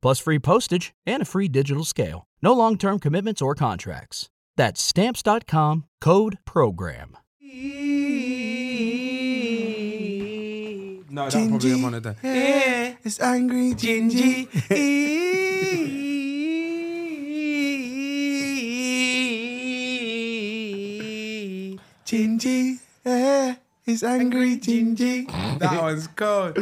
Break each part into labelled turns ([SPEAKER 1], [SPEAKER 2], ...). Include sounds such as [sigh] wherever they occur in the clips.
[SPEAKER 1] plus free postage and a free digital scale. No long term commitments or contracts. That's Stamps.com code PROGRAM.
[SPEAKER 2] No, that probably am one of the.
[SPEAKER 3] Yeah, it's angry Gingy. Gingy, yeah, it's angry Gingy.
[SPEAKER 2] That one's cold.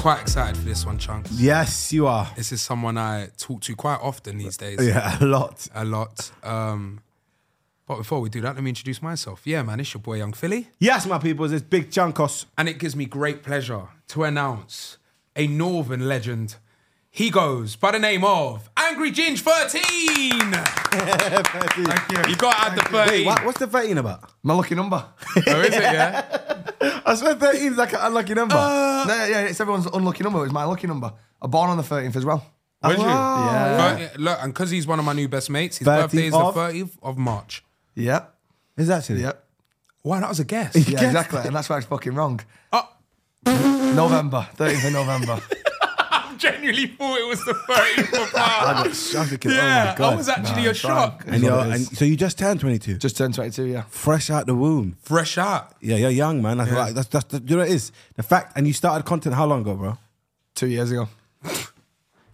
[SPEAKER 2] Quite excited for this one, Chunks.
[SPEAKER 3] Yes, you are.
[SPEAKER 2] This is someone I talk to quite often these days.
[SPEAKER 3] Yeah, a lot.
[SPEAKER 2] A lot. Um, but before we do that, let me introduce myself. Yeah, man, it's your boy Young Philly.
[SPEAKER 3] Yes, my peoples, it's Big Chunkos.
[SPEAKER 2] And it gives me great pleasure to announce a northern legend. He goes by the name of Angry Ginge 13. You got to add the 13.
[SPEAKER 3] Wait, what, what's the 13 about?
[SPEAKER 4] My lucky [laughs] number.
[SPEAKER 2] Oh,
[SPEAKER 3] [laughs]
[SPEAKER 2] is it, yeah?
[SPEAKER 3] I swear 13 is like an unlucky number.
[SPEAKER 4] no, yeah, yeah, it's everyone's unlucky number. It was my lucky number. I born on the 13th as well.
[SPEAKER 2] Would you?
[SPEAKER 3] Yeah.
[SPEAKER 2] Thir- look, and because he's one of my new best mates, his
[SPEAKER 3] 30th
[SPEAKER 2] birthday is
[SPEAKER 3] of-
[SPEAKER 2] the 30th of March.
[SPEAKER 4] Yep.
[SPEAKER 3] is that actually?
[SPEAKER 4] Yep.
[SPEAKER 2] Wow, that was a guess.
[SPEAKER 4] Yeah, exactly. And that's why it's fucking wrong.
[SPEAKER 2] [laughs] Oh,
[SPEAKER 4] [laughs] November, 13th of November.
[SPEAKER 2] I genuinely thought it was the 30th of
[SPEAKER 4] [laughs] I
[SPEAKER 2] March.
[SPEAKER 4] got shocked because- oh my
[SPEAKER 2] yeah, I
[SPEAKER 4] God.
[SPEAKER 2] was actually
[SPEAKER 4] Nah,
[SPEAKER 2] a
[SPEAKER 4] it's fine.
[SPEAKER 2] shock.
[SPEAKER 4] It's
[SPEAKER 5] And, you're,
[SPEAKER 4] what it
[SPEAKER 5] and
[SPEAKER 4] is.
[SPEAKER 5] so you just turned 22,
[SPEAKER 4] Just turned 22, yeah.
[SPEAKER 5] fresh out the womb.
[SPEAKER 2] Fresh out.
[SPEAKER 5] Yeah, you're young, man. That's like that's that's you know what it is. The fact, and you started content how long ago, bro?
[SPEAKER 4] Two years ago.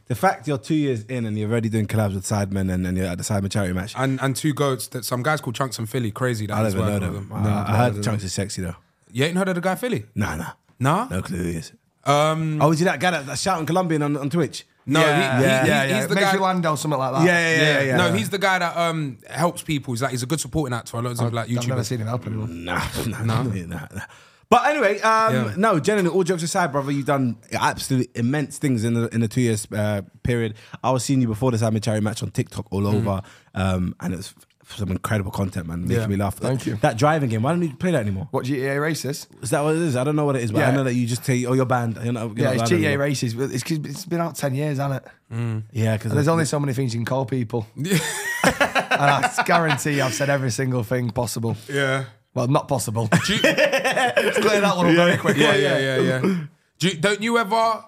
[SPEAKER 5] The fact you're two years in and you're already doing collabs with Sidemen and, and you're at the Sidemen charity match. I,
[SPEAKER 2] And and two goats that some guys called Chunks and Philly. Crazy. That
[SPEAKER 5] don't
[SPEAKER 2] he's
[SPEAKER 5] even know
[SPEAKER 2] working
[SPEAKER 5] them.
[SPEAKER 2] with
[SPEAKER 5] Uh, I heard Chunks is sexy though.
[SPEAKER 2] You ain't heard of the guy Philly?
[SPEAKER 5] Nah, nah,
[SPEAKER 2] Nah.
[SPEAKER 5] no clue who he is.
[SPEAKER 2] Um,
[SPEAKER 5] Oh, was he that guy that, that shouting Colombian on, on Twitch?
[SPEAKER 2] no,
[SPEAKER 4] yeah,
[SPEAKER 2] he, he,
[SPEAKER 4] yeah,
[SPEAKER 2] he-
[SPEAKER 4] yeah,
[SPEAKER 2] he's the
[SPEAKER 4] Makes
[SPEAKER 2] guy.
[SPEAKER 4] you Lando, something like that.
[SPEAKER 5] Yeah, yeah, yeah. yeah,
[SPEAKER 2] no, he's the guy that um helps people. He's like he's a good supporting actor. for Loads of like
[SPEAKER 4] I've never
[SPEAKER 2] YouTubers.
[SPEAKER 4] seen him help anyone.
[SPEAKER 5] Nah, [laughs] nah, nah, nah, nah. But anyway, um,
[SPEAKER 2] Yeah.
[SPEAKER 5] no, generally, all jokes aside, brother, you've done absolutely immense things in the in the two years uh, period. I was seeing you before this Simon Cherry match on TikTok all
[SPEAKER 4] Mm.
[SPEAKER 5] over, um, and it was f- some incredible content, man, making
[SPEAKER 2] Yeah.
[SPEAKER 5] me laugh.
[SPEAKER 4] Thank you.
[SPEAKER 5] That driving game, why don't you play that anymore?
[SPEAKER 4] What, GTA races?
[SPEAKER 5] Is that what it is? I don't know what it is, but I
[SPEAKER 4] Yeah.
[SPEAKER 5] know that you just say, oh, you're banned. You're not, you're
[SPEAKER 4] Yeah,
[SPEAKER 5] not
[SPEAKER 4] it's
[SPEAKER 5] allowed
[SPEAKER 4] GTA
[SPEAKER 5] anymore.
[SPEAKER 4] races. but It's, 'cause it's been out 10 years, hasn't it?
[SPEAKER 5] Yeah, because
[SPEAKER 4] And there's only so many things you can call people. [laughs] and I guarantee I've said every single thing possible.
[SPEAKER 2] Yeah.
[SPEAKER 4] Well, not possible.
[SPEAKER 2] [laughs] Do you- yeah,
[SPEAKER 4] Clear that one up very quick.
[SPEAKER 2] yeah, yeah, yeah. [laughs] Do you, don't you ever?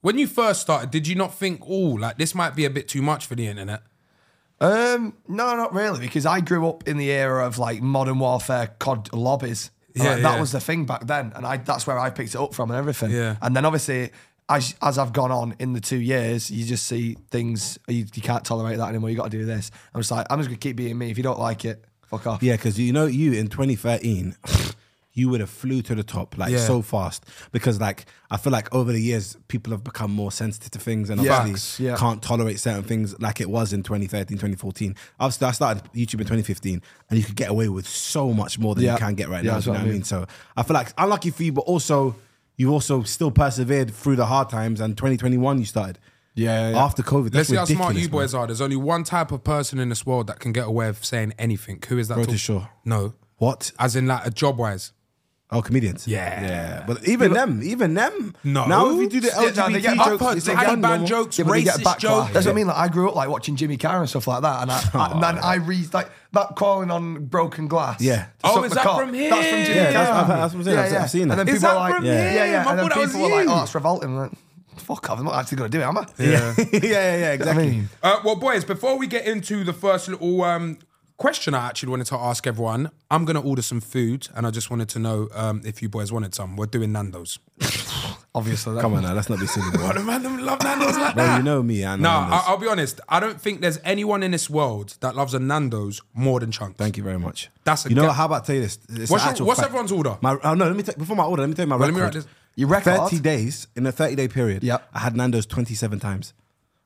[SPEAKER 2] When you first started, did you not think, oh, like this might be a bit too much for the internet?
[SPEAKER 4] Um, no, not really, because I grew up in the era of like modern warfare COD lobbies. And,
[SPEAKER 2] Yeah,
[SPEAKER 4] like, that
[SPEAKER 2] yeah.
[SPEAKER 4] was the thing back then, and I that's where I picked it up from and everything.
[SPEAKER 2] Yeah.
[SPEAKER 4] And then obviously, as as I've gone on in the two years, you just see things you, you can't tolerate that anymore. You got to do this. I'm just like, I'm just gonna keep being me. If you don't like it, fuck off.
[SPEAKER 5] Yeah, because you know, you in 2013, [sighs] you would have flew to the top like
[SPEAKER 2] Yeah.
[SPEAKER 5] so fast because like I feel like over the years people have become more sensitive to things and
[SPEAKER 4] Yeah. Facts,
[SPEAKER 5] obviously
[SPEAKER 4] yeah.
[SPEAKER 5] can't tolerate certain things like it was in 2013, 2014. Obviously, I started YouTube in 2015, and you could get away with so much more than
[SPEAKER 4] Yeah.
[SPEAKER 5] you can get right
[SPEAKER 4] Yeah,
[SPEAKER 5] now.
[SPEAKER 4] that's
[SPEAKER 5] You know what
[SPEAKER 4] what I
[SPEAKER 5] I
[SPEAKER 4] mean.
[SPEAKER 5] mean? So I feel like unlucky for you, but also. You also still persevered through the hard times, and 2021 you started.
[SPEAKER 4] Yeah, yeah.
[SPEAKER 5] After COVID, that's
[SPEAKER 2] Let's see how smart
[SPEAKER 5] ridiculous,
[SPEAKER 2] you
[SPEAKER 5] man.
[SPEAKER 2] boys are. There's only one type of person in this world that can get away with saying anything. Who is that?
[SPEAKER 5] Rota
[SPEAKER 2] talk-
[SPEAKER 5] Shaw.
[SPEAKER 2] No.
[SPEAKER 5] What?
[SPEAKER 2] As in, like, a job wise.
[SPEAKER 5] Oh, comedians.
[SPEAKER 2] Yeah.
[SPEAKER 5] yeah. But even them, even them.
[SPEAKER 2] No.
[SPEAKER 5] Now if you do the
[SPEAKER 4] Yeah, no,
[SPEAKER 5] LGBT
[SPEAKER 4] they get
[SPEAKER 5] jokes,
[SPEAKER 2] backwards.
[SPEAKER 5] it's
[SPEAKER 2] They
[SPEAKER 5] like
[SPEAKER 2] get
[SPEAKER 5] done,
[SPEAKER 2] bad
[SPEAKER 5] no?
[SPEAKER 2] jokes,
[SPEAKER 4] Yeah, but they get
[SPEAKER 2] racist
[SPEAKER 4] back-
[SPEAKER 2] jokes.
[SPEAKER 4] That's what I mean. Like I grew up like watching Jimmy Carr and stuff like that, and I, I- and then I read like that calling on broken glass.
[SPEAKER 5] Yeah.
[SPEAKER 4] to
[SPEAKER 2] Oh,
[SPEAKER 4] suck
[SPEAKER 2] is
[SPEAKER 4] the
[SPEAKER 2] that
[SPEAKER 4] cock.
[SPEAKER 2] from
[SPEAKER 4] That's from
[SPEAKER 2] him?
[SPEAKER 4] Jimmy
[SPEAKER 5] Yeah,
[SPEAKER 4] Carr.
[SPEAKER 5] that's, that's, that's what I'm saying. I've, I've seen
[SPEAKER 4] And
[SPEAKER 5] that.
[SPEAKER 4] then
[SPEAKER 2] Is
[SPEAKER 4] people
[SPEAKER 2] that
[SPEAKER 4] are like,
[SPEAKER 2] from
[SPEAKER 4] yeah, yeah,
[SPEAKER 2] him? I
[SPEAKER 4] And then
[SPEAKER 2] thought that was
[SPEAKER 4] people were like,
[SPEAKER 2] you.
[SPEAKER 4] oh, it's revolting. I'm like, fuck off. I'm not actually going to do it, am I?
[SPEAKER 2] Yeah.
[SPEAKER 5] [laughs] yeah, yeah, yeah, exactly.
[SPEAKER 4] mean-
[SPEAKER 2] Uh, well, boys, before we get into the first little um, question I actually wanted to ask everyone, I'm going to order some food and I just wanted to know um, if you boys wanted some. We're doing Nando's.
[SPEAKER 4] Obviously. that-
[SPEAKER 5] Come on now, let's not be silly. Bro.
[SPEAKER 2] Random love Nando's like
[SPEAKER 5] Bro, you know me. I know
[SPEAKER 2] No,
[SPEAKER 5] Nando's.
[SPEAKER 2] I- I'll be honest. I don't think there's anyone in this world that loves a Nando's more than Chunks.
[SPEAKER 5] Thank you very much.
[SPEAKER 2] That's a
[SPEAKER 5] you know.
[SPEAKER 2] ga-
[SPEAKER 5] what, How about I tell you this? It's
[SPEAKER 2] What's
[SPEAKER 5] an
[SPEAKER 2] your-
[SPEAKER 5] actual
[SPEAKER 2] what's
[SPEAKER 5] fact.
[SPEAKER 2] everyone's order?
[SPEAKER 5] My, oh, no, let me tell before my order. Let me tell you my
[SPEAKER 2] Well,
[SPEAKER 5] record.
[SPEAKER 2] let me write this.
[SPEAKER 4] Your record?
[SPEAKER 5] Thirty days in a thirty-day period.
[SPEAKER 4] Yeah.
[SPEAKER 5] I had Nando's twenty-seven times.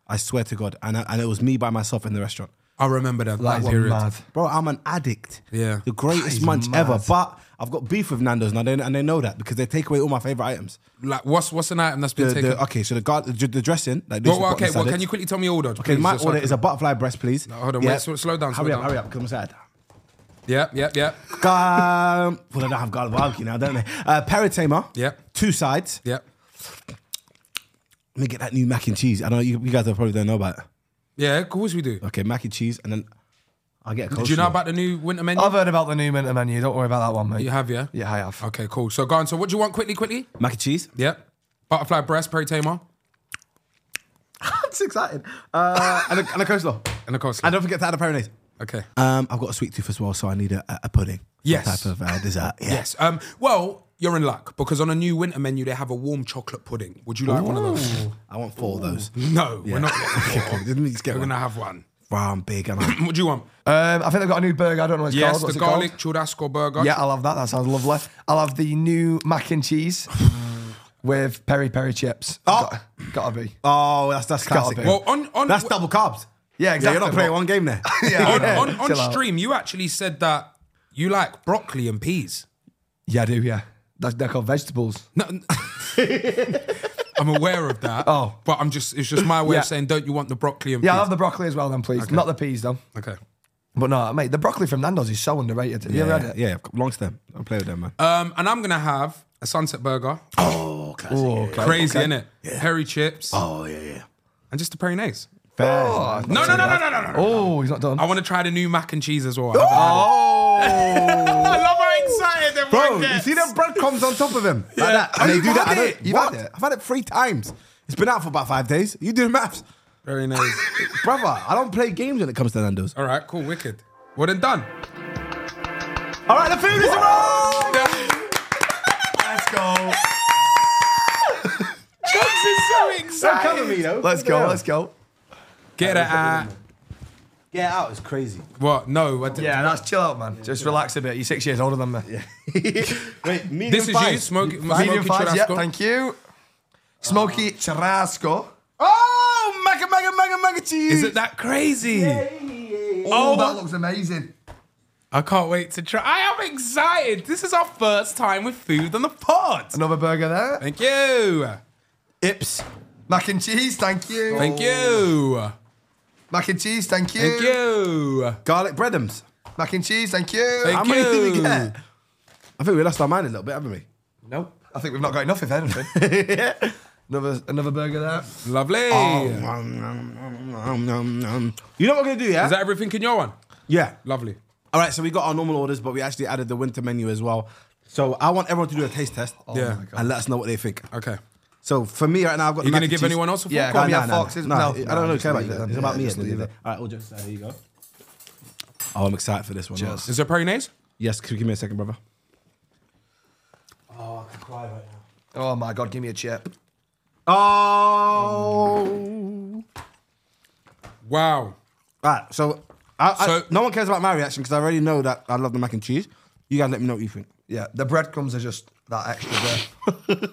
[SPEAKER 5] I swear to God, and I, and it was me by myself in the restaurant.
[SPEAKER 2] I remember that,
[SPEAKER 4] Like,
[SPEAKER 2] that
[SPEAKER 4] what
[SPEAKER 2] period.
[SPEAKER 4] mad.
[SPEAKER 5] Bro, I'm an addict.
[SPEAKER 2] Yeah.
[SPEAKER 5] The greatest munch ever. But I've got beef with Nando's and, I don't, and they know that because they take away all my favorite items.
[SPEAKER 2] Like, what's what's an item that's been
[SPEAKER 5] The,
[SPEAKER 2] taken?
[SPEAKER 5] the, okay, so the, gar- the, the dressing. Like this
[SPEAKER 2] Well,
[SPEAKER 5] is put
[SPEAKER 2] well,
[SPEAKER 5] on
[SPEAKER 2] okay, well,
[SPEAKER 5] salad.
[SPEAKER 2] can you quickly tell me your order?
[SPEAKER 5] Okay,
[SPEAKER 2] please,
[SPEAKER 5] my
[SPEAKER 2] just so I
[SPEAKER 5] order
[SPEAKER 2] can-
[SPEAKER 5] is a butterfly breast, please.
[SPEAKER 2] hold on, wait, slow- slow down, slow
[SPEAKER 5] Hurry
[SPEAKER 2] down.
[SPEAKER 5] up, hurry up, come inside.
[SPEAKER 2] Yep, yep, yep.
[SPEAKER 5] Um, well, I don't have garlic barbecue now, don't I? Uh, Paratamer.
[SPEAKER 2] Yep.
[SPEAKER 5] Two sides.
[SPEAKER 2] Yep.
[SPEAKER 5] Let me get that new mac and cheese. I know you, you guys probably don't know about it.
[SPEAKER 2] Yeah, of course we do.
[SPEAKER 5] Okay, mac and cheese, and then I'll get a coleslaw.
[SPEAKER 2] Do you know about the new winter menu?
[SPEAKER 4] I've heard about the new Minter menu. Don't worry about that one, mate.
[SPEAKER 2] you have, yeah?
[SPEAKER 4] Um, Yeah, I have.
[SPEAKER 2] Okay, cool. So go on. So what do you want quickly, quickly?
[SPEAKER 5] mac and cheese? [laughs]
[SPEAKER 2] Yep. Butterfly breast, peri tamer,
[SPEAKER 5] I'm so excited. Uh, and, a, and a coleslaw.
[SPEAKER 2] and a coleslaw.
[SPEAKER 5] And don't forget to add a peronaise.
[SPEAKER 2] Okay.
[SPEAKER 5] Um, I've got a sweet tooth as well, so I need a, a pudding. Some
[SPEAKER 2] Yes.
[SPEAKER 5] Type of uh, dessert. Yeah.
[SPEAKER 2] Yes. Um, well, you're in luck because on a new winter menu they have a warm chocolate pudding. Would you like one of those?
[SPEAKER 5] I want four of those. [laughs]
[SPEAKER 2] No, we're not.
[SPEAKER 5] Okay, cool. Let me just get
[SPEAKER 2] we're
[SPEAKER 5] one.
[SPEAKER 2] gonna have one.
[SPEAKER 5] Bro, I'm big. and
[SPEAKER 2] [coughs]
[SPEAKER 5] I'm
[SPEAKER 2] What do you want?
[SPEAKER 4] Um, I think they've got a new burger. I don't know what it's
[SPEAKER 2] yes,
[SPEAKER 4] called. What's
[SPEAKER 2] the
[SPEAKER 4] it called?
[SPEAKER 2] garlic churrasco burger.
[SPEAKER 4] Yeah, I'll have that. That sounds lovely. I'll have the new mac and cheese with peri peri chips.
[SPEAKER 5] Oh.
[SPEAKER 4] Got, gotta be.
[SPEAKER 5] Oh, that's that's
[SPEAKER 4] gotta
[SPEAKER 5] classic.
[SPEAKER 4] be.
[SPEAKER 2] Well, on on
[SPEAKER 5] that's double carbs.
[SPEAKER 4] Yeah, exactly.
[SPEAKER 5] you're not playing one game there. [laughs]
[SPEAKER 4] Yeah,
[SPEAKER 2] on,
[SPEAKER 4] yeah.
[SPEAKER 2] on, on
[SPEAKER 4] [laughs] Chill out.
[SPEAKER 2] stream, you actually said that you like broccoli and peas.
[SPEAKER 4] Yeah, I do. Yeah, That's, they're called vegetables.
[SPEAKER 2] No, n- [laughs] I'm aware of that.
[SPEAKER 4] Oh.
[SPEAKER 2] but I'm just—it's just my way
[SPEAKER 4] Yeah.
[SPEAKER 2] of saying, don't you want the broccoli and
[SPEAKER 4] Yeah, I'll
[SPEAKER 2] peas?
[SPEAKER 4] have the broccoli as well then, please. Not the peas though.
[SPEAKER 2] Okay.
[SPEAKER 4] But no, mate, the broccoli from Nando's is so underrated. Have you ever had
[SPEAKER 5] Yeah,
[SPEAKER 4] it?
[SPEAKER 5] yeah, long stem. I'll play with them, man.
[SPEAKER 2] Um, and I'm gonna have a sunset burger.
[SPEAKER 5] oh, classic.
[SPEAKER 2] Crazy, innit? Hairy chips
[SPEAKER 5] Oh, yeah, yeah.
[SPEAKER 2] and just a peri-naise.
[SPEAKER 5] Fair.
[SPEAKER 2] Oh, No, no, no, no, no, no, no.
[SPEAKER 4] Oh, he's not done.
[SPEAKER 2] I want to try the new mac and cheese as well. I haven't had it. [laughs]
[SPEAKER 4] Oh.
[SPEAKER 2] I love how excited everyone
[SPEAKER 5] Bro, you
[SPEAKER 2] gets.
[SPEAKER 5] see them breadcrumbs on top of them? Like that. And
[SPEAKER 2] Oh,
[SPEAKER 5] they
[SPEAKER 2] you've
[SPEAKER 5] do that.
[SPEAKER 2] had
[SPEAKER 5] I don't-
[SPEAKER 2] it?
[SPEAKER 5] You've
[SPEAKER 4] What?
[SPEAKER 5] had it. I've had it three times. It's been out for about five days. You do the maths.
[SPEAKER 2] Very
[SPEAKER 4] [laughs]
[SPEAKER 2] nice.
[SPEAKER 5] Brother, I don't play games when it comes to Nando's.
[SPEAKER 2] All right, cool, wicked. Well then done.
[SPEAKER 5] All right, the food is arrived.
[SPEAKER 3] Let's go.
[SPEAKER 2] Chugs is so excited.
[SPEAKER 4] Let's go. Let's go.
[SPEAKER 2] Get it out.
[SPEAKER 5] Get out is crazy.
[SPEAKER 2] What? No, I didn't.
[SPEAKER 4] Yeah, that's chill out, man. Just relax a bit. You're six years older than me.
[SPEAKER 5] Wait, medium
[SPEAKER 2] This is you,
[SPEAKER 5] five.
[SPEAKER 2] smoky,
[SPEAKER 4] Medium
[SPEAKER 2] smoky
[SPEAKER 4] fives, yeah.
[SPEAKER 2] churrasco.
[SPEAKER 4] Thank you. Smoky churrasco.
[SPEAKER 5] Ah. Oh, maca, maca, maca, maca cheese.
[SPEAKER 2] Is it that crazy?
[SPEAKER 4] Oh, that looks amazing.
[SPEAKER 2] I can't wait to try. I am excited. This is our first time with food on the pod.
[SPEAKER 4] Another burger there.
[SPEAKER 2] Thank you.
[SPEAKER 5] Ips.
[SPEAKER 4] Mac and cheese. Thank you.
[SPEAKER 2] Thank you.
[SPEAKER 4] Mac and cheese. Thank you.
[SPEAKER 2] Thank you.
[SPEAKER 5] Garlic breadums.
[SPEAKER 4] Mac and cheese. Thank you.
[SPEAKER 2] Thank
[SPEAKER 5] How many did
[SPEAKER 2] you.
[SPEAKER 5] we get? I think we lost our mind a little bit, haven't we?
[SPEAKER 4] Nope. I think we've not got enough,
[SPEAKER 5] [laughs]
[SPEAKER 4] if anything. [laughs] another another burger there.
[SPEAKER 2] Lovely. Oh,
[SPEAKER 5] Oh, You know what we're gonna do, yeah?
[SPEAKER 2] Is that everything in your one?
[SPEAKER 5] yeah.
[SPEAKER 2] Lovely.
[SPEAKER 5] All right, so we got our normal orders, but we actually added the winter menu as well. So I want everyone to do a taste test.
[SPEAKER 2] Yeah. my God.
[SPEAKER 5] and let us know what they think.
[SPEAKER 2] Okay.
[SPEAKER 5] So for me right now, I've got.
[SPEAKER 2] You
[SPEAKER 5] the
[SPEAKER 2] gonna
[SPEAKER 5] mac
[SPEAKER 2] give
[SPEAKER 5] and cheese.
[SPEAKER 2] anyone else a full
[SPEAKER 4] Yeah,
[SPEAKER 2] call?
[SPEAKER 4] go on, yeah.
[SPEAKER 5] Nah, nah,
[SPEAKER 4] Foxes?
[SPEAKER 5] nah.
[SPEAKER 4] No,
[SPEAKER 5] I don't
[SPEAKER 4] no,
[SPEAKER 5] know.
[SPEAKER 4] just
[SPEAKER 5] Care about
[SPEAKER 4] leave
[SPEAKER 5] that.
[SPEAKER 4] them.
[SPEAKER 5] It's about me.
[SPEAKER 4] Yeah, just
[SPEAKER 5] at the end
[SPEAKER 4] leave
[SPEAKER 5] of the
[SPEAKER 4] it.
[SPEAKER 5] day. All right, we'll just uh, here you go. Oh, I'm excited for this one.
[SPEAKER 4] Cheers.
[SPEAKER 2] Is there peri-naise?
[SPEAKER 5] Yes, could you give me a second, brother?
[SPEAKER 4] Oh my god, give me a chip.
[SPEAKER 5] Oh.
[SPEAKER 2] Wow.
[SPEAKER 5] Right, so, I, I,
[SPEAKER 2] So-
[SPEAKER 5] no one cares about my reaction because I already know that I love the mac and cheese. You guys, let me know what you think.
[SPEAKER 4] Yeah, the breadcrumbs are just that extra
[SPEAKER 5] [laughs]
[SPEAKER 4] there.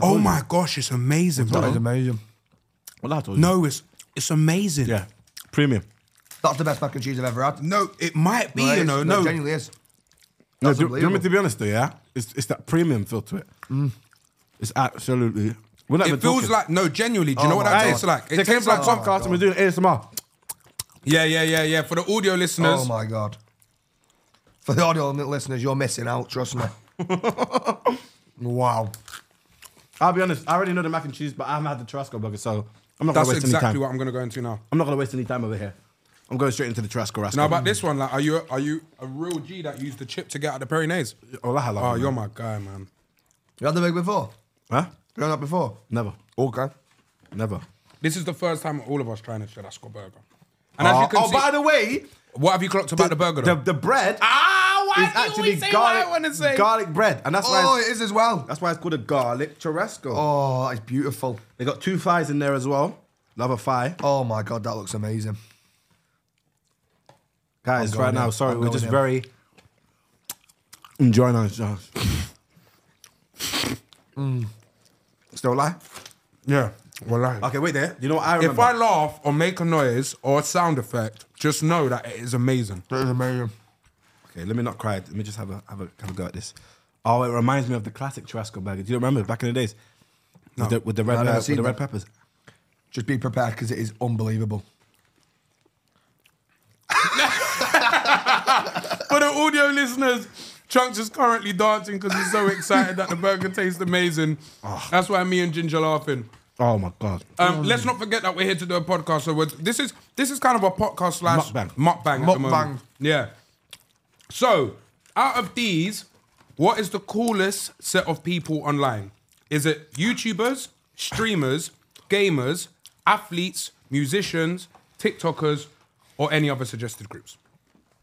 [SPEAKER 2] Oh my gosh, it's amazing, bro.
[SPEAKER 4] amazing.
[SPEAKER 5] Well, I told you.
[SPEAKER 2] No, it's it's amazing.
[SPEAKER 5] Yeah, premium.
[SPEAKER 4] That's the best mac and cheese I've ever had.
[SPEAKER 2] No, it might be,
[SPEAKER 4] it
[SPEAKER 2] you
[SPEAKER 4] is.
[SPEAKER 2] know,
[SPEAKER 4] it
[SPEAKER 2] no.
[SPEAKER 4] genuinely is.
[SPEAKER 5] No,
[SPEAKER 4] That's
[SPEAKER 5] do, do you want me
[SPEAKER 4] unbelievable.
[SPEAKER 5] to be honest though? Yeah, it's it's that premium feel to it. It's absolutely. We're not
[SPEAKER 2] It
[SPEAKER 5] even
[SPEAKER 2] feels
[SPEAKER 5] talking.
[SPEAKER 2] Oh like no, genuinely. Do you know what
[SPEAKER 4] my
[SPEAKER 2] that
[SPEAKER 4] God.
[SPEAKER 2] tastes like? Oh It
[SPEAKER 5] they came
[SPEAKER 2] tastes
[SPEAKER 5] for a
[SPEAKER 2] like
[SPEAKER 5] podcast and we're doing ASMR.
[SPEAKER 2] Yeah, yeah, yeah, yeah. For the audio listeners,
[SPEAKER 4] Oh my god. For the audio listeners, you're missing out. Trust me. [laughs] wow.
[SPEAKER 5] I'll be honest. I already know the mac and cheese, but I haven't had the Tabasco burger, so I'm not gonna
[SPEAKER 2] that's
[SPEAKER 5] waste any
[SPEAKER 2] exactly
[SPEAKER 5] time.
[SPEAKER 2] what I'm gonna go into now.
[SPEAKER 5] I'm not gonna waste any time over here. I'm going straight into the Tabasco rascal.
[SPEAKER 2] Now about this one, like, are you are you a real G that used the chip to get out the Perinets?
[SPEAKER 5] Oh, la halal,
[SPEAKER 2] Oh,
[SPEAKER 5] man.
[SPEAKER 2] you're my guy, man.
[SPEAKER 4] You had the big before?
[SPEAKER 5] Huh?
[SPEAKER 4] You had that before?
[SPEAKER 5] Never,
[SPEAKER 4] Okay.
[SPEAKER 5] never.
[SPEAKER 2] This is the first time all of us trying a Churrasco burger. And as you can
[SPEAKER 5] oh,
[SPEAKER 2] see,
[SPEAKER 5] by the way,
[SPEAKER 2] what have you clocked about the, burger?
[SPEAKER 5] the,
[SPEAKER 2] Though?
[SPEAKER 5] the bread
[SPEAKER 2] ah, why
[SPEAKER 5] is
[SPEAKER 2] do you always
[SPEAKER 5] actually
[SPEAKER 2] say
[SPEAKER 5] garlic,
[SPEAKER 2] what I want to say?
[SPEAKER 5] garlic bread, and that's
[SPEAKER 4] Oh,
[SPEAKER 5] why
[SPEAKER 4] it
[SPEAKER 5] it's,
[SPEAKER 4] is as well.
[SPEAKER 5] that's why it's called a garlic churrasco.
[SPEAKER 4] Oh, it's beautiful.
[SPEAKER 5] They got two thighs in there as well. Love a thigh,
[SPEAKER 4] Oh my god, that looks amazing.
[SPEAKER 5] guys.
[SPEAKER 4] I'm
[SPEAKER 5] Right
[SPEAKER 4] going
[SPEAKER 5] now,
[SPEAKER 4] in.
[SPEAKER 5] sorry,
[SPEAKER 4] I'm
[SPEAKER 5] we're
[SPEAKER 4] going
[SPEAKER 5] just
[SPEAKER 4] in.
[SPEAKER 5] very enjoying ourselves. Mm. Still lie?
[SPEAKER 2] Yeah, well, like,
[SPEAKER 5] Okay, wait there. You know what I
[SPEAKER 2] if
[SPEAKER 5] remember?
[SPEAKER 2] I laugh or make a noise or a sound effect, just know that it is amazing.
[SPEAKER 4] That is amazing.
[SPEAKER 5] Okay, let me not cry. Let me just have a have a have a go at this. Oh, it reminds me of the classic Churrasco burger. Do you remember back in the days with the, with the red
[SPEAKER 4] No, I've
[SPEAKER 5] uh,
[SPEAKER 4] never
[SPEAKER 5] with
[SPEAKER 4] seen
[SPEAKER 5] the red
[SPEAKER 4] that.
[SPEAKER 5] peppers?
[SPEAKER 4] Just be prepared because it is unbelievable.
[SPEAKER 2] For the audio listeners, Chunks is currently dancing because he's so excited that the burger tastes amazing. That's why me and Ginger laughing.
[SPEAKER 5] Ah. Oh my god!
[SPEAKER 2] Um, Let's not forget that we're here to do a podcast. So we're, this is this is kind of a podcast slash
[SPEAKER 5] Mukbang.
[SPEAKER 2] mukbang at the moment.
[SPEAKER 4] Mukbang.
[SPEAKER 2] Yeah. So out of these, what is the coolest set of people online? Is it YouTubers, streamers, gamers, athletes, musicians, TikTokers, or any other suggested groups?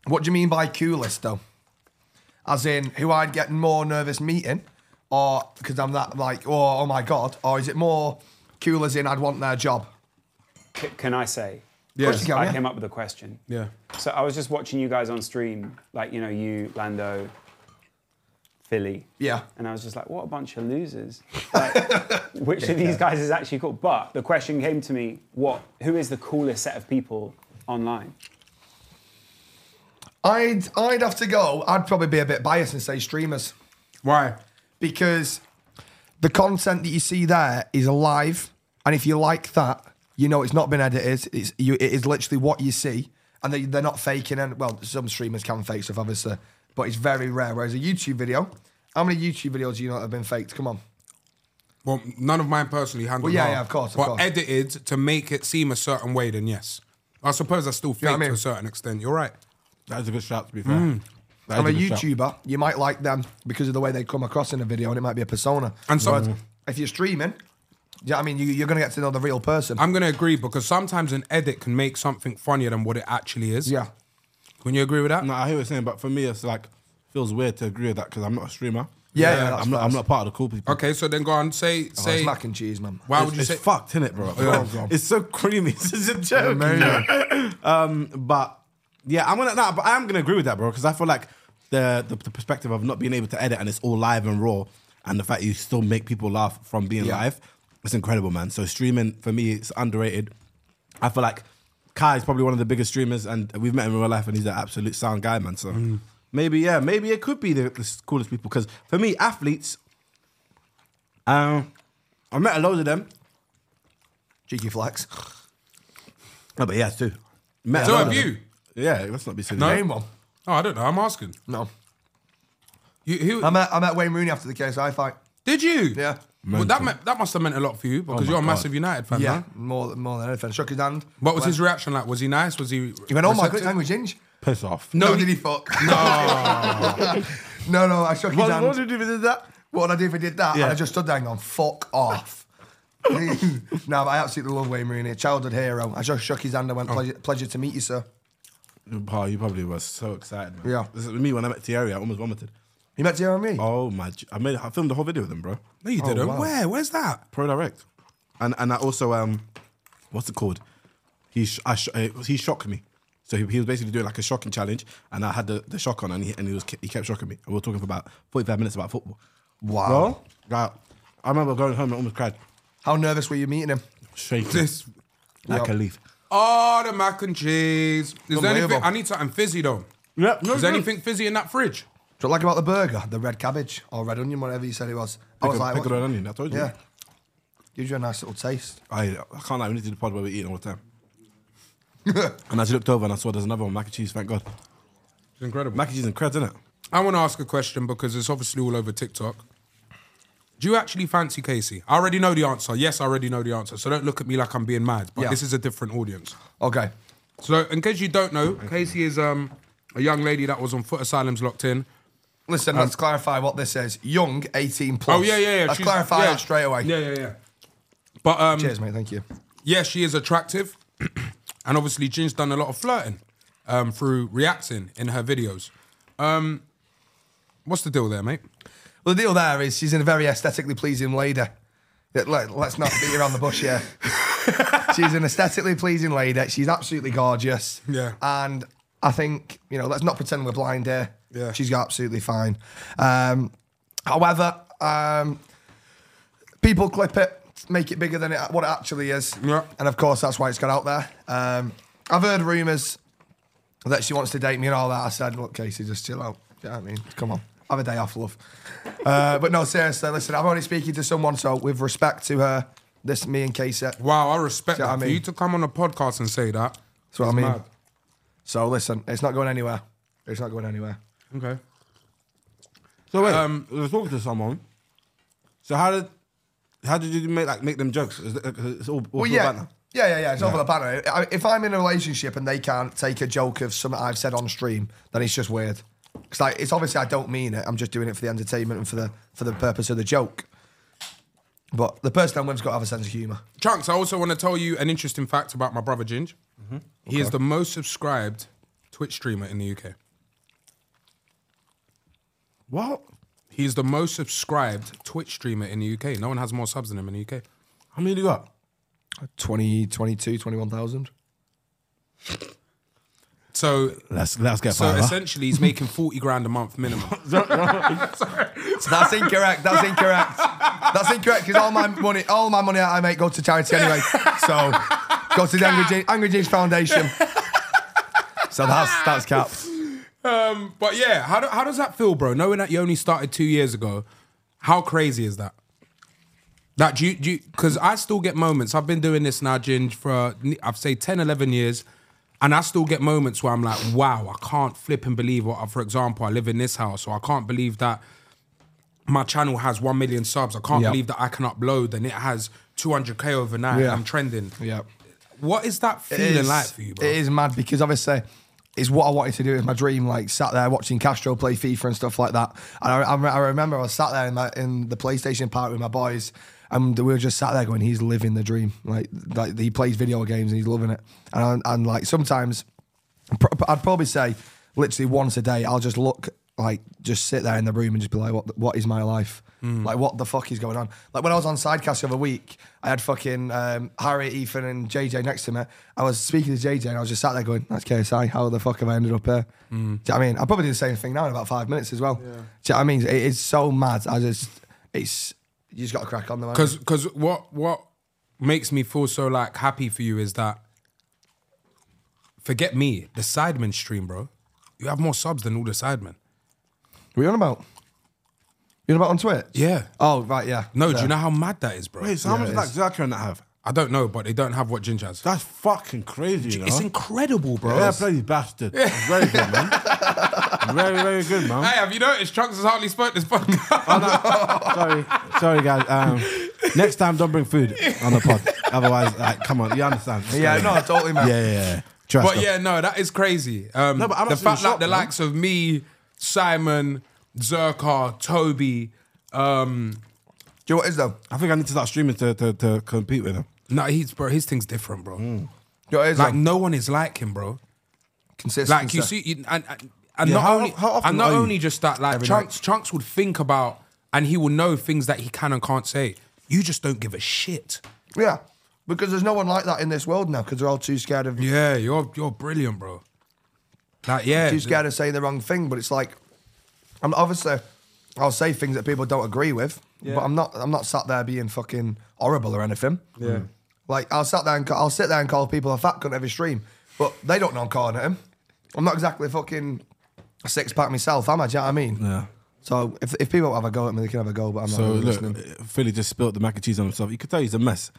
[SPEAKER 4] What do you mean by coolest though? As in, who I'd get more nervous meeting, or because I'm that like, oh, oh my god, or is it more cool as in I'd want their job?
[SPEAKER 6] C- can I say?
[SPEAKER 2] Yeah.
[SPEAKER 4] course you can,
[SPEAKER 6] I
[SPEAKER 4] yeah.
[SPEAKER 6] came up with a question.
[SPEAKER 2] Yeah.
[SPEAKER 6] So I was just watching you guys on stream, like you know, you Lando, Philly.
[SPEAKER 4] Yeah.
[SPEAKER 6] And I was just like, what a bunch of losers.
[SPEAKER 4] [laughs]
[SPEAKER 6] Like, which of these guys is actually cool? But the question came to me: What? Who is the coolest set of people online?
[SPEAKER 4] I'd I'd have to go. I'd probably be a bit biased and say streamers
[SPEAKER 2] Why?
[SPEAKER 4] because the content that you see there is live, and if you like that, you know it's not been edited. It's you, it is literally what you see, and they, they're not faking. And well, some streamers can fake stuff, obviously, but it's very rare. Whereas a YouTube video, how many YouTube videos do you know that have been faked? Come on.
[SPEAKER 2] Well, none of mine personally handled.
[SPEAKER 4] Well, yeah,
[SPEAKER 2] well.
[SPEAKER 4] yeah, of course, of
[SPEAKER 2] But
[SPEAKER 4] course.
[SPEAKER 2] edited to make it seem a certain way, then yes. I suppose that's still fake
[SPEAKER 4] know what I
[SPEAKER 2] to
[SPEAKER 4] mean?
[SPEAKER 2] a certain extent. You're right.
[SPEAKER 5] That's a good shout. To be fair, That
[SPEAKER 4] I'm a
[SPEAKER 5] is good shout.
[SPEAKER 4] YouTuber. You might like them because of the way they come across in a video, and it might be a persona.
[SPEAKER 2] And so-
[SPEAKER 4] Whereas if you're streaming, yeah, I mean, you, you're going to get to know the real person.
[SPEAKER 2] I'm going to agree because sometimes an edit can make something funnier than what it actually is.
[SPEAKER 4] yeah,
[SPEAKER 2] Wouldn't you agree with that?
[SPEAKER 5] No, I hear what you're saying, but for me, it's like feels weird to agree with that because I'm not a streamer.
[SPEAKER 4] Yeah, yeah, that's
[SPEAKER 5] I'm not. I'm
[SPEAKER 4] facts.
[SPEAKER 5] not part of the cool people.
[SPEAKER 2] Okay, so then go on. Say,
[SPEAKER 4] Oh, it's
[SPEAKER 2] say.
[SPEAKER 4] mac and cheese, man.
[SPEAKER 2] why
[SPEAKER 5] It's,
[SPEAKER 2] would you
[SPEAKER 5] it's
[SPEAKER 2] say? Oh,
[SPEAKER 5] fucked, innit,
[SPEAKER 2] [laughs]
[SPEAKER 5] bro?
[SPEAKER 4] bro.
[SPEAKER 5] [laughs] It's so creamy. It's just a joke. [laughs] um, but yeah, I'm gonna. Nah, but I'm gonna agree with that, bro, because I feel like the, the the perspective of not being able to edit and it's all live and raw, and the fact you still make people laugh from being
[SPEAKER 4] Yeah.
[SPEAKER 5] live, it's incredible, man. So streaming for me, it's underrated. I feel like Kai is probably one of the biggest streamers, and we've met him in real life, and he's an absolute sound guy, man. So maybe, yeah, maybe it could be the, the coolest people. Because for me, athletes, um, I met a load of them. [sighs]
[SPEAKER 4] Cheeky flex.
[SPEAKER 5] No, but yeah, too. Met a
[SPEAKER 2] So
[SPEAKER 5] lot
[SPEAKER 2] have
[SPEAKER 5] of
[SPEAKER 2] you?
[SPEAKER 5] them. Yeah, let's not be silly.
[SPEAKER 2] No.
[SPEAKER 4] Name one.
[SPEAKER 2] Oh, I don't know. I'm asking.
[SPEAKER 4] No.
[SPEAKER 2] You, who
[SPEAKER 4] I met, I met Wayne Rooney after the KSI fight.
[SPEAKER 2] did you?
[SPEAKER 4] Yeah.
[SPEAKER 2] Well, that meant, that must have meant a lot for you because
[SPEAKER 5] Oh my
[SPEAKER 2] you're a
[SPEAKER 5] God.
[SPEAKER 2] massive United fan.
[SPEAKER 4] Yeah,
[SPEAKER 2] Yeah.
[SPEAKER 4] more, more than anything. Shook his hand.
[SPEAKER 2] What was his reaction like? Was he nice? Was he?
[SPEAKER 4] He went, oh my god,
[SPEAKER 2] receptive?
[SPEAKER 4] language inch.
[SPEAKER 5] Piss off.
[SPEAKER 4] No,
[SPEAKER 2] No,
[SPEAKER 4] did
[SPEAKER 2] he-
[SPEAKER 4] he fuck? No. no, no, I shook his hand.
[SPEAKER 5] what did you do with that?
[SPEAKER 4] What would I do if I did that?
[SPEAKER 5] Yeah.
[SPEAKER 4] And I just stood there and gone, fuck off. [laughs] no, but I absolutely love Wayne Rooney, childhood hero. I just shook his hand and
[SPEAKER 5] Oh.
[SPEAKER 4] went, pleasure, pleasure to meet you, sir.
[SPEAKER 5] Paul, you probably were so excited, man.
[SPEAKER 4] Yeah.
[SPEAKER 5] This is me when I met Thierry, I almost vomited.
[SPEAKER 4] You met Jeremy? Rooney?
[SPEAKER 5] Oh my! j- I made. I filmed the whole video with him, bro. [laughs]
[SPEAKER 2] No, you didn't.
[SPEAKER 4] wow.
[SPEAKER 2] Where? Where's that?
[SPEAKER 5] Pro Direct, and and I also um, what's it called? He sh- I sh- uh, he shocked me. So he, he was basically doing like a shocking challenge, and I had the, the shock on, and he and he was ke- he kept shocking me. And we were talking for about forty five minutes about football.
[SPEAKER 4] Wow.
[SPEAKER 5] Bro, like, I remember going home and almost cried,
[SPEAKER 4] How nervous were you meeting him?
[SPEAKER 5] shaking
[SPEAKER 2] This.
[SPEAKER 5] like a leaf.
[SPEAKER 2] Oh, the mac and cheese. Is there anything?
[SPEAKER 4] Unbelievable.
[SPEAKER 2] I need something fizzy though.
[SPEAKER 5] Yep.
[SPEAKER 2] Is there anything fizzy in that fridge?
[SPEAKER 4] So like about the burger, the red cabbage or red onion, whatever you said it was. I was
[SPEAKER 5] Pickled-
[SPEAKER 4] like,
[SPEAKER 5] pickled
[SPEAKER 4] what-
[SPEAKER 5] red onion, I told you.
[SPEAKER 4] Yeah. Gives you a nice little taste.
[SPEAKER 5] I, I can't lie. We need to do the pod where we're eating all the time. and I just looked over and I saw there's another one, mac and cheese. Thank God,
[SPEAKER 2] It's incredible.
[SPEAKER 5] mac and cheese and creds, isn't it?
[SPEAKER 2] I want to ask a question because it's obviously all over TikTok. Do you actually fancy Casey? I already know the answer. Yes, I already know the answer. So don't look at me like I'm being mad. But
[SPEAKER 4] Yeah.
[SPEAKER 2] this is a different audience.
[SPEAKER 4] Okay.
[SPEAKER 2] So in case you don't know, Casey is um, a young lady that was on foot asylums locked in.
[SPEAKER 4] Listen, let's clarify what this is. Young, 18 plus.
[SPEAKER 2] Um, Oh yeah, yeah, yeah.
[SPEAKER 4] Let's
[SPEAKER 2] She's-
[SPEAKER 4] clarify
[SPEAKER 2] yeah.
[SPEAKER 4] that straight away.
[SPEAKER 2] Yeah, yeah, yeah. But um,
[SPEAKER 4] Cheers, mate. Thank you.
[SPEAKER 2] yeah, she is attractive, [clears throat] and obviously Jin's done a lot of flirting um, through reacting in her videos. Um, what's the deal there, mate?
[SPEAKER 4] Well, the deal there is she's in a very aesthetically pleasing lady. Yeah, Let, us not beat around the
[SPEAKER 2] [laughs]
[SPEAKER 4] bush here. she's an aesthetically pleasing lady. She's absolutely gorgeous.
[SPEAKER 2] Yeah.
[SPEAKER 4] And I think, you know, let's not pretend we're blind here.
[SPEAKER 2] Yeah.
[SPEAKER 4] She's absolutely fine. Um, however, um, people clip it, make it bigger than it, what it actually is.
[SPEAKER 2] Yeah.
[SPEAKER 4] And of course, that's why it's got out there. Um, I've heard rumours that she wants to date me and all that. I said, look, Casey, just chill out. Do you know what I mean? Come on. Have a day off, love. Uh, but no, seriously, listen, I'm only speaking to someone, so with respect to her, this me and Casey. That's
[SPEAKER 2] Wow, I respect
[SPEAKER 4] See what
[SPEAKER 2] that.
[SPEAKER 4] I
[SPEAKER 2] For
[SPEAKER 4] mean?
[SPEAKER 2] you to come on a podcast and say that.
[SPEAKER 4] what I
[SPEAKER 2] is
[SPEAKER 4] mean.
[SPEAKER 2] mad.
[SPEAKER 4] So listen, it's not going anywhere. It's not going anywhere.
[SPEAKER 2] Okay.
[SPEAKER 5] So wait, um, I was talking to someone. So how did how did you make like make them jokes? Is it- It's all, all
[SPEAKER 4] Well,
[SPEAKER 5] yeah.
[SPEAKER 4] yeah. Yeah, yeah, yeah. It's over the banner. I- If I'm in a relationship and they can't take a joke of something I've said on stream, then it's just weird. Because like, it's obviously I don't mean it. I'm just doing it for the entertainment and for the for the purpose of the joke. But the person I'm with's got to have a sense of humour.
[SPEAKER 2] Chunks, I also want to tell you an interesting fact about my brother Ginge.
[SPEAKER 5] Mm-hmm.
[SPEAKER 2] He is the most subscribed Twitch streamer in the UK.
[SPEAKER 5] What?
[SPEAKER 2] He is the most subscribed Twitch streamer in the UK. No one has more subs than him in the UK.
[SPEAKER 5] How many do you got?
[SPEAKER 4] 20, 22, 21,000.
[SPEAKER 2] So,
[SPEAKER 5] Let's let's get
[SPEAKER 2] so essentially, he's making 40 grand a
[SPEAKER 5] [laughs]
[SPEAKER 2] month minimum.
[SPEAKER 4] That's incorrect. That's incorrect. That's incorrect because all my money, all my money that I make goes to charity anyway. So go to the Angry James, Angry James Foundation. So that's that's cap.
[SPEAKER 2] um, but yeah, how, do, how does that feel, bro? Knowing that you only started two years ago, how crazy is that? That do you, do because I still get moments. I've been doing this now, Ginge, for uh, I'd say 10, 11 years, and I still get moments where I'm like, wow, I can't flip and believe what. I, for example, I live in this house, or I can't believe that my channel has one million subs. I can't
[SPEAKER 4] Yeah.
[SPEAKER 2] believe that I can upload and it has 200k overnight.
[SPEAKER 4] Yeah.
[SPEAKER 2] I'm trending.
[SPEAKER 4] Yeah.
[SPEAKER 2] What is that
[SPEAKER 4] It
[SPEAKER 2] feeling
[SPEAKER 4] is-
[SPEAKER 2] like for you, bro?
[SPEAKER 4] It is mad because obviously it's what I wanted to do. It's my dream. Like sat there watching Castro play FIFA and stuff like that. And I, I, re- I remember I was sat there in the, in the PlayStation park with my boys, and we were just sat there going, "He's living the dream. Like like he plays video games and he's loving it." And and like sometimes, pr- I'd probably say literally once a day, I'll just look. Like just sit there in the room and just be like, what? the- What is my life?
[SPEAKER 2] Hmm.
[SPEAKER 4] Like, what the fuck is going on? Like when I was on Sidecast the other week, I had fucking um, Harry, Ethan, and JJ next to me. I was speaking to JJ and I was just sat there going, "That's KSI. How the fuck have I ended up here?"
[SPEAKER 2] Hmm.
[SPEAKER 4] Do you know what I mean? I probably do the same thing now in about five minutes as well. Do you know what I mean? It is so mad. I just, it's you just got to crack on the man.
[SPEAKER 2] Because because what what makes me feel so like happy for you is that forget me, the Sidemen stream, bro. You have more subs than all the Sidemen.
[SPEAKER 4] what are you on about? You on about on Twitch?
[SPEAKER 2] Yeah.
[SPEAKER 4] Oh right, yeah.
[SPEAKER 2] No,
[SPEAKER 4] yeah.
[SPEAKER 2] do you know how mad that is, bro?
[SPEAKER 5] Wait, so how much like Zaka and that have?
[SPEAKER 2] I don't know, but they don't have what Ginger has.
[SPEAKER 5] That's fucking crazy. You know?
[SPEAKER 2] It's incredible, bro.
[SPEAKER 5] Yeah, bloody bastard. That's Very good, man. very, very good, man.
[SPEAKER 2] Hey, have you noticed Trunks has hardly spoke this [laughs] podcast?
[SPEAKER 5] sorry, sorry, guys. Um, next time, don't bring food on the pod. Otherwise, like, come on, you understand?
[SPEAKER 4] Yeah, no, totally,
[SPEAKER 2] [laughs]
[SPEAKER 4] man.
[SPEAKER 5] yeah, yeah. yeah. Trust
[SPEAKER 2] But
[SPEAKER 5] us.
[SPEAKER 2] yeah, no, that is crazy. Um,
[SPEAKER 5] No, but I'm
[SPEAKER 2] the
[SPEAKER 5] actually
[SPEAKER 2] fact that
[SPEAKER 5] shocked,
[SPEAKER 2] the
[SPEAKER 5] man.
[SPEAKER 2] likes of me, Simon, Zerka, Toby, um,
[SPEAKER 4] Do you know what it is though?
[SPEAKER 5] I think I need to start streaming to to, to compete with them.
[SPEAKER 2] no, he's bro, his thing's different, bro.
[SPEAKER 5] Mm.
[SPEAKER 4] Do you know what it is
[SPEAKER 2] Like
[SPEAKER 4] though?
[SPEAKER 2] no one is like him, bro.
[SPEAKER 4] Consistency.
[SPEAKER 2] Like you see, you, and and, and
[SPEAKER 5] Yeah,
[SPEAKER 2] not
[SPEAKER 5] how-
[SPEAKER 2] only
[SPEAKER 5] how often
[SPEAKER 2] and not
[SPEAKER 5] are you?
[SPEAKER 2] only just that, like
[SPEAKER 4] Every
[SPEAKER 2] chunks, chunks would think about, and he will know things that he can and can't say. You just don't give a shit.
[SPEAKER 4] Yeah, because there's no one like that in this world now because they're all too scared of
[SPEAKER 2] Yeah, you're you're brilliant, bro. Like yeah,
[SPEAKER 4] too scared of saying the wrong thing. But it's like, I'm obviously I'll say things that people don't agree with, but I'm not I'm not sat there being fucking horrible or anything. Yeah, like I'll sat there and ca- I'll sit there and call people a fat cunt every stream, but they don't know I'm calling at him. I'm not exactly fucking a six pack myself, am I? Do you know what I mean?
[SPEAKER 5] Yeah.
[SPEAKER 4] So if, if people have a go at me, they can have a go, but I'm
[SPEAKER 5] So
[SPEAKER 4] not really
[SPEAKER 5] look,
[SPEAKER 2] uh,
[SPEAKER 4] listening.
[SPEAKER 5] Philly just spilt the mac and cheese on himself. You could tell he's a mess.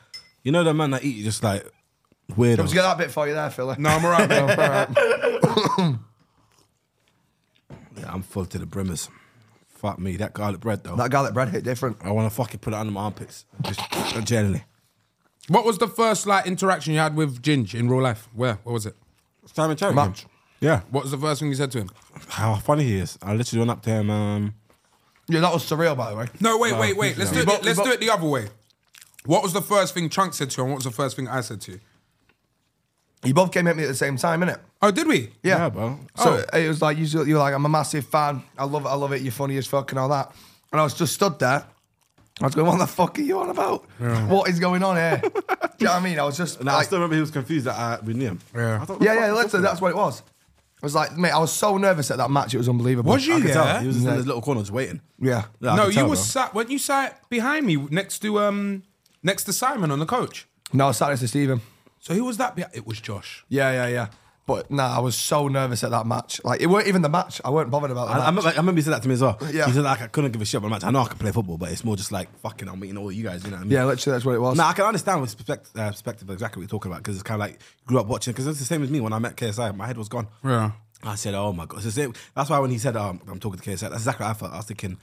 [SPEAKER 5] You know the man that eat just like
[SPEAKER 4] Don't
[SPEAKER 5] Weirdos.
[SPEAKER 4] get that bit for you there, Phil.
[SPEAKER 2] No, I'm all right, bro.
[SPEAKER 5] Yeah, I'm full to the brimmers. Fuck me, that garlic bread though.
[SPEAKER 4] [laughs] That garlic bread hit different.
[SPEAKER 5] I want to fucking put it under my armpits. Just generally.
[SPEAKER 2] [laughs] What was the first like interaction you had with Ginge in real life? Where? What was it?
[SPEAKER 5] Simon Cherry.
[SPEAKER 4] Match.
[SPEAKER 5] Yeah.
[SPEAKER 2] What was the first thing you said to him?
[SPEAKER 5] How funny he is. I literally went up to him. Um,
[SPEAKER 4] Yeah, that was surreal, by the way.
[SPEAKER 2] No, wait, wait, wait. Let's do it.
[SPEAKER 4] But-
[SPEAKER 2] let's
[SPEAKER 4] but-
[SPEAKER 2] do it the other way. What was the first thing Chunk said to you, and what was the first thing I said to you?
[SPEAKER 4] You both came at me at the same time, innit?
[SPEAKER 2] Oh, did we?
[SPEAKER 4] Yeah.
[SPEAKER 5] Yeah, bro.
[SPEAKER 4] So
[SPEAKER 5] Oh.
[SPEAKER 4] it was like you you were like, I'm a massive fan. I love it, I love it, you're funny as fuck and all that. And I was just stood there. I was going, What the fuck are you on about? What is going on here? [laughs] Do you know what I mean? I was just
[SPEAKER 5] no, I
[SPEAKER 4] like,
[SPEAKER 5] still remember he was confused that I, we knew him.
[SPEAKER 2] Yeah.
[SPEAKER 5] I thought,
[SPEAKER 4] Yeah, yeah, literally, that's what it was. It was like, mate, I was so nervous at that match, it was unbelievable.
[SPEAKER 2] Was you
[SPEAKER 4] I
[SPEAKER 5] I
[SPEAKER 4] could
[SPEAKER 5] could
[SPEAKER 4] tell.
[SPEAKER 5] tell. He was just in his little corner just waiting.
[SPEAKER 4] Yeah.
[SPEAKER 5] Yeah, I
[SPEAKER 2] no,
[SPEAKER 5] could
[SPEAKER 2] you
[SPEAKER 5] tell,
[SPEAKER 2] were
[SPEAKER 5] bro.
[SPEAKER 2] sat. Weren't you sat behind me next to um next to Simon on the coach?
[SPEAKER 4] No, I was sat next to Stephen.
[SPEAKER 2] So who was that? Be- it was Josh.
[SPEAKER 4] Yeah, yeah, yeah. But nah, I was so nervous at that match. Like, it weren't even the match. I weren't bothered about
[SPEAKER 5] I, I,
[SPEAKER 4] that.
[SPEAKER 5] remember, I remember he said that to me as well.
[SPEAKER 4] Yeah.
[SPEAKER 5] He said, like, I couldn't give a shit about the match. I know I can play football, but it's more just like, fucking, I'm meeting all you guys, you know what I mean?
[SPEAKER 4] Yeah, literally, that's what it was.
[SPEAKER 5] No, I can understand with perspective, uh, perspective of exactly what you're talking about because it's kind of like grew up watching. Because it's the same as me when I met KSI, my head was gone.
[SPEAKER 2] Yeah.
[SPEAKER 5] I said, "Oh my god!" It's the same. That's why when he said, um, "I'm talking to KSI," that's exactly what I felt. I was thinking,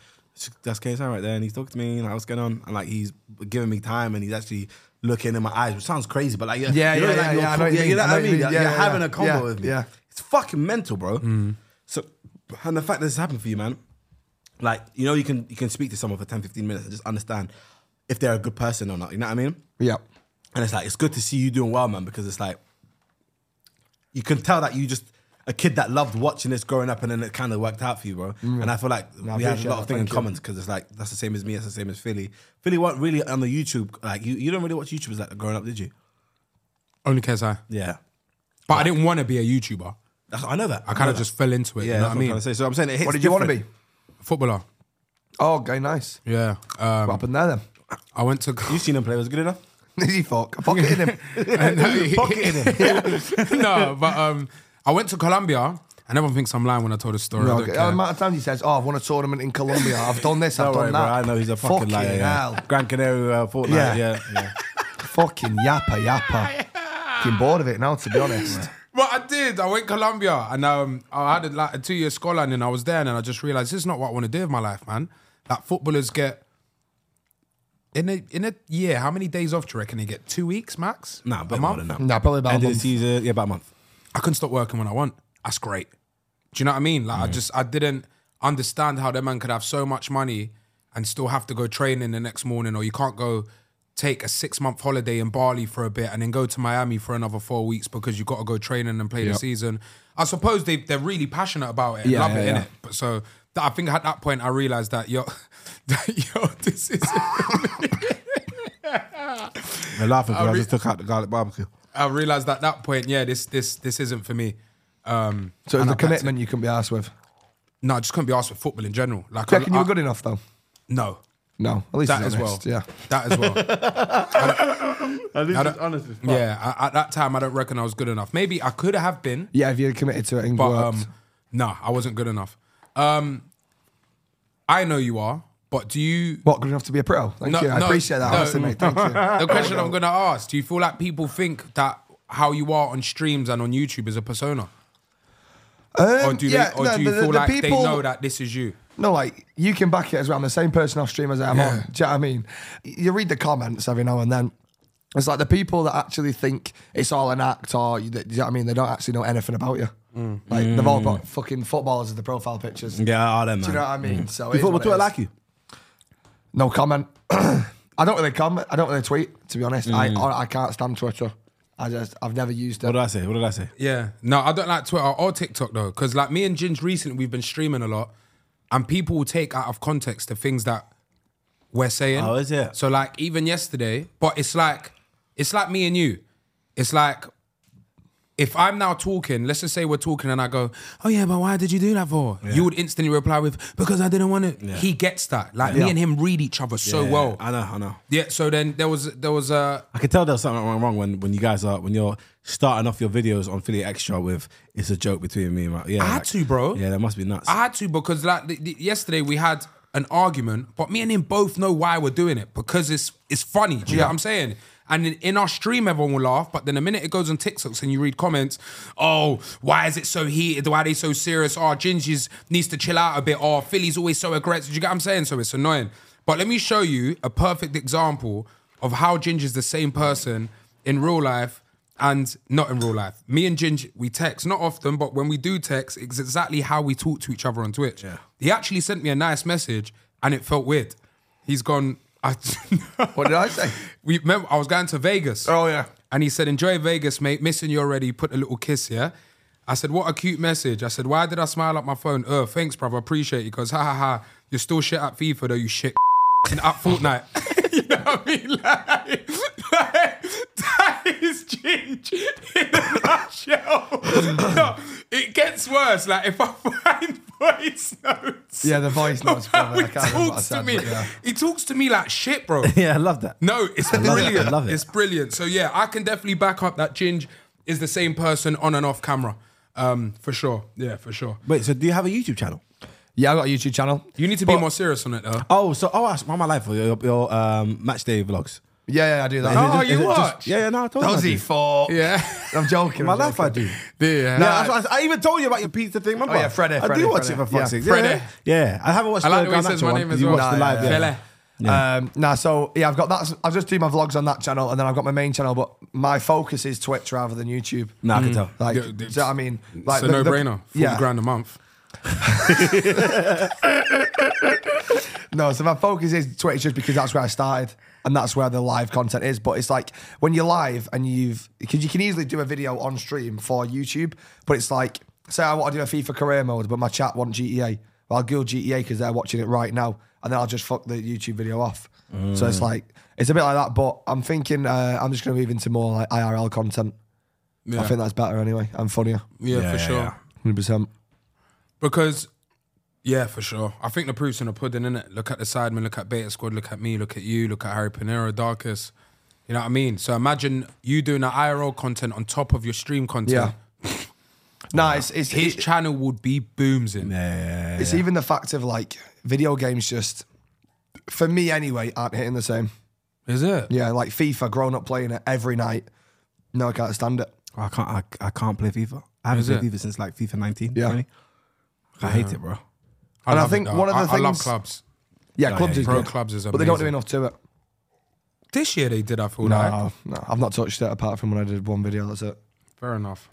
[SPEAKER 5] "That's KSI right there," and he's talking to me, and like, what's going on? And like he's giving me time, and he's actually looking in my eyes, which sounds crazy, but like, yeah,
[SPEAKER 4] Yeah,
[SPEAKER 5] you know,
[SPEAKER 4] yeah,
[SPEAKER 5] like,
[SPEAKER 4] yeah,
[SPEAKER 5] you're
[SPEAKER 4] yeah, I know
[SPEAKER 5] pro-
[SPEAKER 4] what you
[SPEAKER 5] yeah,
[SPEAKER 4] mean.
[SPEAKER 5] you know
[SPEAKER 4] I
[SPEAKER 5] what
[SPEAKER 4] know
[SPEAKER 5] I
[SPEAKER 4] what you
[SPEAKER 5] mean?
[SPEAKER 4] mean.
[SPEAKER 5] You're
[SPEAKER 4] Yeah, yeah,
[SPEAKER 5] having
[SPEAKER 4] yeah.
[SPEAKER 5] a combo
[SPEAKER 4] Yeah,
[SPEAKER 5] with me.
[SPEAKER 4] yeah.
[SPEAKER 5] It's fucking mental, bro. So, and the fact that this happened for you, man, like, you know, you can you can speak to someone for 10, 15 minutes and just understand if they're a good person or not. You know what I mean?
[SPEAKER 4] yeah.
[SPEAKER 5] And it's like, it's good to see you doing well, man, because it's like, you can tell that you just, a kid that loved watching this growing up and then it kind of worked out for you, bro. And I feel like we had a
[SPEAKER 4] appreciate
[SPEAKER 5] lot
[SPEAKER 4] that.
[SPEAKER 5] of things in
[SPEAKER 4] Thank you.
[SPEAKER 5] common because it's like, that's the same as me, that's the same as Philly. Philly weren't really on the YouTube, like, you, you don't really watch YouTubers like growing up, did you?
[SPEAKER 2] Only KSI.
[SPEAKER 5] Yeah.
[SPEAKER 2] But I didn't want to be a YouTuber.
[SPEAKER 5] That's, I know that.
[SPEAKER 2] I kind
[SPEAKER 5] know
[SPEAKER 2] of
[SPEAKER 5] that.
[SPEAKER 2] just fell into it.
[SPEAKER 5] Yeah,
[SPEAKER 2] you know
[SPEAKER 5] that's what
[SPEAKER 2] what I
[SPEAKER 5] I'm
[SPEAKER 2] mean?
[SPEAKER 5] trying to say. So I'm saying it hits
[SPEAKER 4] What did you want to
[SPEAKER 5] different.
[SPEAKER 4] be?
[SPEAKER 2] Footballer.
[SPEAKER 4] Oh, okay, nice.
[SPEAKER 2] Yeah. Um,
[SPEAKER 4] What happened there then?
[SPEAKER 2] I went to.
[SPEAKER 5] You seen him play? Was it good enough?
[SPEAKER 4] Easy [laughs] fuck. I pocketed him.
[SPEAKER 2] [laughs] no, but um, I went to Colombia, and everyone thinks I'm lying when I told a story. I
[SPEAKER 4] No,
[SPEAKER 2] don't
[SPEAKER 4] okay.
[SPEAKER 2] care.
[SPEAKER 4] The amount of times he says, "Oh, I've won a tournament in Colombia. I've done this.
[SPEAKER 5] Don't
[SPEAKER 4] I've done
[SPEAKER 5] worry, bro.
[SPEAKER 4] that."
[SPEAKER 5] I know he's a fucking,
[SPEAKER 4] fucking
[SPEAKER 5] liar. Yeah.
[SPEAKER 4] Hell.
[SPEAKER 5] Gran Canaria uh, Fortnite.
[SPEAKER 4] Yeah.
[SPEAKER 5] Yeah. yeah,
[SPEAKER 4] fucking yapper yapper. Fucking bored of it now, to be honest.
[SPEAKER 2] But I did. I went Colombia, and um, I had a, like a two-year scoreline, and I was there, and I just realized this is not what I want to do with my life, man. Like footballers get in a in a year, how many days off do you reckon they get? Two weeks max?
[SPEAKER 5] Nah,
[SPEAKER 2] a
[SPEAKER 5] but more
[SPEAKER 2] month.
[SPEAKER 5] than that.
[SPEAKER 4] Nah, probably about a
[SPEAKER 5] End of the
[SPEAKER 4] month.
[SPEAKER 5] season. Yeah, about a month.
[SPEAKER 2] I couldn't stop working when I want. That's great. Do you know what I mean? Like I just I didn't understand how that man could have so much money and still have to go training the next morning, or you can't go take a six month holiday in Bali for a bit and then go to Miami for another four weeks because you've got to go training and play the season. I suppose they they're really passionate about it and
[SPEAKER 4] Yeah,
[SPEAKER 2] love
[SPEAKER 4] yeah,
[SPEAKER 2] it,
[SPEAKER 4] yeah.
[SPEAKER 2] innit? But so that, I think at that point I realized that yo, [laughs] that, yo, this is.
[SPEAKER 5] They're laughing because I, just took out the garlic barbecue.
[SPEAKER 2] [laughs] I realized at that point, yeah, this this this isn't for me. Um,
[SPEAKER 4] So it's
[SPEAKER 2] and
[SPEAKER 4] the
[SPEAKER 2] I packed it.
[SPEAKER 4] commitment you couldn't be asked with.
[SPEAKER 2] No, I just couldn't be asked for football in general. Like, I,
[SPEAKER 4] Checking you
[SPEAKER 2] I,
[SPEAKER 4] were good enough though.
[SPEAKER 2] No,
[SPEAKER 4] No, at least
[SPEAKER 2] that
[SPEAKER 4] he's
[SPEAKER 2] as well.
[SPEAKER 4] honest. Yeah.
[SPEAKER 2] that
[SPEAKER 4] [laughs]
[SPEAKER 2] as well.
[SPEAKER 5] At least
[SPEAKER 2] it's
[SPEAKER 5] honest with
[SPEAKER 2] yeah, I, at that time, I don't reckon I was good enough. Maybe I could have been,
[SPEAKER 4] Yeah, if you're committed to it and
[SPEAKER 2] but
[SPEAKER 4] worked.
[SPEAKER 2] um, no, I wasn't good enough. Um, I know you are, but do you?
[SPEAKER 4] what good enough to be a pro? Thank
[SPEAKER 2] No,
[SPEAKER 4] you. I
[SPEAKER 2] no,
[SPEAKER 4] appreciate that,
[SPEAKER 2] no.
[SPEAKER 4] honestly, mate. Thank you.
[SPEAKER 2] The question I'm going to ask: Do you feel like people think that how you are on streams and on YouTube is a persona, or do
[SPEAKER 4] Um, yeah,
[SPEAKER 2] they, or
[SPEAKER 4] no,
[SPEAKER 2] do you
[SPEAKER 4] the- the-
[SPEAKER 2] feel
[SPEAKER 4] the
[SPEAKER 2] like
[SPEAKER 4] people-
[SPEAKER 2] they know that this is you?
[SPEAKER 4] No, like you can back it as well. I'm the same person off stream as I am
[SPEAKER 2] Yeah.
[SPEAKER 4] on. Do you know what I mean? You read the comments every now and then. It's like the people that actually think it's all an act, or you- do you know what I mean? They don't actually know anything about you.
[SPEAKER 5] Mm.
[SPEAKER 4] Like they've all got fucking footballers as the profile pictures.
[SPEAKER 5] Yeah, all them, man.
[SPEAKER 4] Do you know what I mean? So it is
[SPEAKER 5] Before we
[SPEAKER 4] what it
[SPEAKER 5] do it
[SPEAKER 4] is.
[SPEAKER 5] like Mm. you.
[SPEAKER 4] No comment. [clears throat] I don't really comment. I don't really tweet. To be honest, I
[SPEAKER 5] Mm.
[SPEAKER 4] I I can't stand Twitter. I just I've never used
[SPEAKER 5] What
[SPEAKER 4] it.
[SPEAKER 5] did I say? What did I say?
[SPEAKER 2] Yeah. No, I don't like Twitter or TikTok though, because like me and Ginge recently, we've been streaming a lot, and people will take out of context the things that we're saying.
[SPEAKER 5] Oh, is it?
[SPEAKER 2] So like even yesterday, but it's like it's like me and you. It's like if I'm now talking, let's just say we're talking, and I go, "Oh yeah, but why did you do that for?" You would instantly reply with, "Because I didn't want to." He gets that. Like me and him read each other so
[SPEAKER 5] Yeah,
[SPEAKER 2] well.
[SPEAKER 5] I know, I know.
[SPEAKER 2] yeah. So then there was there was a
[SPEAKER 5] I could tell there's something wrong, wrong when, when you guys are when you're starting off your videos on Philly Extra with it's a joke between me and my yeah.
[SPEAKER 2] I had
[SPEAKER 5] like-
[SPEAKER 2] to, bro.
[SPEAKER 5] Yeah, that must be nuts.
[SPEAKER 2] I had to because like the, the, yesterday we had an argument, but me and him both know why we're doing it because it's it's funny. Do you know what I'm saying? And then in our stream, everyone will laugh. But then the minute it goes on TikToks and you read comments, oh, why is it so heated? Why are they so serious? Oh, Ginger's needs to chill out a bit. Oh, Philly's always so aggressive. Do you get what I'm saying? So it's annoying. But let me show you a perfect example of how Ginger's the same person in real life and not in real life. Me and Ginger, we text not often, but when we do text, it's exactly how we talk to each other on Twitch. He actually sent me a nice message, and it felt weird. He's gone. I, [laughs]
[SPEAKER 4] What did I say?
[SPEAKER 2] we remember I was going to Vegas.
[SPEAKER 4] Oh, yeah.
[SPEAKER 2] And he said, "Enjoy Vegas, mate. Missing you already. Put a little kiss, yeah." I said, "What a cute message." I said, "Why did I smile at my phone?" Oh, thanks, brother. Appreciate you. Cause ha ha ha. You're still shit at FIFA though. You shit and at Fortnite. [laughs] you know what I mean? [laughs] Like, like, that is Ginge in a nutshell. No, it gets worse. Like if I find voice notes.
[SPEAKER 4] Yeah, the voice notes,
[SPEAKER 2] of
[SPEAKER 4] brother.
[SPEAKER 2] how [laughs] He
[SPEAKER 4] I can't remember what I
[SPEAKER 2] talks to
[SPEAKER 4] said,
[SPEAKER 2] me.
[SPEAKER 4] but yeah.
[SPEAKER 2] He talks to me like shit, bro.
[SPEAKER 5] Yeah, I love that.
[SPEAKER 2] No, it's
[SPEAKER 5] love it.
[SPEAKER 2] brilliant.
[SPEAKER 5] I love it.
[SPEAKER 2] It's brilliant. So yeah, I can definitely back up that Ginge is the same person on and off camera. Um, for sure. Yeah, for sure.
[SPEAKER 5] Wait, so do you have a YouTube channel?
[SPEAKER 4] Yeah, I got a YouTube channel.
[SPEAKER 2] You need to be more serious on it though.
[SPEAKER 5] Oh, so oh, I am on my life for your, your um, match day vlogs.
[SPEAKER 4] Yeah, yeah, I do that.
[SPEAKER 5] Is
[SPEAKER 2] Oh,
[SPEAKER 5] it
[SPEAKER 2] you
[SPEAKER 5] just-
[SPEAKER 2] watch?
[SPEAKER 5] yeah, yeah, no, I told you. I do.
[SPEAKER 4] for?
[SPEAKER 2] Yeah. [laughs]
[SPEAKER 4] [laughs] I'm joking.
[SPEAKER 5] My
[SPEAKER 4] I'm
[SPEAKER 5] life, I
[SPEAKER 4] joking.
[SPEAKER 5] do.
[SPEAKER 2] Yeah.
[SPEAKER 5] No, that's what I, I even told you about your pizza thing, remember?
[SPEAKER 4] Oh, yeah, Friday,
[SPEAKER 5] I
[SPEAKER 4] Friday,
[SPEAKER 5] do watch
[SPEAKER 4] Friday.
[SPEAKER 5] it for fuck's
[SPEAKER 4] Yeah.
[SPEAKER 5] sake.
[SPEAKER 2] Friday.
[SPEAKER 5] Yeah, yeah. I haven't watched
[SPEAKER 2] I like
[SPEAKER 5] the
[SPEAKER 2] the way he
[SPEAKER 5] Garnacho
[SPEAKER 2] says my
[SPEAKER 5] one,
[SPEAKER 2] name
[SPEAKER 5] 'cause
[SPEAKER 2] as
[SPEAKER 5] you
[SPEAKER 2] well.
[SPEAKER 5] watched the
[SPEAKER 4] Nah,
[SPEAKER 5] live.
[SPEAKER 4] yeah,
[SPEAKER 5] yeah.
[SPEAKER 2] Fele.
[SPEAKER 4] Um, nah, so yeah, I've got that. I just do my vlogs on that channel, and then I've got my main channel. But my focus is Twitch rather than YouTube.
[SPEAKER 5] No, I can tell.
[SPEAKER 2] Mm.
[SPEAKER 4] Like,
[SPEAKER 2] Yeah,
[SPEAKER 4] do you
[SPEAKER 2] it's-
[SPEAKER 4] know what I mean?
[SPEAKER 2] It's
[SPEAKER 4] Like,
[SPEAKER 2] a
[SPEAKER 4] the- the-
[SPEAKER 2] no-brainer. Forty
[SPEAKER 4] yeah.
[SPEAKER 2] grand a month.
[SPEAKER 4] No, so my focus is Twitch just because that's where I started and that's where the live content is. But it's like when you're live and you've, because you can easily do a video on stream for YouTube, but it's like, say I want to do a FIFA career mode, but my chat want GTA. Well, I'll go GTA because they're watching it right now and then I'll just fuck the YouTube video off. So it's like, it's a bit like that, but I'm thinking uh, I'm just going to move into more like IRL content.
[SPEAKER 2] Yeah.
[SPEAKER 4] I think that's better anyway and funnier.
[SPEAKER 2] Yeah,
[SPEAKER 5] Yeah,
[SPEAKER 2] for
[SPEAKER 5] yeah,
[SPEAKER 2] sure.
[SPEAKER 5] yeah.
[SPEAKER 4] 100%.
[SPEAKER 2] Because, yeah, for sure. I think the proof's in the pudding, innit? Look at the sidemen, look at Beta Squad, look at me, look at you, look at Harry Panera, Darkest. You know what I mean? So imagine you doing the IRL content on top of your stream
[SPEAKER 4] Yeah.
[SPEAKER 2] content.
[SPEAKER 4] Nah, it's, it's,
[SPEAKER 2] His channel would be booms in.
[SPEAKER 4] It's even the fact of like video games just for me anyway aren't hitting the same.
[SPEAKER 2] Is it?
[SPEAKER 4] Yeah, like FIFA, grown up playing it every night. No, I can't stand it.
[SPEAKER 5] I can't. I, I can't play FIFA. I haven't
[SPEAKER 2] Is
[SPEAKER 5] played
[SPEAKER 2] it?
[SPEAKER 5] FIFA since like FIFA 19.
[SPEAKER 4] Yeah.
[SPEAKER 5] 20. I hate it, bro.
[SPEAKER 2] I
[SPEAKER 4] And I
[SPEAKER 2] love it,
[SPEAKER 4] think
[SPEAKER 2] though.
[SPEAKER 4] one of the
[SPEAKER 2] I, I love
[SPEAKER 4] things-
[SPEAKER 2] clubs.
[SPEAKER 4] Yeah, clubs
[SPEAKER 5] yeah,
[SPEAKER 4] is
[SPEAKER 2] pro
[SPEAKER 4] good,
[SPEAKER 2] clubs is
[SPEAKER 4] but they don't do
[SPEAKER 2] amazing.
[SPEAKER 4] enough to it.
[SPEAKER 2] This year they did, I feel like.
[SPEAKER 4] No, no, I've not touched it apart from when I did one video. That's it.
[SPEAKER 2] Fair enough.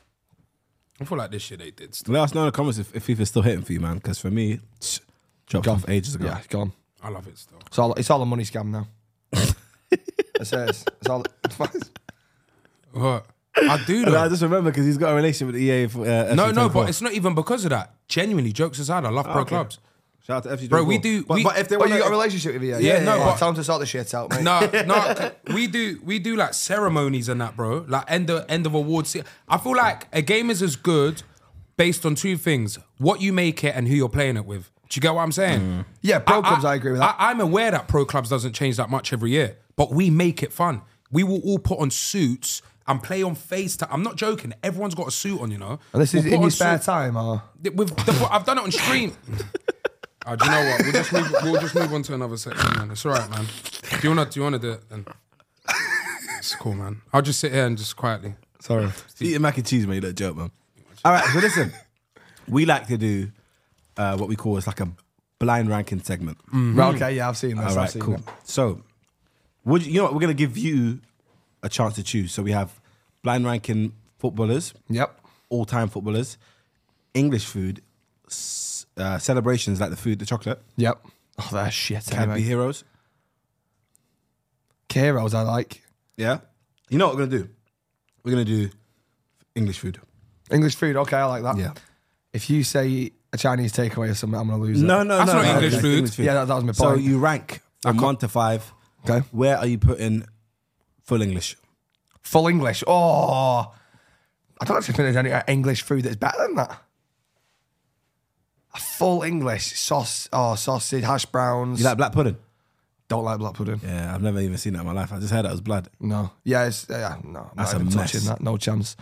[SPEAKER 2] I feel like this year they did. Still.
[SPEAKER 5] Let us know in the comments if, if FIFA's still hitting for you, man. Because for me, tch, dropped off ages ago.
[SPEAKER 4] Yeah, it's gone.
[SPEAKER 2] I love it still.
[SPEAKER 4] It's all it's all a money scam now. That's it. It's, it's all. [laughs]
[SPEAKER 2] But I do
[SPEAKER 5] But I
[SPEAKER 2] though.
[SPEAKER 5] just remember because he's got a relationship with EA. For, uh,
[SPEAKER 2] No,
[SPEAKER 5] FC
[SPEAKER 2] no,
[SPEAKER 5] 24.
[SPEAKER 2] but it's not even because of that. Genuinely, jokes aside, I love pro
[SPEAKER 5] okay.
[SPEAKER 2] clubs.
[SPEAKER 5] shout out to FC.
[SPEAKER 2] Bro, we
[SPEAKER 5] 24.
[SPEAKER 2] do-
[SPEAKER 5] But,
[SPEAKER 2] we-
[SPEAKER 5] but if they
[SPEAKER 4] Oh,
[SPEAKER 5] want,
[SPEAKER 4] you got a relationship with you?
[SPEAKER 2] Yeah, no, but-
[SPEAKER 4] Tell them to sort the shit out, mate.
[SPEAKER 2] No, no,
[SPEAKER 4] [laughs]
[SPEAKER 2] c- we do we do like ceremonies and that, bro. Like end of end of awards. se- I feel like a game is as good based on two things: what you make it and who you're playing it with. Do you get what I'm saying?
[SPEAKER 4] Yeah, pro clubs, I agree with that.
[SPEAKER 2] I, am aware that pro clubs doesn't change that much every year, but we make it fun. We will all put on suits and play on FaceTime. I'm not joking. Everyone's got a suit on, you know.
[SPEAKER 4] And this is
[SPEAKER 2] We'll put
[SPEAKER 4] in your
[SPEAKER 2] on
[SPEAKER 4] spare
[SPEAKER 2] suit-
[SPEAKER 4] time, or
[SPEAKER 2] With the, I've done it on stream. Oh, do you know what? We'll just move. We'll just move on to another section, man. It's all right, man. Do you wanna? Do you wanna do it? Then it's cool, man. I'll just sit here and just quietly.
[SPEAKER 5] Sorry. Eating mac and cheese made that joke, man. All right, so listen, we like to do uh, what we call it's like a blind ranking segment.
[SPEAKER 4] Well, okay, yeah, I've seen
[SPEAKER 5] All
[SPEAKER 4] this. Mm. I've
[SPEAKER 5] right,
[SPEAKER 4] seen
[SPEAKER 5] cool.
[SPEAKER 4] it.
[SPEAKER 5] So, would you, you know what? We're gonna give you a chance to choose. So we have blind ranking footballers,
[SPEAKER 4] Yep.
[SPEAKER 5] all time footballers, English food, s- uh, celebrations like the food, the chocolate,
[SPEAKER 4] Yep. Oh, they're shit.
[SPEAKER 5] can be
[SPEAKER 4] Anyway.
[SPEAKER 5] heroes.
[SPEAKER 4] Heroes, I like.
[SPEAKER 5] Yeah. You know what we're gonna do? We're gonna do English food.
[SPEAKER 4] English food, okay, I like that.
[SPEAKER 5] Yeah.
[SPEAKER 4] If you say a Chinese takeaway or something, I'm gonna lose it.
[SPEAKER 5] No, no,
[SPEAKER 2] That's
[SPEAKER 5] no.
[SPEAKER 2] not
[SPEAKER 5] no,
[SPEAKER 2] English
[SPEAKER 5] okay.
[SPEAKER 2] food.
[SPEAKER 4] Yeah, that- that was my
[SPEAKER 5] So
[SPEAKER 4] point.
[SPEAKER 5] you rank from one to five.
[SPEAKER 4] Okay.
[SPEAKER 5] Where are you putting full English?
[SPEAKER 4] Full English. Oh, I don't actually think there's any uh, English food that's better than that. A full English sauce. Oh, sausage, hash browns.
[SPEAKER 5] You like black pudding?
[SPEAKER 4] don't like black pudding.
[SPEAKER 5] Yeah, I've never even seen that in my life. I just heard that was blood.
[SPEAKER 4] No. Yeah, it's, yeah, no. I'm
[SPEAKER 5] That's
[SPEAKER 4] not
[SPEAKER 5] a
[SPEAKER 4] even
[SPEAKER 5] mess.
[SPEAKER 4] touching that. No chance.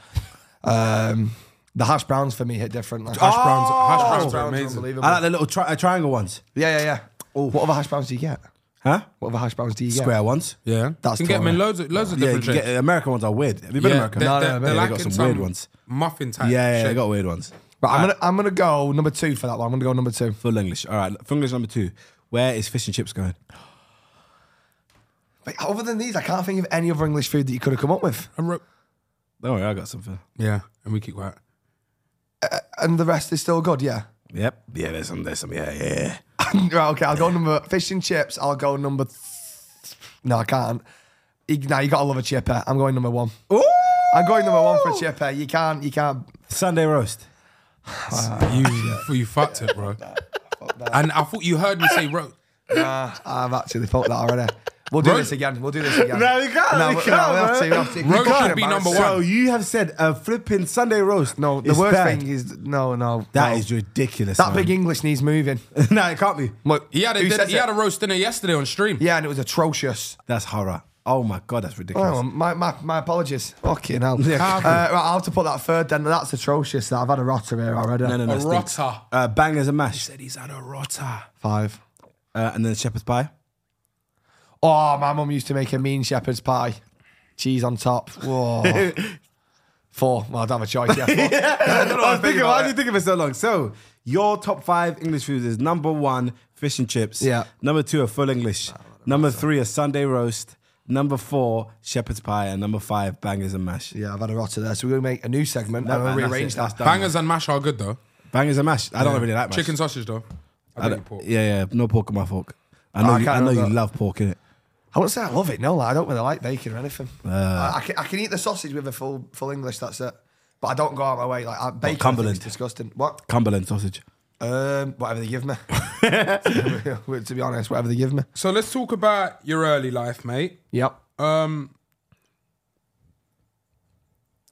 [SPEAKER 4] Um, the hash browns for me hit different. Like,
[SPEAKER 5] Oh,
[SPEAKER 2] Hash browns, hash browns are
[SPEAKER 4] browns are
[SPEAKER 2] amazing.
[SPEAKER 4] unbelievable.
[SPEAKER 5] I like the little tri- uh, triangle ones.
[SPEAKER 4] yeah, yeah, yeah. What other hash browns do you get?
[SPEAKER 5] Huh?
[SPEAKER 4] Whatever hash browns do you get?
[SPEAKER 5] Square ones.
[SPEAKER 2] Yeah,
[SPEAKER 4] That's
[SPEAKER 2] you can get them in
[SPEAKER 4] taller.
[SPEAKER 2] loads of loads of
[SPEAKER 5] Yeah, you
[SPEAKER 2] different
[SPEAKER 5] can
[SPEAKER 2] shapes.
[SPEAKER 5] get, American ones are weird. Have you been
[SPEAKER 2] yeah,
[SPEAKER 5] American?
[SPEAKER 2] they're,
[SPEAKER 4] No, no,
[SPEAKER 2] they're,
[SPEAKER 4] I've
[SPEAKER 2] they're
[SPEAKER 4] been.
[SPEAKER 5] They
[SPEAKER 2] like
[SPEAKER 5] got
[SPEAKER 2] in
[SPEAKER 5] some
[SPEAKER 2] some
[SPEAKER 5] weird ones.
[SPEAKER 2] muffin
[SPEAKER 5] Yeah,
[SPEAKER 2] type.
[SPEAKER 5] yeah, they
[SPEAKER 2] shape.
[SPEAKER 5] got weird ones.
[SPEAKER 4] But I'm gonna I'm gonna go number two for that one. I'm gonna go number two.
[SPEAKER 5] Full English. All right, full English number two. Where is fish and chips going?
[SPEAKER 4] But other than these, I can't think of any other English food that you could have come up with.
[SPEAKER 2] A ro-
[SPEAKER 5] Don't worry, I got something.
[SPEAKER 2] yeah, and we keep quiet.
[SPEAKER 4] And the rest is still good, yeah. [laughs]
[SPEAKER 5] Yep. Yeah, there's some. There's some. Yeah, yeah.
[SPEAKER 4] right, okay, I'll go number fish and chips. I'll go number. Th- no, I can't. You, nah, you gotta love a chipper. I'm going number one.
[SPEAKER 5] Ooh!
[SPEAKER 4] I'm going number one for a chipper. You can't. You can't.
[SPEAKER 5] Sunday roast.
[SPEAKER 2] [laughs] You you fucked it, bro. and I thought you heard me say roast.
[SPEAKER 4] I've actually thought that already. We'll do
[SPEAKER 2] Ro-
[SPEAKER 4] this again. We'll do this again.
[SPEAKER 5] No, we can't, we
[SPEAKER 4] we-
[SPEAKER 5] can't,
[SPEAKER 4] we have to.
[SPEAKER 5] man.
[SPEAKER 4] We have to. You
[SPEAKER 2] Roast
[SPEAKER 4] can't
[SPEAKER 2] should be
[SPEAKER 4] embarrass
[SPEAKER 2] number
[SPEAKER 4] yourself.
[SPEAKER 5] So you have said a flipping Sunday roast.
[SPEAKER 4] No, the
[SPEAKER 5] is
[SPEAKER 4] worst
[SPEAKER 5] bad.
[SPEAKER 4] thing is no, no.
[SPEAKER 5] That
[SPEAKER 4] no.
[SPEAKER 5] is ridiculous.
[SPEAKER 4] that
[SPEAKER 5] man. [laughs]
[SPEAKER 4] big English needs moving.
[SPEAKER 5] no, it can't be.
[SPEAKER 4] Look,
[SPEAKER 2] He had a,
[SPEAKER 4] who
[SPEAKER 2] did,
[SPEAKER 4] says
[SPEAKER 2] he
[SPEAKER 4] it?
[SPEAKER 2] had a roast dinner yesterday on stream.
[SPEAKER 4] yeah, and it was atrocious.
[SPEAKER 5] That's horror. Oh my god, that's ridiculous.
[SPEAKER 4] Oh, my, my, my apologies. Fucking hell.
[SPEAKER 5] Yeah.
[SPEAKER 4] Uh, right, I'll have to put that third then. That's atrocious. That I've had a rotter here already.
[SPEAKER 5] no, no, no.
[SPEAKER 2] A
[SPEAKER 5] it stinks.
[SPEAKER 2] rotter.
[SPEAKER 5] Uh, bangers and mash,
[SPEAKER 2] Said he's had a rotter.
[SPEAKER 4] Five.
[SPEAKER 5] uh, and then shepherd's pie.
[SPEAKER 4] Oh, my mum used to make a mean shepherd's pie. Cheese on top.
[SPEAKER 5] Oh, [laughs]
[SPEAKER 4] Whoa. Four. Well, I don't have a choice. Yeah, four. [laughs] I don't know what
[SPEAKER 5] I was
[SPEAKER 4] I think
[SPEAKER 5] thinking,
[SPEAKER 4] about
[SPEAKER 5] why
[SPEAKER 4] it.
[SPEAKER 5] did you think of it so long? So, your top five English foods is number one, fish and chips.
[SPEAKER 4] Yeah.
[SPEAKER 5] Number two, a full English. Number three, a Sunday roast. Number four, shepherd's pie. And number five, bangers and mash.
[SPEAKER 4] Yeah, I've had a rotter there. So we're going to make a new segment and
[SPEAKER 5] man,
[SPEAKER 4] we'll
[SPEAKER 5] that's
[SPEAKER 4] rearrange
[SPEAKER 5] it.
[SPEAKER 4] that.
[SPEAKER 5] That's done.
[SPEAKER 2] Bangers and mash are good though.
[SPEAKER 5] Bangers and mash. I don't really like mash.
[SPEAKER 2] Chicken sausage though. I
[SPEAKER 5] I
[SPEAKER 2] think
[SPEAKER 5] don't-
[SPEAKER 2] pork. Oh,
[SPEAKER 5] yeah, yeah. No pork on my fork. I know,
[SPEAKER 4] I
[SPEAKER 5] you,
[SPEAKER 4] can't
[SPEAKER 5] I know
[SPEAKER 4] have
[SPEAKER 5] you
[SPEAKER 4] that.
[SPEAKER 5] love pork, innit?
[SPEAKER 4] I wouldn't say I love it. No, like, I don't really like bacon or anything.
[SPEAKER 5] Uh.
[SPEAKER 4] I, I, can, I can eat the sausage with a full full English. That's it. But I don't go out of my way. Like I, bacon,
[SPEAKER 5] Cumberland?
[SPEAKER 4] Cumberland, disgusting. What?
[SPEAKER 5] Cumberland sausage.
[SPEAKER 4] Um, whatever they
[SPEAKER 5] [laughs]
[SPEAKER 4] give me. [laughs] to be honest, whatever they give me.
[SPEAKER 2] So let's talk about your early life, mate.
[SPEAKER 4] Yep.
[SPEAKER 2] Um,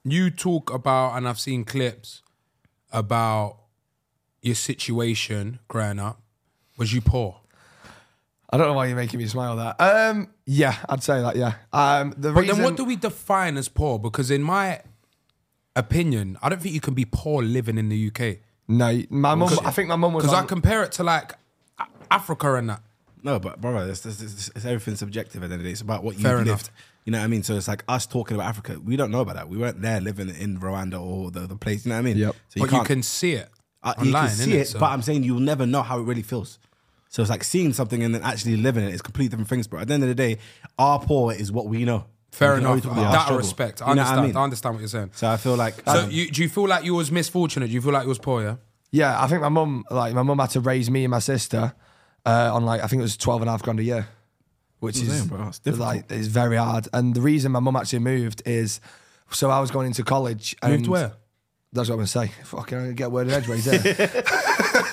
[SPEAKER 2] you talk about, and I've seen clips about your situation growing up. Was you poor?
[SPEAKER 4] I don't know why you're making me smile there. Um, yeah, I'd say that. Yeah. Um, the
[SPEAKER 2] But
[SPEAKER 4] reason.
[SPEAKER 2] then what do we define as poor? Because in my opinion, I don't think you can be poor living in the UK.
[SPEAKER 4] no, my mum. I think my mum was.
[SPEAKER 2] Because I
[SPEAKER 4] on-
[SPEAKER 2] compare it to like A- Africa and that.
[SPEAKER 5] No, but brother, it's, it's, it's, it's everything subjective at the end of the day. It's about what you've
[SPEAKER 2] Fair
[SPEAKER 5] lived.
[SPEAKER 2] enough.
[SPEAKER 5] You know what I mean? So it's like us talking about Africa. We don't know about that. We weren't there living in Rwanda or the, the place. You know what I mean?
[SPEAKER 4] Yep.
[SPEAKER 5] So
[SPEAKER 2] but you can see it
[SPEAKER 5] uh,
[SPEAKER 2] online.
[SPEAKER 5] you can
[SPEAKER 2] innit?
[SPEAKER 5] see it,
[SPEAKER 2] So-
[SPEAKER 5] but I'm saying you'll never know how it really feels. So it's like seeing something and then actually living it is completely different things. But at the end of the day, our poor is what we know.
[SPEAKER 2] fair
[SPEAKER 5] We can
[SPEAKER 2] enough.
[SPEAKER 5] only talk about our
[SPEAKER 2] That I
[SPEAKER 5] struggle.
[SPEAKER 2] respect. I
[SPEAKER 5] You know what
[SPEAKER 2] understand. I,
[SPEAKER 5] mean?
[SPEAKER 2] understand what you're saying.
[SPEAKER 5] So I feel like um,
[SPEAKER 2] So you, do you feel like you was misfortunate? Do you feel like you was poor? Yeah.
[SPEAKER 4] Yeah, I think my mum, like my mum had to raise me and my sister uh, on like I think it was twelve and a half grand a year, which
[SPEAKER 5] I'm
[SPEAKER 4] is
[SPEAKER 5] saying, bro, it's difficult.
[SPEAKER 4] like it's very hard. And the reason my mum actually moved is so I was going into college. And
[SPEAKER 2] Moved where?
[SPEAKER 4] That's what I'm gonna say. Fucking, I'm gonna get worded edgeways there. [laughs]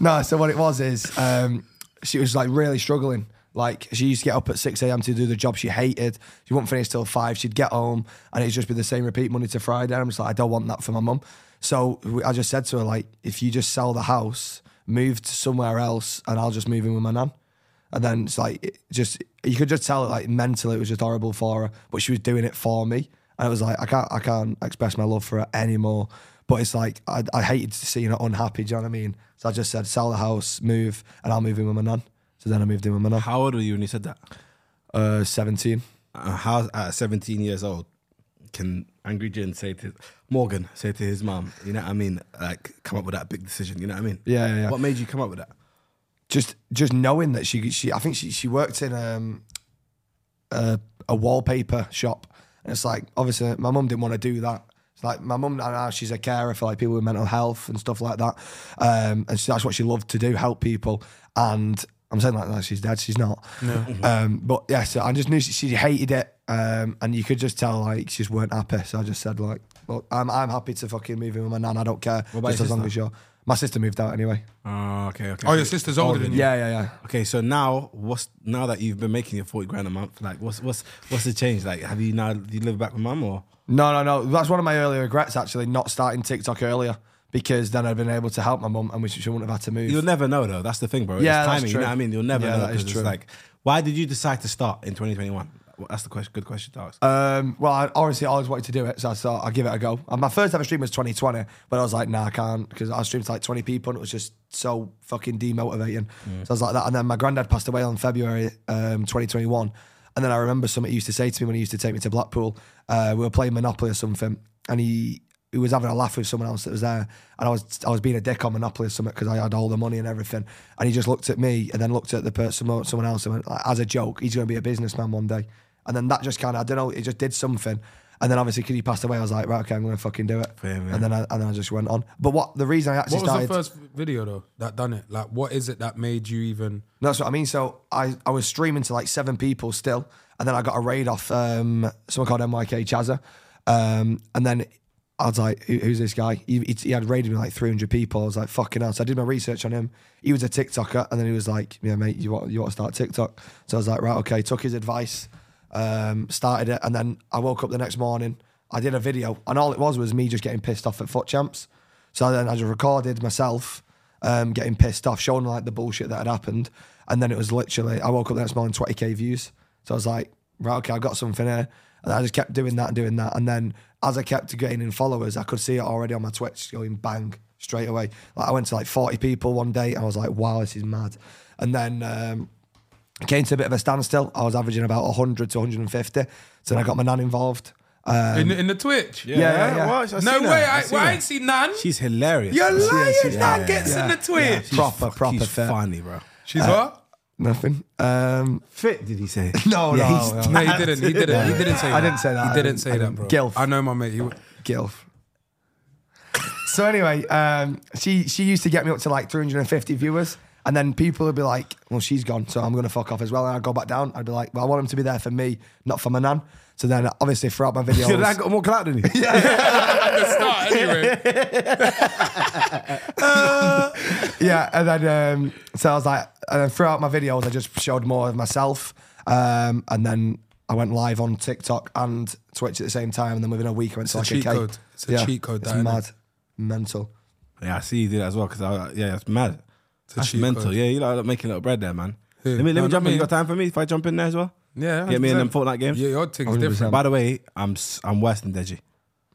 [SPEAKER 4] no, so what it was is um, she was like really struggling. Like she used to get up at six a.m. to do the job she hated. She wouldn't finish till five. She'd get home and it'd just be the same repeat Monday to Friday. I'm just like, I don't want that for my mum. So we- I just said to her like, if you just sell the house, move to somewhere else, and I'll just move in with my nan. And then it's like, it just you could just tell it like mentally it was just horrible for her, but she was doing it for me, and it was like I can't I can't express my love for her anymore. But it's like I, I hated seeing her unhappy. Do you know what I mean? So I just said sell the house, move, and I'll move in with my nan. So then I moved in with my nan.
[SPEAKER 5] how old were you when you said that?
[SPEAKER 4] Uh, Seventeen.
[SPEAKER 5] Uh, how at 17 years old can Angry Jin say to Morgan say to his mom? You know what I mean? Like come up with that big decision. You know what I mean?
[SPEAKER 4] Yeah, yeah, yeah.
[SPEAKER 5] What made you come up with that?
[SPEAKER 4] Just just knowing that she she I think she she worked in um a, a wallpaper shop, and it's like obviously my mum didn't want to do that. It's like my mum now she's a carer for like people with mental health and stuff like that, um, and so that's what she loved to do, help people. And I'm saying like that she's dead, she's not. No. Um, but yeah, so I just knew she, she hated it, um, and you could just tell like she just weren't happy. So I just said like, look, I'm I'm happy to fucking move in with my nan. I don't care,
[SPEAKER 5] about
[SPEAKER 4] just
[SPEAKER 5] your
[SPEAKER 4] as long
[SPEAKER 5] sister?
[SPEAKER 4] as you're. My sister moved out anyway.
[SPEAKER 5] Oh, okay, okay.
[SPEAKER 2] Oh, your sister's older than you.
[SPEAKER 4] Yeah, yeah, yeah.
[SPEAKER 5] Okay, so now what's now that you've been making your forty grand a month, like what's what's what's the change? Like, have you now do you live back with mum or?
[SPEAKER 4] No, no, no. That's one of my earlier regrets, actually, not starting TikTok earlier because then I'd been able to help my mum and we she wouldn't have had to move.
[SPEAKER 5] You'll never know though. That's the thing, bro.
[SPEAKER 4] Yeah,
[SPEAKER 5] it's
[SPEAKER 4] that's
[SPEAKER 5] timing. You know
[SPEAKER 4] true.
[SPEAKER 5] what I mean? You'll never
[SPEAKER 4] Yeah,
[SPEAKER 5] know
[SPEAKER 4] that
[SPEAKER 5] because
[SPEAKER 4] is
[SPEAKER 5] it's
[SPEAKER 4] true.
[SPEAKER 5] like, why did you decide to start in 2021? Well, that's the question. Good question to ask.
[SPEAKER 4] Um, well, I, honestly, I always wanted to do it, so I thought I'll give it a go. And my first ever stream was 2020, but I was like, nah, I can't, because I streamed to like 20 people and it was just so fucking demotivating. So I was like that. And then my granddad passed away on February um, 2021. And then I remember something he used to say to me when he used to take me to Blackpool. Uh, we were playing Monopoly or something, and he, he was having a laugh with someone else that was there. And I was I was being a dick on Monopoly or something because I had all the money and everything. And he just looked at me and then looked at the person, someone else, and went, like, as a joke, he's going to be a businessman one day. And then that just kind of, I don't know, it just did something. And then obviously, because he passed away, I was like, right, okay, I'm going to fucking do it. and then I, and then I just went on. But what the reason I actually
[SPEAKER 2] What was
[SPEAKER 4] started,
[SPEAKER 2] the first video though that done it? Like, what is it that made you even?
[SPEAKER 4] no, that's what I mean. So I, I was streaming to like seven people still, and then I got a raid off um, someone called MYK Chazza, um, and then I was like, Who, who's this guy? He, he, he had raided me like 300 people. I was like, fucking hell. So I did my research on him. He was a TikToker, and then he was like, yeah, mate, you want you want to start TikTok? So I was like, right, okay. Took his advice, um, started it, and then I woke up the next morning. I did a video, and all it was was me just getting pissed off at foot champs. So then I just recorded myself um, getting pissed off, showing like the bullshit that had happened. And then it was literally, I woke up the next morning, 20k views. So I was like, right, okay, I've got something here. And I just kept doing that and doing that. And then as I kept gaining followers, I could see it already on my Twitch going bang straight away. Like I went to like 40 people one day and I was like, wow, this is mad. And then, um, came to a bit of a standstill. I was averaging about 100 to 150. So then I got my nan involved. Um,
[SPEAKER 2] in, in the Twitch?
[SPEAKER 4] yeah, yeah.
[SPEAKER 5] Well, I- I seen
[SPEAKER 2] No
[SPEAKER 5] her.
[SPEAKER 2] way.
[SPEAKER 5] I
[SPEAKER 2] I,
[SPEAKER 5] seen
[SPEAKER 2] well, I
[SPEAKER 5] her.
[SPEAKER 2] ain't seen none.
[SPEAKER 5] She's hilarious.
[SPEAKER 2] You're
[SPEAKER 5] bro.
[SPEAKER 2] lying.
[SPEAKER 4] she's-
[SPEAKER 2] that
[SPEAKER 4] yeah,
[SPEAKER 2] gets in the Twitch.
[SPEAKER 5] She's
[SPEAKER 4] Proper,
[SPEAKER 5] fuck-
[SPEAKER 4] proper
[SPEAKER 5] She's
[SPEAKER 4] fit.
[SPEAKER 5] funny, bro.
[SPEAKER 2] She's what?
[SPEAKER 4] nothing. Um,
[SPEAKER 5] Fit? Did he say?
[SPEAKER 4] no,
[SPEAKER 5] Yeah,
[SPEAKER 4] no,
[SPEAKER 5] he's-
[SPEAKER 4] no.
[SPEAKER 2] No, he didn't. He didn't. He didn't say.
[SPEAKER 4] I
[SPEAKER 2] that.
[SPEAKER 4] didn't say that.
[SPEAKER 2] He
[SPEAKER 4] I
[SPEAKER 2] didn't
[SPEAKER 4] didn't-
[SPEAKER 2] say
[SPEAKER 4] I
[SPEAKER 2] that,
[SPEAKER 4] didn't.
[SPEAKER 2] bro.
[SPEAKER 4] Gilf.
[SPEAKER 2] I know my mate. He, [laughs] w-
[SPEAKER 4] Gilf. so anyway, um, she she used to get me up to like 350 viewers, and then people would be like, "Well, she's gone, so I'm gonna fuck off as well." And I'd go back down. I'd be like, "Well, I want him to be there for me, not for my nan." So then, obviously,
[SPEAKER 2] [laughs]
[SPEAKER 4] throughout my videos,
[SPEAKER 5] Yeah, that got more clout than he.
[SPEAKER 2] start [laughs] anyway.
[SPEAKER 4] yeah, and then um, so I was like, and then throughout my videos, I just showed more of myself, um, and then I went live on TikTok and Twitch at the same time, and then within a week, I went to
[SPEAKER 2] It's
[SPEAKER 4] like
[SPEAKER 2] a cheat
[SPEAKER 4] K.
[SPEAKER 2] code. It's a cheat code,
[SPEAKER 4] It's
[SPEAKER 2] that, innit?
[SPEAKER 4] mad, mental.
[SPEAKER 5] Yeah, I see you did that as well. Cause I, yeah, that's mad. That's
[SPEAKER 2] cheat
[SPEAKER 5] mental.
[SPEAKER 2] code.
[SPEAKER 5] Yeah, you like making a little bread there, man.
[SPEAKER 2] Yeah.
[SPEAKER 5] Let me let
[SPEAKER 2] No,
[SPEAKER 5] me
[SPEAKER 2] not
[SPEAKER 5] jump in.
[SPEAKER 2] me.
[SPEAKER 5] You got time for me? If I jump in there as well.
[SPEAKER 2] Yeah.
[SPEAKER 5] Get me in them
[SPEAKER 2] 100%.
[SPEAKER 5] Fortnite games.
[SPEAKER 2] Yeah, your thing's
[SPEAKER 4] 100%.
[SPEAKER 2] different.
[SPEAKER 5] By the way, I'm s- I'm worse than Deji.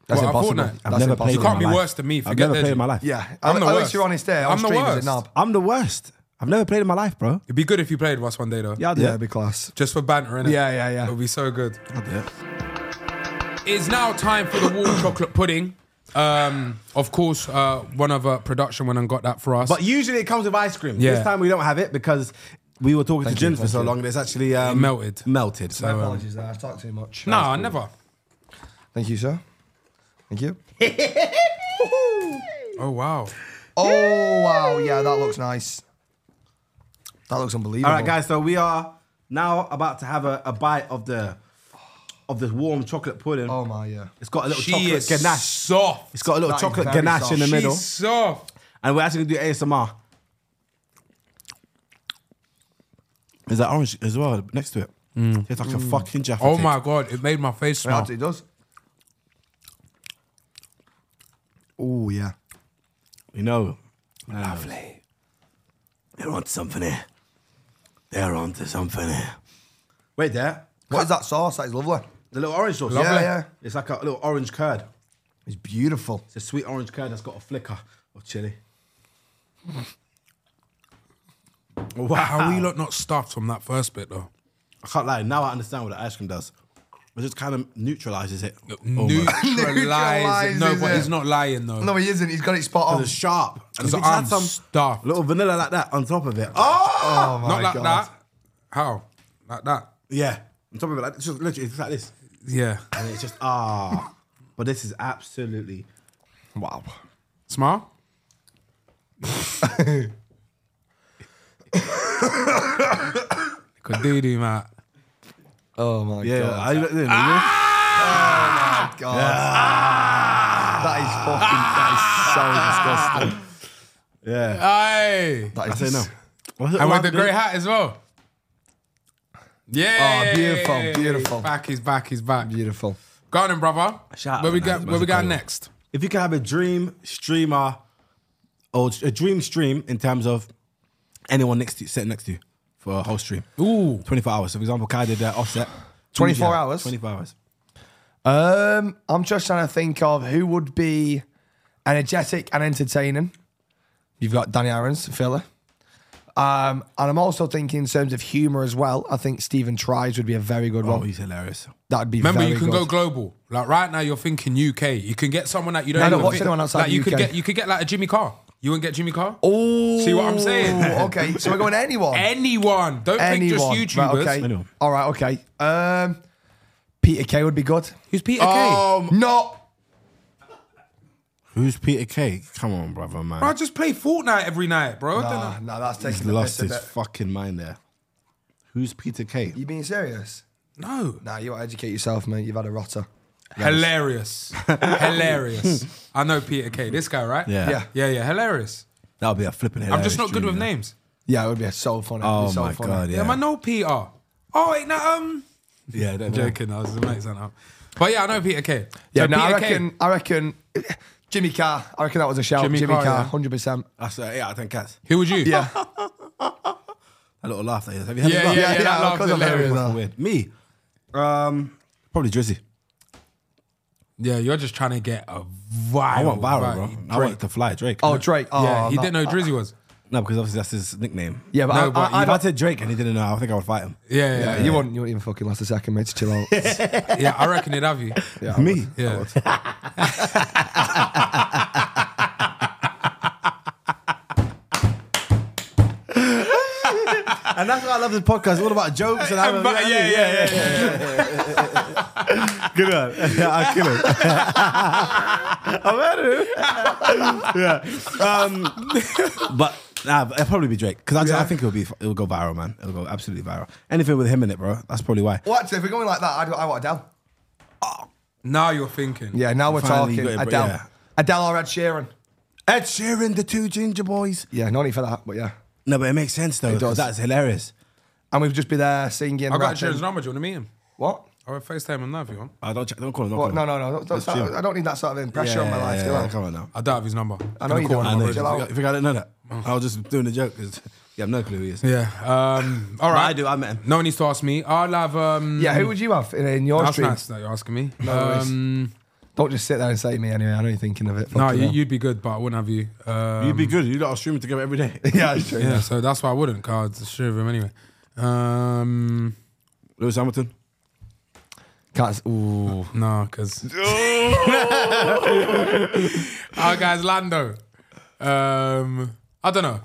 [SPEAKER 4] That's
[SPEAKER 2] What, I thought
[SPEAKER 4] impossible.
[SPEAKER 2] that- I've
[SPEAKER 5] I've
[SPEAKER 4] That's
[SPEAKER 5] never
[SPEAKER 4] impossible.
[SPEAKER 5] played.
[SPEAKER 2] You can't be
[SPEAKER 5] in my life.
[SPEAKER 2] worse than me,
[SPEAKER 5] I've
[SPEAKER 2] forget
[SPEAKER 5] never played
[SPEAKER 2] Deji.
[SPEAKER 5] in my life.
[SPEAKER 4] Yeah,
[SPEAKER 2] I'm
[SPEAKER 4] at,
[SPEAKER 2] the
[SPEAKER 4] at
[SPEAKER 2] worst.
[SPEAKER 4] least you're honest there. On
[SPEAKER 2] I'm the
[SPEAKER 4] stream, is it
[SPEAKER 2] worst.
[SPEAKER 4] knob?
[SPEAKER 5] I'm the worst. I've never played in my life, bro.
[SPEAKER 2] It'd be good if you played with us one day though.
[SPEAKER 5] Yeah, I'll do
[SPEAKER 4] Yeah,
[SPEAKER 5] it.
[SPEAKER 4] it'd be class.
[SPEAKER 2] Just for banter, innit?
[SPEAKER 4] Yeah, yeah, yeah.
[SPEAKER 2] It would be so good.
[SPEAKER 5] I'll do it.
[SPEAKER 2] It's now time for the warm chocolate pudding. Um, of course, uh, one of uh, production went and got that for us.
[SPEAKER 5] But usually it comes with ice cream.
[SPEAKER 2] Yeah.
[SPEAKER 5] This time we don't have it because we were talking
[SPEAKER 4] Thank
[SPEAKER 5] to
[SPEAKER 4] you,
[SPEAKER 5] Jim for
[SPEAKER 4] thank
[SPEAKER 5] so
[SPEAKER 4] you.
[SPEAKER 5] long. It's actually um,
[SPEAKER 2] melted. um,
[SPEAKER 5] Melted.
[SPEAKER 4] My
[SPEAKER 5] So
[SPEAKER 4] apologies there. I've talked too much.
[SPEAKER 2] nah, never.
[SPEAKER 4] Thank you, sir. Thank you.
[SPEAKER 2] Oh wow.
[SPEAKER 4] [laughs] Oh, wow. Yeah, that looks nice. That looks unbelievable.
[SPEAKER 5] All right, guys. So we are now about to have a, a bite of the of this warm chocolate pudding.
[SPEAKER 4] Oh, my, yeah.
[SPEAKER 5] It's got a little
[SPEAKER 2] She
[SPEAKER 5] chocolate
[SPEAKER 2] is
[SPEAKER 5] ganache.
[SPEAKER 2] soft.
[SPEAKER 5] It's got a little
[SPEAKER 4] That is
[SPEAKER 5] chocolate
[SPEAKER 4] very
[SPEAKER 5] ganache in the
[SPEAKER 4] soft.
[SPEAKER 5] middle,
[SPEAKER 2] She's soft.
[SPEAKER 5] and we're actually gonna do ASMR. Is that orange as well next to it? It's like a fucking Jaffa.
[SPEAKER 2] Mm. Oh
[SPEAKER 5] cake.
[SPEAKER 2] my god, it made my face
[SPEAKER 4] It
[SPEAKER 2] smell.
[SPEAKER 4] actually does. Oh, yeah.
[SPEAKER 5] You know. Lovely. They're onto something here. They're onto something here. Wait there.
[SPEAKER 4] What is that sauce? That is lovely.
[SPEAKER 5] The little orange sauce.
[SPEAKER 4] Lovely. Yeah, yeah.
[SPEAKER 5] It's like a little orange curd.
[SPEAKER 4] It's beautiful.
[SPEAKER 5] It's a sweet orange curd that's got a flicker of chili.
[SPEAKER 2] How are you lot not stuffed from that first bit though?
[SPEAKER 4] Oh
[SPEAKER 5] I can't lie. Now I understand what the ice cream does. It just kind of neutralizes it. almost.
[SPEAKER 4] [laughs]
[SPEAKER 2] Neutralize. no,
[SPEAKER 4] Neutralises
[SPEAKER 2] but
[SPEAKER 4] it.
[SPEAKER 2] he's not lying though.
[SPEAKER 4] No, he isn't. He's got it spot on.
[SPEAKER 5] It's sharp. And
[SPEAKER 2] So
[SPEAKER 5] if you just
[SPEAKER 2] I'm
[SPEAKER 5] had some
[SPEAKER 2] stuffed.
[SPEAKER 5] little vanilla like that on top of it. Oh
[SPEAKER 4] Oh, my
[SPEAKER 2] not like
[SPEAKER 4] God.
[SPEAKER 2] that. How? Like that?
[SPEAKER 5] yeah, on top of it. Like, it's just literally it's like this,
[SPEAKER 2] Yeah.
[SPEAKER 5] and it's just ah. but this is absolutely
[SPEAKER 4] Wow.
[SPEAKER 2] Smile.
[SPEAKER 4] [laughs]
[SPEAKER 2] Could do do, Matt.
[SPEAKER 4] Oh, my
[SPEAKER 5] yeah.
[SPEAKER 4] God.
[SPEAKER 5] I, Ah!
[SPEAKER 4] God. That is [laughs] fucking, that is so
[SPEAKER 5] yeah.
[SPEAKER 4] disgusting.
[SPEAKER 2] Aye.
[SPEAKER 4] That
[SPEAKER 5] I
[SPEAKER 4] is
[SPEAKER 5] say no.
[SPEAKER 2] And with the grey hat as well. Yeah.
[SPEAKER 4] Oh, beautiful, beautiful.
[SPEAKER 2] Back, he's back, he's back.
[SPEAKER 4] Beautiful.
[SPEAKER 2] Go on then, brother.
[SPEAKER 5] Shout out
[SPEAKER 2] where we
[SPEAKER 5] to
[SPEAKER 2] got
[SPEAKER 5] Naz,
[SPEAKER 2] where we got
[SPEAKER 5] Mazzucato.
[SPEAKER 2] next?
[SPEAKER 5] If you could have a dream streamer or a dream stream in terms of anyone next to you, sitting next to you for a whole stream.
[SPEAKER 2] Ooh.
[SPEAKER 5] 24 hours. So for example, Kai did that offset.
[SPEAKER 4] 24 hours.
[SPEAKER 5] 24 hours.
[SPEAKER 4] Um, I'm just trying to think of who would be energetic and entertaining. You've got Danny Aarons, filler. Um, and I'm also thinking in terms of humour as well. I think Stephen Tries would be a very good
[SPEAKER 5] Oh,
[SPEAKER 4] one.
[SPEAKER 5] he's hilarious.
[SPEAKER 4] That'd be
[SPEAKER 2] Remember,
[SPEAKER 4] very
[SPEAKER 2] you can
[SPEAKER 4] good.
[SPEAKER 2] go global. Like right now, you're thinking UK. You can get someone that you don't.
[SPEAKER 4] No, I don't
[SPEAKER 2] even
[SPEAKER 4] watch
[SPEAKER 2] think-
[SPEAKER 4] anyone outside
[SPEAKER 2] like,
[SPEAKER 4] the
[SPEAKER 2] you could
[SPEAKER 4] UK.
[SPEAKER 2] get you could get like a Jimmy Carr. You wouldn't get Jimmy Carr.
[SPEAKER 4] Oh,
[SPEAKER 2] See what I'm [laughs] saying?
[SPEAKER 4] okay, so we're going anyone.
[SPEAKER 2] Anyone. Don't
[SPEAKER 4] anyone.
[SPEAKER 2] think just
[SPEAKER 4] Right,
[SPEAKER 2] YouTubers.
[SPEAKER 4] okay.
[SPEAKER 5] Anyone.
[SPEAKER 4] All right. Okay. Um, Peter Kay would be good.
[SPEAKER 2] Who's Peter
[SPEAKER 5] Um,
[SPEAKER 4] No.
[SPEAKER 5] Who's Peter K? Come on, brother, man.
[SPEAKER 2] K? I just play Fortnite every night, bro. I don't know.
[SPEAKER 4] Nah, nah, Ah, that's
[SPEAKER 5] He's
[SPEAKER 4] taking the
[SPEAKER 5] lost
[SPEAKER 4] piss a
[SPEAKER 5] his
[SPEAKER 4] bit.
[SPEAKER 5] fucking mind there. Who's Peter K?
[SPEAKER 4] you being serious?
[SPEAKER 2] No.
[SPEAKER 4] Nah, you ought to educate yourself, mate. You've had a rotter. [laughs]
[SPEAKER 2] Hilarious. hilarious. I know Peter K. This guy, right?
[SPEAKER 5] Yeah.
[SPEAKER 4] Yeah.
[SPEAKER 2] Yeah, yeah. Hilarious.
[SPEAKER 5] That'll be a flipping
[SPEAKER 2] I'm just not good with names.
[SPEAKER 4] Yeah, it would be so funny. It'd
[SPEAKER 5] Oh
[SPEAKER 4] be so
[SPEAKER 5] my
[SPEAKER 4] funny.
[SPEAKER 5] god, yeah.
[SPEAKER 2] Yeah, I know Peter. Oh, wait, no, um.
[SPEAKER 5] Yeah, don't know.
[SPEAKER 2] Joking, I was gonna make something up. But yeah, I know Peter K.
[SPEAKER 4] Yeah,
[SPEAKER 2] So
[SPEAKER 4] no, I
[SPEAKER 2] Peter Kay-
[SPEAKER 4] reckon. I reckon. Jimmy Carr. I reckon that was a shout.
[SPEAKER 2] Jimmy
[SPEAKER 4] Jimmy,
[SPEAKER 2] Carr,
[SPEAKER 4] Carr,
[SPEAKER 2] yeah.
[SPEAKER 4] hundred percent.
[SPEAKER 5] That's uh, yeah, I think that's
[SPEAKER 2] Who would you?
[SPEAKER 4] Yeah,
[SPEAKER 5] a little laugh that is. Have you had
[SPEAKER 2] Yeah,
[SPEAKER 5] a laugh?
[SPEAKER 2] yeah, yeah,
[SPEAKER 4] yeah,
[SPEAKER 2] that
[SPEAKER 4] of
[SPEAKER 2] laugh's
[SPEAKER 4] course I'm
[SPEAKER 2] hilarious.
[SPEAKER 4] hilarious.
[SPEAKER 5] Fucking Weird. Me. Um probably Drizzy.
[SPEAKER 2] Yeah, you're just trying to get a viral.
[SPEAKER 5] I want viral,
[SPEAKER 2] vibe.
[SPEAKER 5] bro.
[SPEAKER 2] Drake.
[SPEAKER 5] I want to fly Drake. [laughs]
[SPEAKER 4] Oh Drake. Oh,
[SPEAKER 2] yeah, he
[SPEAKER 4] no.
[SPEAKER 2] didn't know who Drizzy was.
[SPEAKER 5] No, because obviously that's his nickname.
[SPEAKER 4] Yeah, but,
[SPEAKER 2] No,
[SPEAKER 4] I,
[SPEAKER 2] but
[SPEAKER 4] I,
[SPEAKER 5] if I
[SPEAKER 4] I,
[SPEAKER 5] said Drake and he didn't know, I think I would fight
[SPEAKER 4] [laughs]
[SPEAKER 5] him.
[SPEAKER 2] Yeah, yeah, yeah.
[SPEAKER 4] you wouldn't. You wouldn't even fucking last a second, mate. Just chill out.
[SPEAKER 2] yeah I reckon he'd have you.
[SPEAKER 4] Yeah, I
[SPEAKER 5] Me.
[SPEAKER 4] would.
[SPEAKER 2] Yeah.
[SPEAKER 5] And that's why I love this podcast. It's all about jokes and how
[SPEAKER 2] But yeah, yeah, yeah, yeah.
[SPEAKER 5] Good one. [laughs] I'll kill him. yeah. [laughs] Um, [laughs] but nah, but it'll probably be Drake because I, just- I think it'll be it'll go viral, man. It'll go absolutely viral. Anything with him in it, bro. That's probably why.
[SPEAKER 4] Well, actually, if we're going like that, I'd, I want Adele.
[SPEAKER 2] Now you're thinking.
[SPEAKER 4] Yeah, now we're
[SPEAKER 5] Finally, you
[SPEAKER 4] talking
[SPEAKER 5] got it, but
[SPEAKER 4] Adele.
[SPEAKER 5] yeah.
[SPEAKER 4] Adele or Ed Sheeran.
[SPEAKER 5] Ed Sheeran, the two ginger boys.
[SPEAKER 4] Yeah, no need for that, but yeah.
[SPEAKER 5] No, but it makes sense though.
[SPEAKER 4] It does.
[SPEAKER 5] 'cause That's hilarious.
[SPEAKER 4] And we'd just be there singing.
[SPEAKER 2] I got
[SPEAKER 4] rapping.
[SPEAKER 2] Sharon's number. Do you want to meet him?
[SPEAKER 4] What?
[SPEAKER 2] I'll FaceTime him now if you want.
[SPEAKER 5] I Ah, don't check, don't call him. Don't
[SPEAKER 4] What? No,
[SPEAKER 5] call him.
[SPEAKER 4] no, no. Don't,
[SPEAKER 5] Let's
[SPEAKER 4] don't,
[SPEAKER 5] chill.
[SPEAKER 4] I don't need that sort of pressure on my life.
[SPEAKER 5] yeah,
[SPEAKER 4] chill
[SPEAKER 5] yeah,
[SPEAKER 4] out.
[SPEAKER 5] come on now.
[SPEAKER 2] I doubt have his number.
[SPEAKER 4] I know you
[SPEAKER 2] Gonna
[SPEAKER 4] don't.
[SPEAKER 2] call him
[SPEAKER 4] I know
[SPEAKER 2] already.
[SPEAKER 4] you
[SPEAKER 5] You
[SPEAKER 4] don't.
[SPEAKER 5] think I didn't know that? I was just doing a joke because you have no clue who he is.
[SPEAKER 2] Yeah. Um, all right.
[SPEAKER 5] I do, I met him.
[SPEAKER 2] No one needs to ask me. I'll have. Um,
[SPEAKER 4] Yeah, who would you have in, in your
[SPEAKER 2] That's
[SPEAKER 4] stream?
[SPEAKER 2] nice that you're asking me. No,
[SPEAKER 4] worries.
[SPEAKER 2] um,
[SPEAKER 4] Don't just sit there and say me anyway. I know you're thinking of it.
[SPEAKER 2] no
[SPEAKER 4] Fucking
[SPEAKER 2] you,
[SPEAKER 4] hell.
[SPEAKER 2] you'd be good, but I wouldn't have you. Um,
[SPEAKER 5] You'd be good. You lot are streaming together every [laughs] day.
[SPEAKER 4] yeah, it's true.
[SPEAKER 2] Yeah, so that's why I wouldn't. Cards, sure of him anyway. Um,
[SPEAKER 5] Lewis Hamilton.
[SPEAKER 4] Can't. s- Ooh.
[SPEAKER 2] no, [laughs] because. Our guy's Lando. Um, I don't know.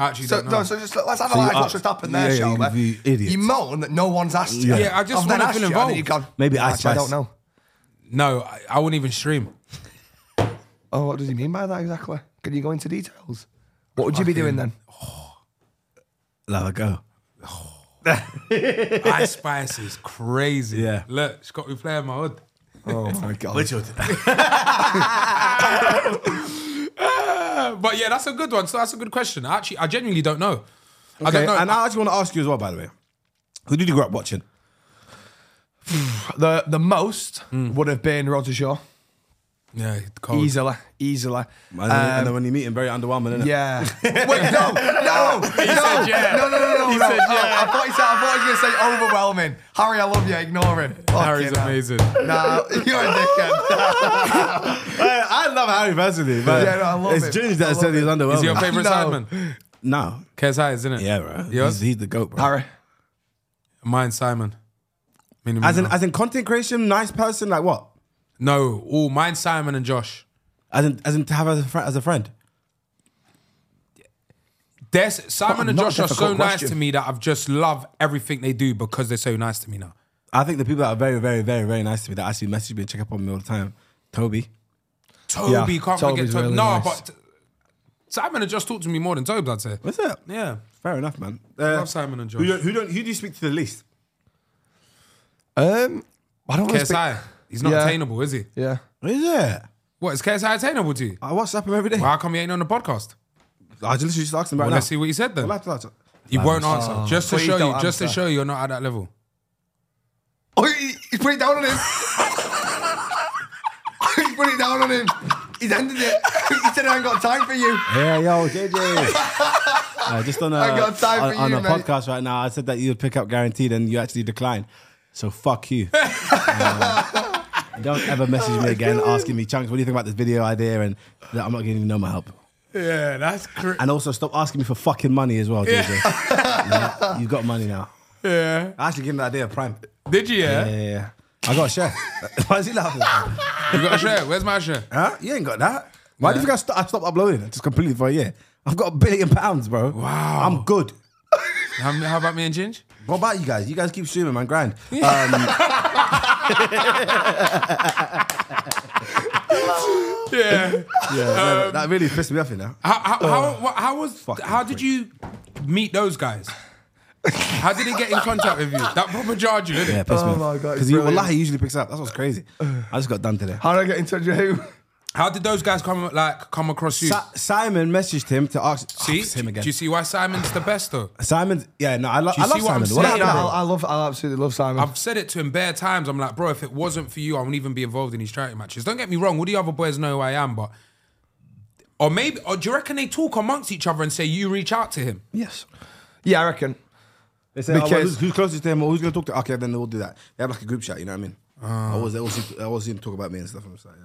[SPEAKER 2] I actually
[SPEAKER 4] so,
[SPEAKER 2] don't know.
[SPEAKER 4] No, so just let's analyse
[SPEAKER 5] you
[SPEAKER 4] what's
[SPEAKER 5] asked-
[SPEAKER 4] just happened there,
[SPEAKER 5] Yeah,
[SPEAKER 4] shall
[SPEAKER 5] you-
[SPEAKER 4] we?
[SPEAKER 5] you idiot.
[SPEAKER 4] You moan that no one's asked you.
[SPEAKER 2] Yeah, I just
[SPEAKER 4] I've then
[SPEAKER 2] wanna
[SPEAKER 4] asked
[SPEAKER 2] feel
[SPEAKER 4] you, and
[SPEAKER 2] involved.
[SPEAKER 4] then you've gone,
[SPEAKER 5] Maybe Ice
[SPEAKER 4] actually, I
[SPEAKER 5] Spice.
[SPEAKER 4] don't know.
[SPEAKER 2] no, I, I wouldn't even stream.
[SPEAKER 4] Oh, what does he mean by that exactly? Can you go into details? What would you be doing then?
[SPEAKER 5] Let her go.
[SPEAKER 2] Ice Spice is crazy.
[SPEAKER 5] Yeah.
[SPEAKER 2] Look, she's got me playing my hood.
[SPEAKER 4] Oh my god.
[SPEAKER 5] [laughs]
[SPEAKER 2] Uh, but yeah, that's a good one. So that's a good question. I Actually, I genuinely don't know. I
[SPEAKER 5] Okay,
[SPEAKER 2] don't know.
[SPEAKER 5] and I actually want to ask you as well, by the way. Who did you grow up watching?
[SPEAKER 4] The the most
[SPEAKER 2] Hmm.
[SPEAKER 4] would have been Roger Shaw.
[SPEAKER 2] yeah, cold.
[SPEAKER 4] Easily, easily. Um,
[SPEAKER 5] And, then, and then when you meet him, very underwhelming, isn't
[SPEAKER 4] [laughs] Yeah. Wait, no, no, no,
[SPEAKER 2] yeah.
[SPEAKER 4] no, no, no, no. He no. said yeah. I, thought he said, I thought he was going to say overwhelming. Harry, I love you. Ignore him. Fucking
[SPEAKER 2] Harry's
[SPEAKER 4] hell.
[SPEAKER 2] amazing.
[SPEAKER 4] Nah, [laughs] you're a dickhead. [laughs]
[SPEAKER 5] I, I love Harry personally, but
[SPEAKER 4] Yeah, no, I love
[SPEAKER 5] it's
[SPEAKER 4] him.
[SPEAKER 5] Ginge
[SPEAKER 4] I
[SPEAKER 5] that said
[SPEAKER 4] love
[SPEAKER 5] he's
[SPEAKER 4] him.
[SPEAKER 5] underwhelming. [laughs]
[SPEAKER 2] Is your favorite
[SPEAKER 4] No.
[SPEAKER 2] Simon?
[SPEAKER 5] No.
[SPEAKER 2] KSI, isn't it?
[SPEAKER 5] Yeah, bro.
[SPEAKER 2] Yours?
[SPEAKER 5] He's, he's the goat, bro.
[SPEAKER 4] Harry.
[SPEAKER 2] Mine, Simon. Meaning
[SPEAKER 5] As in,
[SPEAKER 2] mine.
[SPEAKER 5] as in content creation, nice person, like what?
[SPEAKER 2] no, all mine, Simon and Josh.
[SPEAKER 5] As in, as in to have as a, fri- as a friend.
[SPEAKER 2] There's, Simon and
[SPEAKER 5] not a
[SPEAKER 2] Josh are so
[SPEAKER 5] difficult
[SPEAKER 2] nice
[SPEAKER 5] question.
[SPEAKER 2] to me that I've just love everything they do because they're so nice to me now.
[SPEAKER 5] I think the people that are very, very, very, very nice to me that actually message me and check up on me all the time. Toby.
[SPEAKER 2] Toby,
[SPEAKER 4] Yeah,
[SPEAKER 2] can't forget
[SPEAKER 4] Toby's
[SPEAKER 2] Toby.
[SPEAKER 4] really
[SPEAKER 2] no,
[SPEAKER 4] nice.
[SPEAKER 2] but Simon and Josh talked to me more than Toby, I'd say.
[SPEAKER 5] What's that?
[SPEAKER 2] Yeah.
[SPEAKER 5] Fair enough, man. Uh,
[SPEAKER 2] love Simon and Josh.
[SPEAKER 5] Who, don't, who, don't, who do you speak to the least?
[SPEAKER 4] Um, I don't want to
[SPEAKER 2] KSI, he's not
[SPEAKER 4] Yeah.
[SPEAKER 2] attainable, is he?
[SPEAKER 4] Yeah.
[SPEAKER 5] Is it?
[SPEAKER 2] What, is KSI attainable to you?
[SPEAKER 5] I WhatsApp him every day.
[SPEAKER 2] Why come he ain't on the podcast?
[SPEAKER 5] I just literally just asked him
[SPEAKER 2] Well,
[SPEAKER 5] about
[SPEAKER 2] let's see what he said then.
[SPEAKER 5] that.
[SPEAKER 2] He won't answer. just to
[SPEAKER 4] Please
[SPEAKER 2] show you,
[SPEAKER 4] don't
[SPEAKER 2] just to
[SPEAKER 4] answer.
[SPEAKER 2] show you, you're not at that level.
[SPEAKER 4] Oh, he, he's put it down on him. [laughs] he's put it down on him. He's ended it. [laughs] he said, I ain't got time for you.
[SPEAKER 5] Yeah, yo, [laughs] JJ. Uh, just on a,
[SPEAKER 4] I got time
[SPEAKER 5] on,
[SPEAKER 4] for
[SPEAKER 5] on
[SPEAKER 4] you,
[SPEAKER 5] a
[SPEAKER 4] mate.
[SPEAKER 5] podcast right now, I said that you would pick up guaranteed and you actually declined. So fuck [laughs] you. Uh, don't ever message me again asking me, Chunks, what do you think about this video idea? And that I'm not giving you no my help.
[SPEAKER 2] Yeah, that's crazy.
[SPEAKER 5] And also stop asking me for fucking money as well, JJ. Yeah, you've got money now.
[SPEAKER 2] Yeah.
[SPEAKER 5] I actually gave him the idea of Prime.
[SPEAKER 2] Did you?
[SPEAKER 5] Yeah,
[SPEAKER 2] Yeah.
[SPEAKER 5] yeah, yeah. I got a share. [laughs] Why is he laughing?
[SPEAKER 2] You got a share? Where's my share?
[SPEAKER 5] huh? You ain't got that. Why do you think I, st- I stopped uploading it just completely for a year? I've got a billion pounds, bro. Wow. I'm good.
[SPEAKER 2] How, how about me and Ginge?
[SPEAKER 5] What about you guys? You guys keep streaming, man. [laughs] Grind. Um,
[SPEAKER 2] Yeah.
[SPEAKER 5] Um, yeah, no, no, that really pissed me off, you know.
[SPEAKER 2] how, how, how, wha- how was?
[SPEAKER 5] Fucking
[SPEAKER 2] How did
[SPEAKER 5] prick.
[SPEAKER 2] you meet those guys? How did they get in contact with you? That proper jarred you, didn't
[SPEAKER 5] [laughs] Yeah,
[SPEAKER 2] it?
[SPEAKER 5] it pissed me
[SPEAKER 4] Oh my
[SPEAKER 5] off.
[SPEAKER 4] God, it's
[SPEAKER 5] Because he,
[SPEAKER 4] brilliant.
[SPEAKER 5] wallahi, he usually picks up. That's what's crazy. I just got done today.
[SPEAKER 4] How did I get in touch with who?
[SPEAKER 2] How did those guys come like come across
[SPEAKER 5] [laughs]
[SPEAKER 2] you?
[SPEAKER 5] Si- Simon messaged him to ask.
[SPEAKER 2] see,
[SPEAKER 5] Oh, it's him again.
[SPEAKER 2] do you see why Simon's the best though?
[SPEAKER 5] Simon, yeah, no, I, lo-
[SPEAKER 2] you
[SPEAKER 5] I love
[SPEAKER 2] see what
[SPEAKER 5] Simon.
[SPEAKER 2] I'm saying?
[SPEAKER 5] happened?
[SPEAKER 2] Yeah,
[SPEAKER 4] I, I love, I absolutely love Simon.
[SPEAKER 2] I've said it to him bare times. I'm like, bro, if it wasn't for you, I wouldn't even be involved in these charity matches. Don't get me wrong. All the other boys know who I am, but or maybe, or do you reckon they talk amongst each other and say you reach out to him?
[SPEAKER 4] yes. Yeah, I reckon.
[SPEAKER 5] They say, oh, well,
[SPEAKER 4] Because-
[SPEAKER 5] who's, who's closest to him or who's going to talk to Okay, then they'll do that. They have like a group chat, you know what I mean? I always, they always, seem to- they always seem to talk about me and stuff. I'm just like, yeah.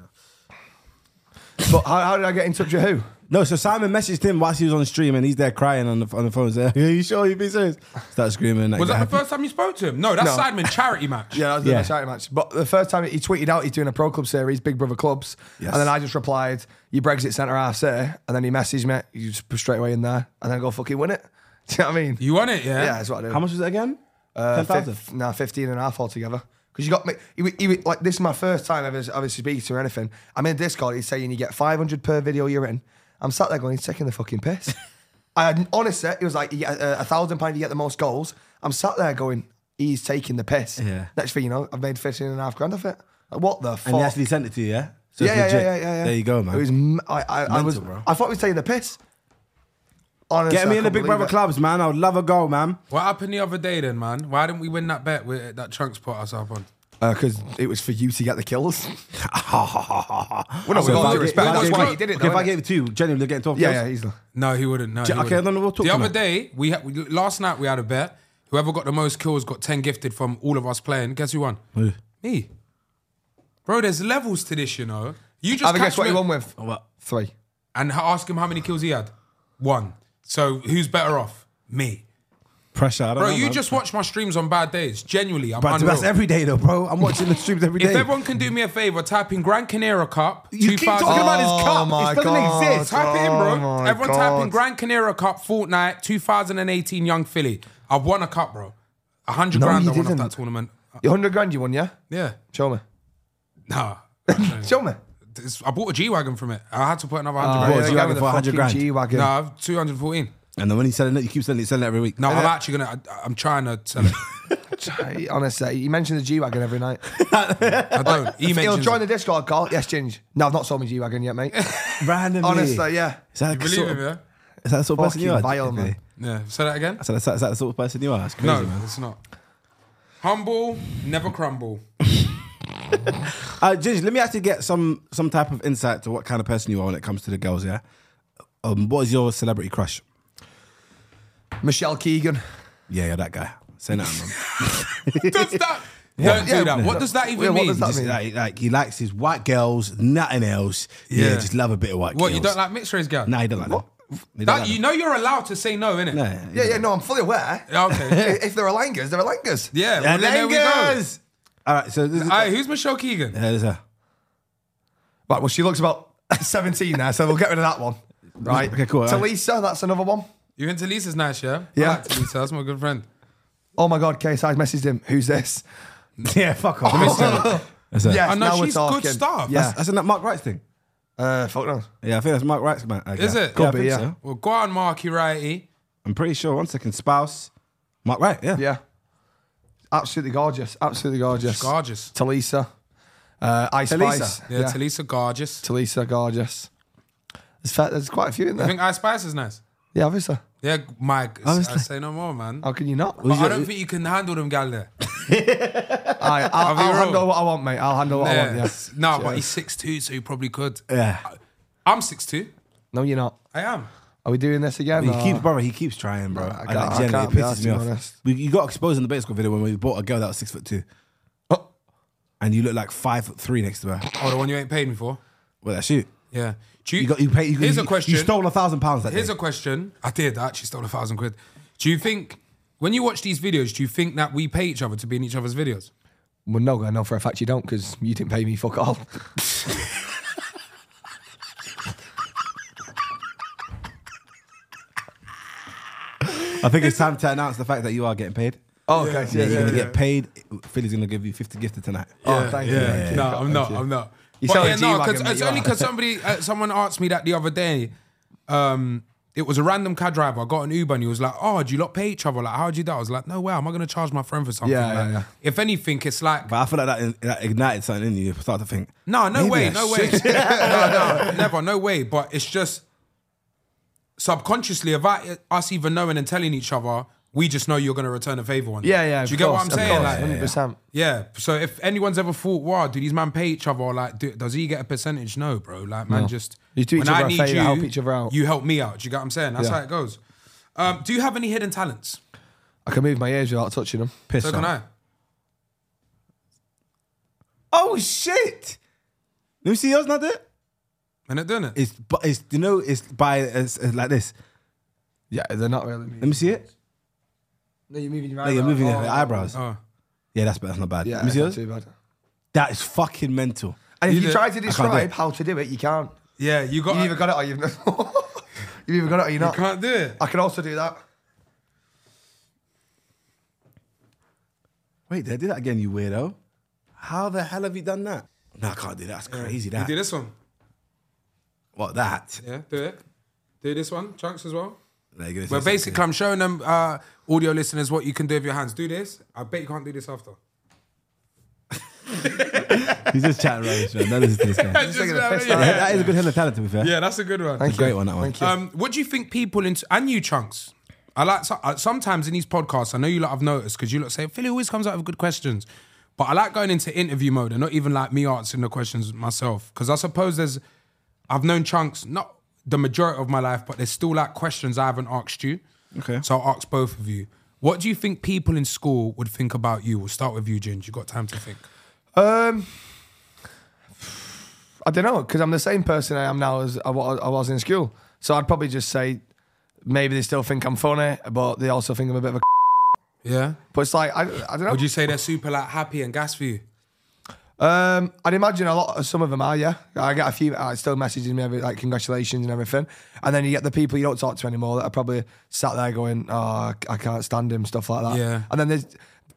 [SPEAKER 4] But how, how did I get in touch with who?
[SPEAKER 5] No, so Simon messaged him whilst he was on stream and he's there crying on the, on the phone. [laughs] He's like, Are you sure you be serious? Start screaming. like,
[SPEAKER 2] Was that
[SPEAKER 5] happy.
[SPEAKER 2] the first time you spoke to him? No, that's
[SPEAKER 4] No.
[SPEAKER 2] Simon charity match.
[SPEAKER 4] Yeah, that was the
[SPEAKER 5] Yeah.
[SPEAKER 4] charity match. But the first time he tweeted out he's doing a pro club series, Big Brother clubs,
[SPEAKER 5] Yes.
[SPEAKER 4] and then I just replied, "You Brexit centre half city," and then he messaged me, "You just put straight away in there," and then I go fucking win it. [laughs] Do you know what I mean?
[SPEAKER 2] You won it, yeah.
[SPEAKER 4] yeah, that's what I do.
[SPEAKER 5] How much was it again?
[SPEAKER 4] Uh,
[SPEAKER 5] 10,000.
[SPEAKER 4] fif- nah, 15 and a half altogether. Because you got me, he, wa- he, wa- like, this is my first time ever, ever speaking to or anything. I'm in Discord, he's saying you get 500 per video you're in. I'm sat there going, he's taking the fucking piss.
[SPEAKER 5] [laughs]
[SPEAKER 4] I had, honestly, it was like, you get uh, a, a thousand pound, you get the most goals. I'm sat there going, he's taking the piss.
[SPEAKER 5] Yeah.
[SPEAKER 4] Next thing you know, I've made 15 and a half grand off it. Like, what the fuck?
[SPEAKER 5] And he actually sent it to you, yeah? So
[SPEAKER 4] yeah,
[SPEAKER 5] it's
[SPEAKER 4] yeah,
[SPEAKER 5] legit.
[SPEAKER 4] yeah, yeah, yeah, yeah.
[SPEAKER 5] There you go, man.
[SPEAKER 4] It was, m- I, I, I
[SPEAKER 5] Mental,
[SPEAKER 4] was,
[SPEAKER 5] bro.
[SPEAKER 4] I thought he was taking the piss. Honestly,
[SPEAKER 5] Get me
[SPEAKER 4] I
[SPEAKER 5] in the
[SPEAKER 4] couldn't
[SPEAKER 5] Big
[SPEAKER 4] believe
[SPEAKER 5] Brother
[SPEAKER 4] it.
[SPEAKER 5] clubs, man. I would love a goal, man.
[SPEAKER 2] What happened the other day then, man? Why didn't we win that bet with, that Chunks put us up on?
[SPEAKER 4] Because Uh, it was for you to get the [laughs] kills.
[SPEAKER 5] well,
[SPEAKER 4] no, we got all due respect.
[SPEAKER 2] That's why he did
[SPEAKER 4] it,
[SPEAKER 5] If
[SPEAKER 4] though,
[SPEAKER 5] I gave it to you, genuinely, we're getting 12
[SPEAKER 4] yeah,
[SPEAKER 5] kills.
[SPEAKER 4] yeah, easily.
[SPEAKER 2] No, he wouldn't. No. he
[SPEAKER 5] okay,
[SPEAKER 2] wouldn't.
[SPEAKER 5] then we'll talk
[SPEAKER 2] The
[SPEAKER 5] tonight.
[SPEAKER 2] other day, we, had, we last night we had a bet. Whoever got the most kills got ten gifted from all of us playing. Guess who won?
[SPEAKER 5] Who?
[SPEAKER 2] Me. Bro, there's levels to this, you know. You just
[SPEAKER 4] Have a
[SPEAKER 2] catch
[SPEAKER 4] guess what
[SPEAKER 2] me
[SPEAKER 4] he won with?
[SPEAKER 5] What?
[SPEAKER 4] Three.
[SPEAKER 2] and h- ask him how many kills he had. One. So who's better off? Me.
[SPEAKER 5] Pressure. I don't
[SPEAKER 2] Bro,
[SPEAKER 5] know,
[SPEAKER 2] you
[SPEAKER 5] man.
[SPEAKER 2] just watch my streams on bad days. Genuinely, I'm
[SPEAKER 5] But
[SPEAKER 2] unreal.
[SPEAKER 5] that's every day, though, bro.
[SPEAKER 4] [laughs]
[SPEAKER 5] I'm watching the streams every day.
[SPEAKER 2] if everyone can do me a favor, type in Gran Canaria Cup.
[SPEAKER 5] You keep
[SPEAKER 2] 2000
[SPEAKER 5] talking about this cup.
[SPEAKER 4] Oh my
[SPEAKER 5] it doesn't
[SPEAKER 4] God.
[SPEAKER 5] exist.
[SPEAKER 2] Type it in, bro.
[SPEAKER 4] Oh my
[SPEAKER 2] Everyone type in
[SPEAKER 4] God.
[SPEAKER 2] Grand Canaria Cup Fortnite 2018 Young Philly. I've won a cup, bro. A hundred
[SPEAKER 4] No,
[SPEAKER 2] grand
[SPEAKER 4] you
[SPEAKER 2] I won off that
[SPEAKER 4] didn't.
[SPEAKER 2] tournament. Uh,
[SPEAKER 4] Your hundred grand you won, yeah?
[SPEAKER 2] Yeah.
[SPEAKER 4] Show me.
[SPEAKER 2] Nah. [laughs]
[SPEAKER 4] Show me.
[SPEAKER 2] It's- I bought a G Wagon from it. I had to put another hundred
[SPEAKER 5] Oh,
[SPEAKER 2] grand.
[SPEAKER 5] yeah, G-Wagon for 100 grand.
[SPEAKER 4] G wagon. [laughs]
[SPEAKER 2] Nah, I've 214.
[SPEAKER 5] And then when he's selling it, you keep selling it, selling it every week.
[SPEAKER 2] No, I'm actually gonna I, I'm trying to sell it.
[SPEAKER 4] [laughs] Honestly, he mentions the G wagon every [laughs] night.
[SPEAKER 2] I don't. He
[SPEAKER 4] He'll
[SPEAKER 2] mentions
[SPEAKER 4] join the
[SPEAKER 2] it.
[SPEAKER 4] Discord call. Yes, Ginge. No, I've not sold my G wagon [laughs] yet, mate.
[SPEAKER 5] [laughs] randomly.
[SPEAKER 4] Honestly, yeah.
[SPEAKER 5] Is that, the
[SPEAKER 2] Believe
[SPEAKER 5] sort
[SPEAKER 2] him,
[SPEAKER 5] of,
[SPEAKER 2] yeah?
[SPEAKER 5] is that the sort of person you are?
[SPEAKER 4] Fucking vile, man.
[SPEAKER 2] Yeah. Say that again?
[SPEAKER 5] So that's, that's that the sort of person you are. That's crazy,
[SPEAKER 2] No,
[SPEAKER 5] man.
[SPEAKER 2] it's not. Humble, never
[SPEAKER 4] [laughs]
[SPEAKER 2] crumble.
[SPEAKER 5] Uh, Ginge, let me actually get some some type of insight to what kind of person you are when it comes to the girls. Yeah, um, what is your celebrity crush?
[SPEAKER 4] Michelle Keegan.
[SPEAKER 5] Yeah, yeah, that guy. Say nothing, man.
[SPEAKER 2] [laughs] Does that don't do that. What does that even
[SPEAKER 4] Yeah, what
[SPEAKER 2] mean?
[SPEAKER 4] does
[SPEAKER 5] [laughs]
[SPEAKER 4] that
[SPEAKER 5] Just
[SPEAKER 4] mean?
[SPEAKER 5] like, like he likes his white girls, nothing else. Yeah,
[SPEAKER 2] Yeah.
[SPEAKER 5] just love a bit of white.
[SPEAKER 2] What,
[SPEAKER 5] girls.
[SPEAKER 2] you don't like mixed race girl?
[SPEAKER 5] Nah, he don't like that. He don't
[SPEAKER 2] That,
[SPEAKER 5] like
[SPEAKER 2] you know you're allowed to say no, innit?
[SPEAKER 5] them. Nah, he
[SPEAKER 4] Yeah,
[SPEAKER 5] don't-
[SPEAKER 4] yeah, no, I'm fully aware.
[SPEAKER 5] [laughs]
[SPEAKER 2] Yeah, Okay.
[SPEAKER 4] If there are langers, there are langers.
[SPEAKER 2] Yeah, well, then there we go.
[SPEAKER 5] Langers! All right, so this is,
[SPEAKER 2] All right, who's Michelle Keegan?
[SPEAKER 5] Yeah, there's a-
[SPEAKER 4] Right, well, she looks about [laughs] 17 now, so we'll get rid of that one. Right.
[SPEAKER 5] Okay, cool,
[SPEAKER 4] To
[SPEAKER 5] alright.
[SPEAKER 4] Lisa, that's another one.
[SPEAKER 2] You into Lisa's nice, yeah?
[SPEAKER 4] Yeah.
[SPEAKER 2] I like Talisa, that's my
[SPEAKER 5] [laughs]
[SPEAKER 2] good friend.
[SPEAKER 4] Oh my God, Case, I messaged him. Who's this?
[SPEAKER 5] yeah, fuck
[SPEAKER 4] [laughs]
[SPEAKER 5] off. That's a-
[SPEAKER 4] Yes,
[SPEAKER 2] I know,
[SPEAKER 4] now we're
[SPEAKER 2] she's good
[SPEAKER 4] talking.
[SPEAKER 2] stuff.
[SPEAKER 4] Yeah.
[SPEAKER 5] that's in that Mark Wrights thing.
[SPEAKER 4] Uh, fuck no.
[SPEAKER 5] Yeah, I think that's Mark Wright's man. uh,
[SPEAKER 2] Is
[SPEAKER 5] guy. Yeah,
[SPEAKER 2] it?
[SPEAKER 5] I
[SPEAKER 4] Could be,
[SPEAKER 5] think
[SPEAKER 4] yeah.
[SPEAKER 5] so.
[SPEAKER 2] Well, go on, Marky Righty.
[SPEAKER 5] I'm pretty sure. One second, spouse. Mark Wright. Yeah.
[SPEAKER 4] Yeah. Absolutely gorgeous. Absolutely gorgeous.
[SPEAKER 2] Gorgeous.
[SPEAKER 4] Talisa. Uh, Ice
[SPEAKER 5] Talisa.
[SPEAKER 4] Spice.
[SPEAKER 2] Yeah, Talisa, gorgeous.
[SPEAKER 4] Talisa, gorgeous. There's, fa- there's quite a few in
[SPEAKER 2] I
[SPEAKER 4] there.
[SPEAKER 2] think Ice Spice is nice.
[SPEAKER 4] yeah, obviously.
[SPEAKER 2] Yeah, Mike, I
[SPEAKER 5] Honestly. Oh,
[SPEAKER 2] say no more, man.
[SPEAKER 4] How can you not?
[SPEAKER 2] But I don't think you can handle them, gal, there.
[SPEAKER 4] I, I'll,
[SPEAKER 2] be
[SPEAKER 4] I'll
[SPEAKER 2] real.
[SPEAKER 4] handle what I want, mate. I'll handle what I want,
[SPEAKER 2] Yeah.
[SPEAKER 4] yeah.
[SPEAKER 2] No, but he's 6'2", so he probably could.
[SPEAKER 5] Yeah.
[SPEAKER 2] I'm 6'2".
[SPEAKER 4] No, you're not.
[SPEAKER 2] I am.
[SPEAKER 4] Are we doing this again?
[SPEAKER 5] He
[SPEAKER 4] or-
[SPEAKER 5] keeps, brother. He keeps trying, bro.
[SPEAKER 4] I
[SPEAKER 5] I
[SPEAKER 4] can't- I
[SPEAKER 5] like, generally,
[SPEAKER 4] can't
[SPEAKER 5] it
[SPEAKER 4] be
[SPEAKER 5] pisses
[SPEAKER 4] arsed,
[SPEAKER 5] me
[SPEAKER 4] to be honest.
[SPEAKER 5] off. We, you got exposed in the Bait Squad video when we bought a girl that was six foot two,
[SPEAKER 4] Oh,
[SPEAKER 5] and you look like five foot three next to her.
[SPEAKER 2] Oh, the one you ain't paid me for.
[SPEAKER 5] Well, that's you.
[SPEAKER 2] Yeah. Do
[SPEAKER 5] You got you paid. You,
[SPEAKER 2] here's
[SPEAKER 5] you,
[SPEAKER 2] a question.
[SPEAKER 5] You stole a thousand pounds that
[SPEAKER 2] Here's
[SPEAKER 5] day.
[SPEAKER 2] a question. I did. I actually stole a thousand quid. Do you think when you watch these videos, do you think that we pay each other to be in each other's videos?
[SPEAKER 4] well, no, I know for a fact you don't because you didn't pay me fuck all.
[SPEAKER 5] I think it's time to announce the fact that you are getting paid.
[SPEAKER 4] [laughs] Oh, okay. Yeah,
[SPEAKER 5] you're
[SPEAKER 4] yeah,
[SPEAKER 5] gonna
[SPEAKER 4] yeah.
[SPEAKER 5] get paid. Philly's gonna give you fifty gifted tonight.
[SPEAKER 4] Oh, thank you.
[SPEAKER 2] Yeah,
[SPEAKER 4] Thank
[SPEAKER 2] no,
[SPEAKER 4] you.
[SPEAKER 2] I'm not. I'm not.
[SPEAKER 4] You
[SPEAKER 2] but
[SPEAKER 4] sound
[SPEAKER 2] yeah,
[SPEAKER 4] a
[SPEAKER 2] no,
[SPEAKER 4] G-Wagon,
[SPEAKER 2] because
[SPEAKER 4] mate,
[SPEAKER 2] it's
[SPEAKER 4] you
[SPEAKER 2] only
[SPEAKER 4] are.
[SPEAKER 2] because somebody, uh, someone asked me that the other day. Um, it was a random car driver. I got an Uber and he was like, "Oh, do you lot pay each other? Like, how do you do that?" I was like, "No way, am I going to charge my friend for something?"
[SPEAKER 4] Yeah, yeah,
[SPEAKER 2] Like,
[SPEAKER 4] yeah.
[SPEAKER 2] If anything, it's like,
[SPEAKER 5] But I feel like that, that ignited something in you. You start to think,
[SPEAKER 2] no, no
[SPEAKER 5] maybe
[SPEAKER 2] way,
[SPEAKER 5] I
[SPEAKER 2] [laughs] no
[SPEAKER 5] should.
[SPEAKER 2] way, no, no, never, no way. But it's just subconsciously, without it- us even knowing and telling each other, we just know you're going to return a favor one. day.
[SPEAKER 4] Yeah, yeah.
[SPEAKER 2] Do
[SPEAKER 4] of
[SPEAKER 2] you get what
[SPEAKER 4] course,
[SPEAKER 2] I'm
[SPEAKER 4] of
[SPEAKER 2] saying?
[SPEAKER 4] course,
[SPEAKER 2] Like,
[SPEAKER 4] 100%.
[SPEAKER 2] Yeah. So if anyone's ever thought, wow, do these man pay each other? Or like, do, does he get a percentage? No, bro. Like, man,
[SPEAKER 4] No.
[SPEAKER 2] just
[SPEAKER 4] You do each
[SPEAKER 2] when
[SPEAKER 4] other
[SPEAKER 2] I
[SPEAKER 4] a
[SPEAKER 2] need
[SPEAKER 4] favour,
[SPEAKER 2] you,
[SPEAKER 4] help each other out.
[SPEAKER 2] You help me out. Do you get what I'm saying? That's
[SPEAKER 4] Yeah.
[SPEAKER 2] how it goes. Um, do you have any hidden talents?
[SPEAKER 4] I can move my ears without touching them.
[SPEAKER 5] Piss
[SPEAKER 2] So can
[SPEAKER 5] off.
[SPEAKER 2] I.
[SPEAKER 5] Oh shit! Let me see yours, not it.
[SPEAKER 2] And it doing it.
[SPEAKER 5] It's but it's you know it's by it's, it's like this.
[SPEAKER 4] Yeah, they're not really.
[SPEAKER 5] Let
[SPEAKER 4] Moving.
[SPEAKER 5] me see it.
[SPEAKER 4] No, you're moving your
[SPEAKER 5] No, you're moving your eyebrows.
[SPEAKER 2] oh.
[SPEAKER 5] Yeah, that's that's not bad.
[SPEAKER 4] Yeah,
[SPEAKER 5] Let me see
[SPEAKER 4] it's not
[SPEAKER 5] yours.
[SPEAKER 4] too bad.
[SPEAKER 5] That is fucking mental.
[SPEAKER 4] And if
[SPEAKER 2] You
[SPEAKER 4] you
[SPEAKER 2] do-
[SPEAKER 4] try to
[SPEAKER 5] do
[SPEAKER 4] describe
[SPEAKER 5] it.
[SPEAKER 4] how to do it, you can't.
[SPEAKER 2] Yeah, you got.
[SPEAKER 4] You've either got it or you've not. [laughs] you've either got it or you're
[SPEAKER 2] you
[SPEAKER 4] not.
[SPEAKER 2] can't do it.
[SPEAKER 4] I can also do that.
[SPEAKER 5] Wait, did I do that again, you weirdo? How the hell have you done that? No, I can't do that. That's crazy.
[SPEAKER 2] You
[SPEAKER 5] That.
[SPEAKER 2] do this one.
[SPEAKER 5] What that?
[SPEAKER 2] Yeah, do it. Do this one. Chunks as well.
[SPEAKER 5] No, you're gonna
[SPEAKER 2] Well,
[SPEAKER 5] say
[SPEAKER 2] basically, I'm showing them uh, audio listeners what you can do with your hands. Do this. I bet you can't do this after.
[SPEAKER 5] something. he's just chatting rubbish, man. Don't listen to this guy.
[SPEAKER 2] Just,
[SPEAKER 4] taking a
[SPEAKER 2] uh, [laughs]
[SPEAKER 4] piss
[SPEAKER 2] yeah.
[SPEAKER 4] out of
[SPEAKER 5] That is a good hell of talent, to be fair.
[SPEAKER 2] Yeah, that's a good one.
[SPEAKER 4] Thank you.
[SPEAKER 5] Great one, that one.
[SPEAKER 4] Thank you.
[SPEAKER 2] Um, what do you think people in, and you chunks? I like so- uh, sometimes in these podcasts. I know you lot have noticed because you lot say Philly always comes out with good questions, but I like going into interview mode and not even like me answering the questions myself because I suppose there's I've known chunks not the majority of my life, but there's still like questions I haven't asked you.
[SPEAKER 5] Okay.
[SPEAKER 2] so I'll ask both of you. What do you think people in school would think about you? We'll start with you, Ginge. You got time to think.
[SPEAKER 4] Um, I don't know because I'm the same person I am now as I wa- I was in school. So I'd probably just say maybe they still think I'm funny, but they also think I'm a bit of a.
[SPEAKER 2] Yeah.
[SPEAKER 4] But it's like I, I don't know.
[SPEAKER 2] Would you say they're super like happy and gas for you?
[SPEAKER 4] Um, I'd imagine a lot of some of them are, yeah. I get a few uh, still messaging me every, like congratulations and everything, and then you get the people you don't talk to anymore that are probably sat there going, "Oh, I- I can't stand him," stuff like that.
[SPEAKER 2] Yeah.
[SPEAKER 4] And then there's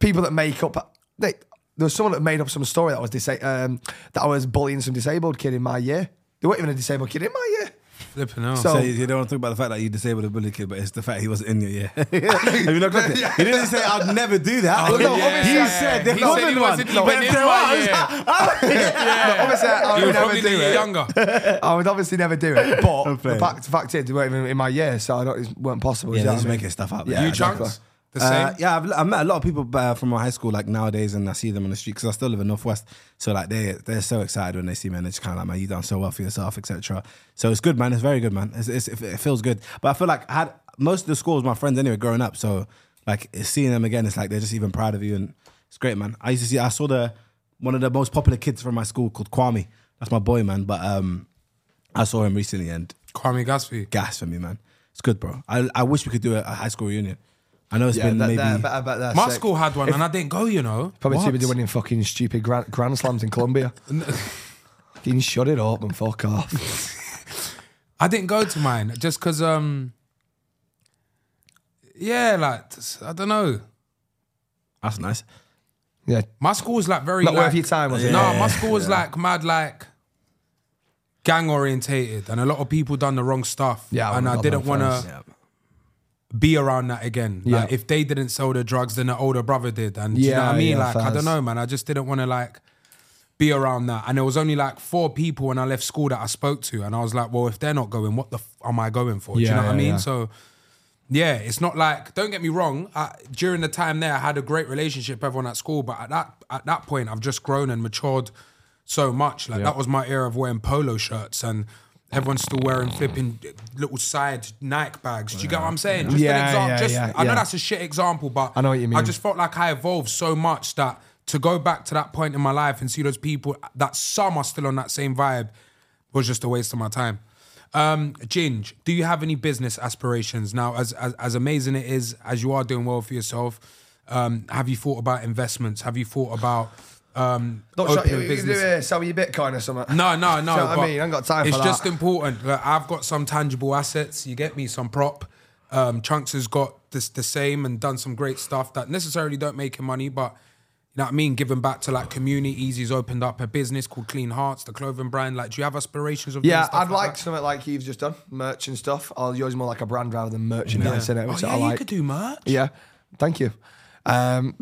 [SPEAKER 4] people that make up. They, there was someone that made up some story that was disa- um, that I was bullying some disabled kid in my year. They weren't even a disabled kid in my year.
[SPEAKER 2] Flipping out.
[SPEAKER 4] So-
[SPEAKER 5] So you don't want to talk about the fact that you disabled a bully kid, but it's the fact he wasn't in your year. [laughs] Have you not got it? He didn't say I'd never do that.
[SPEAKER 4] Oh, no,
[SPEAKER 5] He
[SPEAKER 4] obviously, yeah.
[SPEAKER 5] said there
[SPEAKER 2] He said he
[SPEAKER 5] wasn't one.
[SPEAKER 2] wasn't
[SPEAKER 5] But
[SPEAKER 2] even
[SPEAKER 5] if
[SPEAKER 2] in
[SPEAKER 5] there
[SPEAKER 2] my
[SPEAKER 5] [laughs] was,
[SPEAKER 2] year.
[SPEAKER 4] No, obviously, I, I
[SPEAKER 2] you
[SPEAKER 4] would
[SPEAKER 2] were
[SPEAKER 4] never
[SPEAKER 2] probably
[SPEAKER 4] do it.
[SPEAKER 2] younger.
[SPEAKER 4] I would obviously never do it. But the
[SPEAKER 5] [laughs] fair.
[SPEAKER 4] fact, the fact is, they weren't even in my year, so I don't, it weren't possible.
[SPEAKER 5] Yeah,
[SPEAKER 4] you know
[SPEAKER 5] they're
[SPEAKER 4] what
[SPEAKER 5] just
[SPEAKER 4] I mean?
[SPEAKER 5] making stuff up.
[SPEAKER 4] Yeah,
[SPEAKER 5] man.
[SPEAKER 2] You chunks? The same?
[SPEAKER 5] Uh, yeah, I've, I've met a lot of people uh, from my high school like nowadays, and I see them on the street because I still live in Northwest. So like they they're so excited when they see me, and it's kind of like, man, you done so well for yourself, etc. So it's good, man. It's very good, man. It's, it's, it feels good. But I feel like I had most of the schools my friends anyway growing up. So like seeing them again, it's like they're just even proud of you, and it's great, man. I used to see I saw the one of the most popular kids from my school called Kwame. That's my boy, man. But um, I saw him recently, and
[SPEAKER 2] Kwame Gatsby.
[SPEAKER 5] gas for me, man. It's good, bro. I, I wish we could do a, a high school reunion. I know it's
[SPEAKER 4] Yeah,
[SPEAKER 5] been
[SPEAKER 4] that,
[SPEAKER 5] maybe.
[SPEAKER 4] that, I bet that's
[SPEAKER 2] My
[SPEAKER 4] sick.
[SPEAKER 2] school had one and I didn't go, you know.
[SPEAKER 4] Probably too busy
[SPEAKER 5] What?
[SPEAKER 4] winning fucking stupid grand, grand slams in [laughs] Colombia. Fucking shut it up and fuck off.
[SPEAKER 2] I didn't go to mine just because, um, yeah, like, t- I don't know.
[SPEAKER 5] That's nice.
[SPEAKER 4] Yeah,
[SPEAKER 2] My school was like very.
[SPEAKER 4] Not
[SPEAKER 2] like,
[SPEAKER 4] worth your time, was it?
[SPEAKER 2] No,
[SPEAKER 5] Yeah.
[SPEAKER 2] my school was like mad, like, gang orientated and a lot of people done the wrong stuff.
[SPEAKER 4] Yeah, I
[SPEAKER 2] And I
[SPEAKER 4] wouldn't
[SPEAKER 2] didn't
[SPEAKER 4] have
[SPEAKER 2] want
[SPEAKER 4] done
[SPEAKER 2] to. be around that again. Like
[SPEAKER 4] Yeah.
[SPEAKER 2] if they didn't sell the drugs, then the older brother did. And do you know what I
[SPEAKER 4] Yeah,
[SPEAKER 2] mean?
[SPEAKER 4] yeah,
[SPEAKER 2] like I
[SPEAKER 4] fairs.
[SPEAKER 2] don't know, man. I just didn't want to like be around that. And there was only like four people when I left school that I spoke to, and I was like, well, if they're not going, what the f- am I going for? do you
[SPEAKER 4] Yeah,
[SPEAKER 2] know what I
[SPEAKER 4] yeah,
[SPEAKER 2] mean?
[SPEAKER 4] yeah.
[SPEAKER 2] So. Yeah, it's not like. Don't get me wrong. I, during the time there, I had a great relationship with everyone at school. But at that at that point, I've just grown and matured so much. Like that was my era of wearing polo shirts, and everyone's still wearing flipping little side Nike bags. Do you get what I'm saying? Just
[SPEAKER 4] Yeah,
[SPEAKER 2] example.
[SPEAKER 4] yeah,
[SPEAKER 2] just,
[SPEAKER 4] yeah,
[SPEAKER 2] I know
[SPEAKER 4] yeah.
[SPEAKER 2] that's a shit example, but
[SPEAKER 4] I know what you
[SPEAKER 2] I
[SPEAKER 4] mean.
[SPEAKER 2] just felt like I evolved so much that to go back to that point in my life and see those people that some are still on that same vibe was just a waste of my time. Um, Ginge, do you have any business aspirations now? As as, as amazing it is as you are doing well for yourself, um, have you thought about investments? Have you thought about um,
[SPEAKER 4] Don't shut you,
[SPEAKER 2] opening
[SPEAKER 4] you can do
[SPEAKER 2] business?
[SPEAKER 4] it, sell your Bitcoin or something.
[SPEAKER 2] No, no, no.
[SPEAKER 4] You know what
[SPEAKER 2] but
[SPEAKER 4] I mean, I ain't got time
[SPEAKER 2] It's
[SPEAKER 4] for
[SPEAKER 2] just
[SPEAKER 4] that.
[SPEAKER 2] important. Like, I've got some tangible assets. You get me some prop. Um, Chunks has got this the same and done some great stuff that necessarily don't make him money, but you know what I mean. Giving back to like communities. He's opened up a business called Clean Hearts, the clothing brand. Like, do you have aspirations of? doing
[SPEAKER 4] yeah,
[SPEAKER 2] stuff
[SPEAKER 4] I'd like
[SPEAKER 2] that?
[SPEAKER 4] something like you've just done, merch and stuff. I'll use more like a brand rather than merchandise in it,
[SPEAKER 2] Oh,
[SPEAKER 4] which
[SPEAKER 2] yeah,
[SPEAKER 4] I
[SPEAKER 2] you
[SPEAKER 4] like.
[SPEAKER 2] could do merch.
[SPEAKER 4] Yeah, thank you. Um,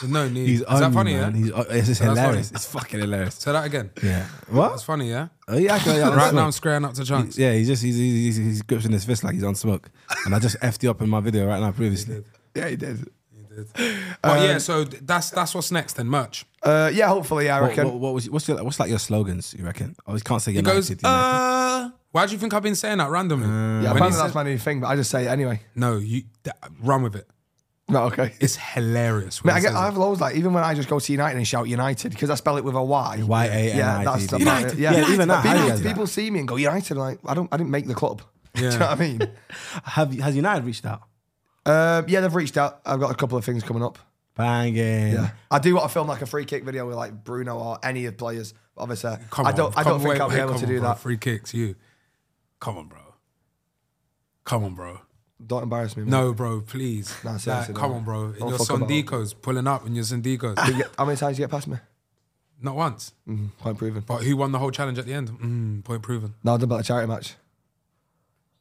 [SPEAKER 2] There's no need.
[SPEAKER 5] He's
[SPEAKER 2] Is
[SPEAKER 5] on
[SPEAKER 2] that
[SPEAKER 5] you,
[SPEAKER 2] funny?
[SPEAKER 5] man.
[SPEAKER 2] Yeah.
[SPEAKER 5] He's on- it's just
[SPEAKER 2] that's
[SPEAKER 5] hilarious.
[SPEAKER 2] funny.
[SPEAKER 5] It's fucking hilarious.
[SPEAKER 2] Say that again.
[SPEAKER 5] Yeah. What?
[SPEAKER 2] That's funny. Yeah.
[SPEAKER 5] Oh, yeah, I can- yeah,
[SPEAKER 2] Right
[SPEAKER 5] that's
[SPEAKER 2] now,
[SPEAKER 5] funny.
[SPEAKER 2] I'm squaring up to Chunks.
[SPEAKER 5] Yeah, he's just he's, he's, he's, he's grips in his fist like he's on smoke, and I just effed you up in my video right now previously.
[SPEAKER 4] yeah, you did.
[SPEAKER 2] But Oh,
[SPEAKER 5] uh,
[SPEAKER 2] yeah, so th- that's that's what's next then. Merch.
[SPEAKER 4] Uh, yeah, hopefully, I
[SPEAKER 5] What,
[SPEAKER 4] reckon.
[SPEAKER 5] what, what was what's your what's like your slogans? You reckon? I always can't say United.
[SPEAKER 2] Goes.
[SPEAKER 5] United. Uh,
[SPEAKER 2] Uh, why do you think I've been saying that randomly?
[SPEAKER 4] yeah,
[SPEAKER 2] When he
[SPEAKER 4] apparently
[SPEAKER 2] said-
[SPEAKER 4] that's my new thing, but I just say it anyway.
[SPEAKER 2] No, you th- run with it.
[SPEAKER 4] No, okay.
[SPEAKER 2] It's hilarious. when
[SPEAKER 4] Mate, I
[SPEAKER 2] it
[SPEAKER 4] get,
[SPEAKER 2] says
[SPEAKER 4] I have loads like even when I just go to United and shout United because I spell it with a Y.
[SPEAKER 5] Y-A-N-I-T-E-D.
[SPEAKER 4] Yeah, that's the
[SPEAKER 5] United.
[SPEAKER 4] part.
[SPEAKER 5] Yeah, even
[SPEAKER 4] But
[SPEAKER 5] that, I
[SPEAKER 4] People,
[SPEAKER 5] realise that.
[SPEAKER 4] people see me and go United. Like I don't, I didn't make the club. [laughs] Do
[SPEAKER 2] Yeah.
[SPEAKER 4] you know what I mean?
[SPEAKER 5] it. Have has United reached out?
[SPEAKER 4] um, yeah, they've reached out. I've got a couple of things coming up.
[SPEAKER 5] Banging.
[SPEAKER 4] Yeah, I do want to film like a free kick video with like Bruno or any of the players. Obviously,
[SPEAKER 2] Come
[SPEAKER 4] I
[SPEAKER 2] on,
[SPEAKER 4] don't, I
[SPEAKER 2] come-
[SPEAKER 4] don't think
[SPEAKER 2] wait,
[SPEAKER 4] I'll be
[SPEAKER 2] wait,
[SPEAKER 4] able
[SPEAKER 2] come
[SPEAKER 4] to
[SPEAKER 2] on,
[SPEAKER 4] do
[SPEAKER 2] bro.
[SPEAKER 4] that.
[SPEAKER 2] Free kicks, you. Come on, bro. Come on, bro.
[SPEAKER 4] Don't embarrass me. mate.
[SPEAKER 2] No, bro, please.
[SPEAKER 4] Nah, seriously,
[SPEAKER 2] come
[SPEAKER 4] no.
[SPEAKER 2] on, bro. In
[SPEAKER 4] Don't
[SPEAKER 2] your
[SPEAKER 4] fuck about it.
[SPEAKER 2] Sondicos, pulling up in your
[SPEAKER 4] [laughs]
[SPEAKER 2] Sondicos.
[SPEAKER 4] You get- How many times did you get past me?
[SPEAKER 2] Not once.
[SPEAKER 4] Point proven.
[SPEAKER 2] But who won the whole challenge at the end? Mm, point proven.
[SPEAKER 4] No, I've done about a charity match.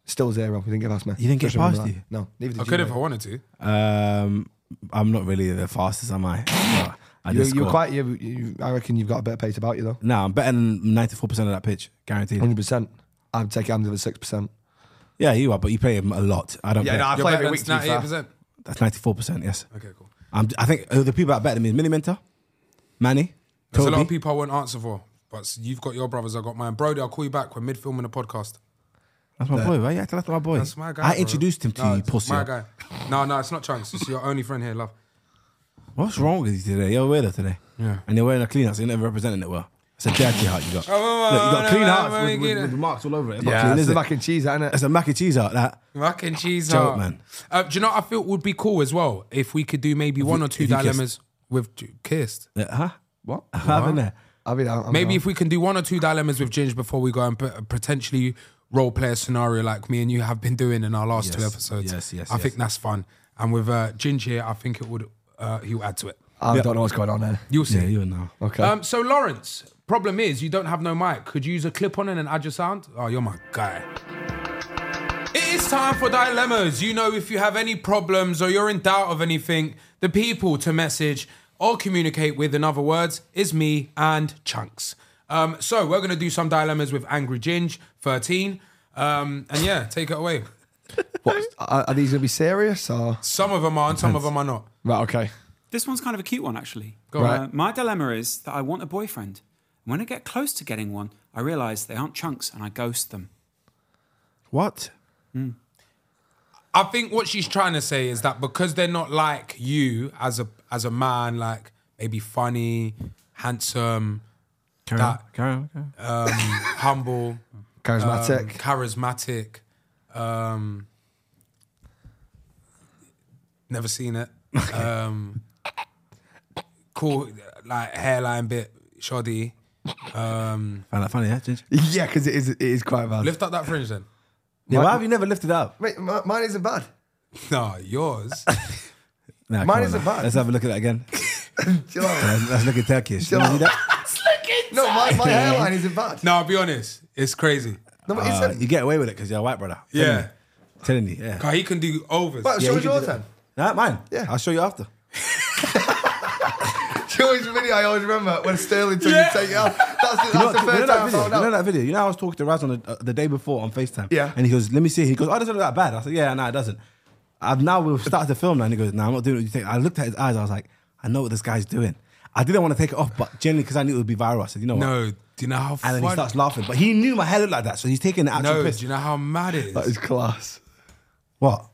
[SPEAKER 4] Still zero. You didn't get past me.
[SPEAKER 5] You didn't get
[SPEAKER 4] Just remember
[SPEAKER 5] past
[SPEAKER 4] that.
[SPEAKER 5] you?
[SPEAKER 4] No, neither did
[SPEAKER 2] I
[SPEAKER 4] you.
[SPEAKER 2] could if I
[SPEAKER 4] mate.
[SPEAKER 2] wanted to.
[SPEAKER 5] Um, I'm not really the fastest, am I? But I
[SPEAKER 4] You,
[SPEAKER 5] did
[SPEAKER 4] you're
[SPEAKER 5] score.
[SPEAKER 4] quite. You, you, I reckon you've got a better pace about you though.
[SPEAKER 5] No, I'm better than 94 percent of that pitch, guaranteed.
[SPEAKER 4] Hundred percent. I'd take Hamza with six percent.
[SPEAKER 5] Yeah, you are, but you play him a lot. I don't. play.
[SPEAKER 2] You're better than 98%?
[SPEAKER 5] That's 94 percent. Yes.
[SPEAKER 2] Okay, cool.
[SPEAKER 5] I'm, I think uh, the people that are better than me is Mini Mentor, Manny,
[SPEAKER 2] There's
[SPEAKER 5] Kobe.
[SPEAKER 2] a lot of people I won't answer for. But you've got your brothers, I got mine. Brody, I'll call you back. We're mid filming the podcast.
[SPEAKER 5] That's my boy, right? Yeah, that's my boy.
[SPEAKER 2] That's my guy.
[SPEAKER 5] I
[SPEAKER 2] bro.
[SPEAKER 5] introduced him to
[SPEAKER 2] No,
[SPEAKER 5] you,
[SPEAKER 2] it's
[SPEAKER 5] pussy.
[SPEAKER 2] My guy. No, no, it's not Chunks. It's your only friend here, love.
[SPEAKER 5] What's wrong with you today? You're a weirdo today.
[SPEAKER 2] Yeah.
[SPEAKER 5] And you're wearing a clean out, so you're never representing it well. It's a dirty heart you got.
[SPEAKER 2] oh,
[SPEAKER 5] Look, you got
[SPEAKER 2] oh,
[SPEAKER 5] a clean
[SPEAKER 2] no,
[SPEAKER 5] heart
[SPEAKER 2] no,
[SPEAKER 5] with,
[SPEAKER 2] no,
[SPEAKER 5] with,
[SPEAKER 2] no.
[SPEAKER 5] with marks all over it. It's not
[SPEAKER 4] Yeah,
[SPEAKER 5] clean,
[SPEAKER 4] it's
[SPEAKER 5] is
[SPEAKER 4] the
[SPEAKER 5] it?
[SPEAKER 4] mac and cheese, ain't
[SPEAKER 5] It's
[SPEAKER 4] it?
[SPEAKER 5] a mac and cheese heart. That.
[SPEAKER 2] Mac and cheese
[SPEAKER 5] Joke,
[SPEAKER 2] are-
[SPEAKER 5] man.
[SPEAKER 2] Uh, do you know what I feel would be cool as well if we could do maybe one
[SPEAKER 5] you-
[SPEAKER 2] or two
[SPEAKER 5] if you
[SPEAKER 2] dilemmas with Ju- kissed.
[SPEAKER 5] Uh, huh?
[SPEAKER 4] What?
[SPEAKER 5] What happened there?
[SPEAKER 4] I mean, I'm, I'm
[SPEAKER 2] Maybe
[SPEAKER 4] down.
[SPEAKER 2] if we can do one or two dilemmas with Ginge before we go and put, potentially role play a scenario like me and you have been doing in our last two
[SPEAKER 5] Yes,
[SPEAKER 2] episodes.
[SPEAKER 5] yes, yes,
[SPEAKER 2] I
[SPEAKER 5] yes.
[SPEAKER 2] think that's fun. And with uh, Ginge here, I think it would uh, he'll add to it.
[SPEAKER 4] I don't know what's going on there.
[SPEAKER 2] You'll see.
[SPEAKER 5] Yeah, you know.
[SPEAKER 4] Okay.
[SPEAKER 2] Um, so Lawrence, problem is you don't have no mic. Could you use a clip on and then add your sound? Oh, you're my guy. It is time for dilemmas. You know, if you have any problems or you're in doubt of anything, the people to message or communicate with, in other words, is me and Chunks. Um, so we're gonna do some dilemmas with Angry Ginge 13. Um, and yeah, take it away.
[SPEAKER 4] What, are, are these going to be serious or?
[SPEAKER 2] Some of them are and some of them are not.
[SPEAKER 4] Right. Okay.
[SPEAKER 7] This one's kind of a cute one, actually.
[SPEAKER 4] on.
[SPEAKER 7] Uh, my dilemma is that I want a boyfriend. When I get close to getting one, I realise they aren't chunks and I ghost them.
[SPEAKER 5] What?
[SPEAKER 2] I think what she's trying to say is that because they're not like you as a as a man, like maybe funny, handsome,
[SPEAKER 5] Carry on.
[SPEAKER 2] That-
[SPEAKER 5] Carry on. Carry on.
[SPEAKER 2] um, [laughs] humble, um,
[SPEAKER 4] Charismatic.
[SPEAKER 2] charismatic, um, never
[SPEAKER 5] [laughs]
[SPEAKER 2] seen it, um, cool, like hairline bit shoddy. Um,
[SPEAKER 5] Found that funny, yeah,
[SPEAKER 2] [laughs]
[SPEAKER 5] Ginger?
[SPEAKER 4] yeah, because it is. It is quite bad.
[SPEAKER 2] lift up that fringe then.
[SPEAKER 5] Yeah, why have you never lifted up?
[SPEAKER 4] Mate, mi- mine isn't bad.
[SPEAKER 2] No, yours.
[SPEAKER 5] No,
[SPEAKER 4] Mine
[SPEAKER 5] come on
[SPEAKER 4] isn't
[SPEAKER 5] now.
[SPEAKER 4] bad.
[SPEAKER 5] Let's have a look at that again.
[SPEAKER 4] Do you know what [laughs] I mean?
[SPEAKER 5] Let's let's look at Turkish.
[SPEAKER 4] Chill
[SPEAKER 5] You see
[SPEAKER 4] out.
[SPEAKER 5] that?
[SPEAKER 4] no, my, my hairline isn't bad.
[SPEAKER 2] no, I'll be honest. It's crazy.
[SPEAKER 4] No, it
[SPEAKER 5] Uh,
[SPEAKER 4] isn't.
[SPEAKER 5] you get away with it because you're a white brother.
[SPEAKER 2] Yeah.
[SPEAKER 5] Telling you. Yeah.
[SPEAKER 2] God, he can do overs.
[SPEAKER 4] Well,
[SPEAKER 5] Yeah,
[SPEAKER 4] show
[SPEAKER 5] you
[SPEAKER 4] us
[SPEAKER 5] can
[SPEAKER 4] yours
[SPEAKER 5] do that.
[SPEAKER 4] then.
[SPEAKER 5] Nah, mine.
[SPEAKER 4] Yeah.
[SPEAKER 5] I'll show you after.
[SPEAKER 4] [laughs] Show us your video. I always remember when Sterling took
[SPEAKER 2] Yeah.
[SPEAKER 4] you take it off. That's, the-
[SPEAKER 5] You know,
[SPEAKER 4] that's the
[SPEAKER 5] you know
[SPEAKER 4] first
[SPEAKER 5] that
[SPEAKER 4] time I
[SPEAKER 5] video?
[SPEAKER 4] found
[SPEAKER 5] You know
[SPEAKER 4] out.
[SPEAKER 5] that video? You know, I was talking to Raz on the, uh, the day before on FaceTime.
[SPEAKER 4] Yeah.
[SPEAKER 5] And he goes, let me see. He goes, oh, it doesn't look that bad. I said, yeah, no, it doesn't. I've now we've started to film now. And he goes, no, I'm not doing what you think. I looked at his eyes. I was like, I know what this guy's doing. I didn't want to take it off, but generally because I knew it would be viral. I said, you know what?
[SPEAKER 2] No, Do you know how
[SPEAKER 5] And then he
[SPEAKER 2] fun-
[SPEAKER 5] starts laughing. But he knew my hair looked like that, so he's taking the actual
[SPEAKER 2] No,
[SPEAKER 5] piss.
[SPEAKER 2] do you know how mad it is?
[SPEAKER 4] That is class.
[SPEAKER 5] What?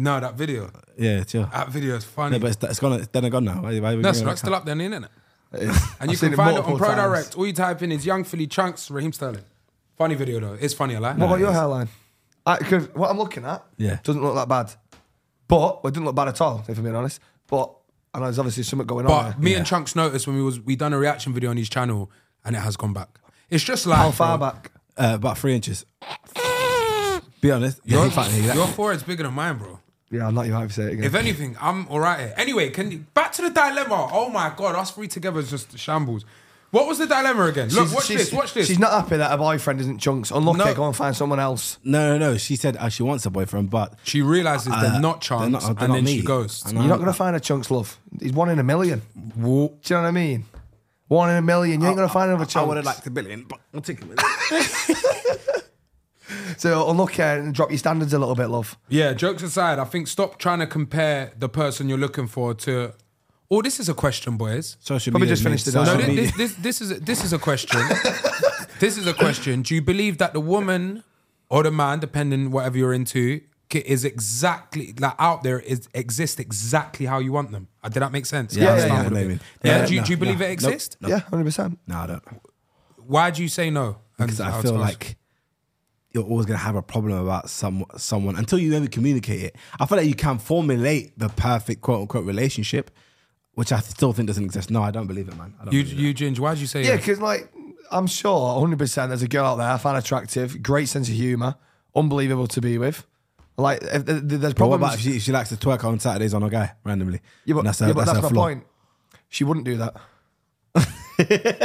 [SPEAKER 2] no, that video.
[SPEAKER 5] Yeah, chill.
[SPEAKER 4] Ah.
[SPEAKER 2] That video is
[SPEAKER 5] no,
[SPEAKER 2] funny.
[SPEAKER 5] but it's, it's gone. It's done and gone now. Why, why are we
[SPEAKER 2] No, it's
[SPEAKER 5] bringing
[SPEAKER 2] not.
[SPEAKER 5] it
[SPEAKER 2] It's still up there on the internet. And you
[SPEAKER 4] I've
[SPEAKER 2] can
[SPEAKER 4] seen
[SPEAKER 2] find
[SPEAKER 4] it
[SPEAKER 2] it, on
[SPEAKER 4] multiple
[SPEAKER 2] Pro
[SPEAKER 4] times.
[SPEAKER 2] Direct. All you type in is Young Philly Chunks, Raheem Sterling. Funny video though. It's funny, I like
[SPEAKER 4] What
[SPEAKER 2] it.
[SPEAKER 4] about Oh, your hairline? Because what I'm looking at
[SPEAKER 5] Yeah.
[SPEAKER 4] doesn't look that bad. But well, it didn't look bad at all, if I'm being honest. But I know there's obviously something going on.
[SPEAKER 2] But
[SPEAKER 4] there.
[SPEAKER 2] me and Chunks noticed when we was we done a reaction video on his channel and it has gone back. It's just like
[SPEAKER 4] How far
[SPEAKER 2] bro,
[SPEAKER 4] back?
[SPEAKER 5] Uh, about three inches. Be honest. Yeah,
[SPEAKER 2] Your,
[SPEAKER 5] you can't hear that.
[SPEAKER 2] [laughs] your forehead's bigger than mine, bro.
[SPEAKER 4] Yeah, I'm not even happy to say it again.
[SPEAKER 2] If anything, I'm all right here. Anyway, can you, back to the dilemma. Oh my god, us three together is just shambles. What was the dilemma again? Look,
[SPEAKER 4] She's-
[SPEAKER 2] watch
[SPEAKER 4] she's-
[SPEAKER 2] this, watch this.
[SPEAKER 4] She's not happy that her boyfriend isn't chunks. Unlucky,
[SPEAKER 2] No.
[SPEAKER 4] go and find someone else.
[SPEAKER 5] No, no, no. She said uh, she wants a boyfriend, but
[SPEAKER 2] she realizes
[SPEAKER 5] Uh,
[SPEAKER 2] they're not chance
[SPEAKER 5] they're not- they're
[SPEAKER 2] and
[SPEAKER 5] not
[SPEAKER 2] then
[SPEAKER 5] me.
[SPEAKER 2] she goes.
[SPEAKER 5] I know.
[SPEAKER 4] You're not going to find a chunks love. He's one in a million. Do you know what I mean? One in a million. You ain't going to find another chunks.
[SPEAKER 5] I would have liked a billion, but I'll take it.
[SPEAKER 4] So unlucky and drop your standards a little bit, love.
[SPEAKER 2] Yeah, jokes aside, I think stop trying to compare the person you're looking for to. Oh, this is a question, boys.
[SPEAKER 5] Social
[SPEAKER 4] Probably
[SPEAKER 5] media,
[SPEAKER 4] just
[SPEAKER 5] mate.
[SPEAKER 4] finished it
[SPEAKER 5] Social
[SPEAKER 2] No,
[SPEAKER 4] off.
[SPEAKER 2] thi-
[SPEAKER 5] media.
[SPEAKER 2] this, this, this is a, this is
[SPEAKER 5] [laughs]
[SPEAKER 2] a question. this is a question. Do you believe that the woman or the man, depending whatever you're into, ki- is exactly like out there is exist exactly how you want them? Uh, Did that make sense?
[SPEAKER 5] [laughs] Yeah,
[SPEAKER 2] That's
[SPEAKER 4] yeah,
[SPEAKER 2] not
[SPEAKER 4] yeah.
[SPEAKER 2] what I mean.
[SPEAKER 5] Yeah,
[SPEAKER 2] Yeah, do you,
[SPEAKER 5] no,
[SPEAKER 2] do you believe
[SPEAKER 5] no,
[SPEAKER 2] it
[SPEAKER 5] nope.
[SPEAKER 2] exists?
[SPEAKER 4] Yeah, 100%.
[SPEAKER 5] No, I don't.
[SPEAKER 2] Why do you say no? And
[SPEAKER 5] because I
[SPEAKER 2] I'll
[SPEAKER 5] feel
[SPEAKER 2] tell us.
[SPEAKER 5] like you're always gonna have a problem about some someone until you ever communicate it. I feel like you can formulate the perfect quote unquote relationship, which I still think doesn't exist. No, I don't believe it, man. I don't
[SPEAKER 2] you,
[SPEAKER 5] believe
[SPEAKER 2] you, Ginge. Why do you say
[SPEAKER 4] Yeah,
[SPEAKER 2] no?
[SPEAKER 4] because like I'm sure 100 percent there's a girl out there I find attractive, great sense of humor, unbelievable to be with. Like if, th- th- there's
[SPEAKER 5] it. But what
[SPEAKER 4] problems.
[SPEAKER 5] about if she, if she likes to twerk on Saturdays on a guy randomly?
[SPEAKER 4] yeah, but
[SPEAKER 5] And
[SPEAKER 4] that's,
[SPEAKER 5] her-
[SPEAKER 4] yeah, but that's,
[SPEAKER 5] her
[SPEAKER 4] my
[SPEAKER 5] flaw.
[SPEAKER 4] point. She wouldn't do that.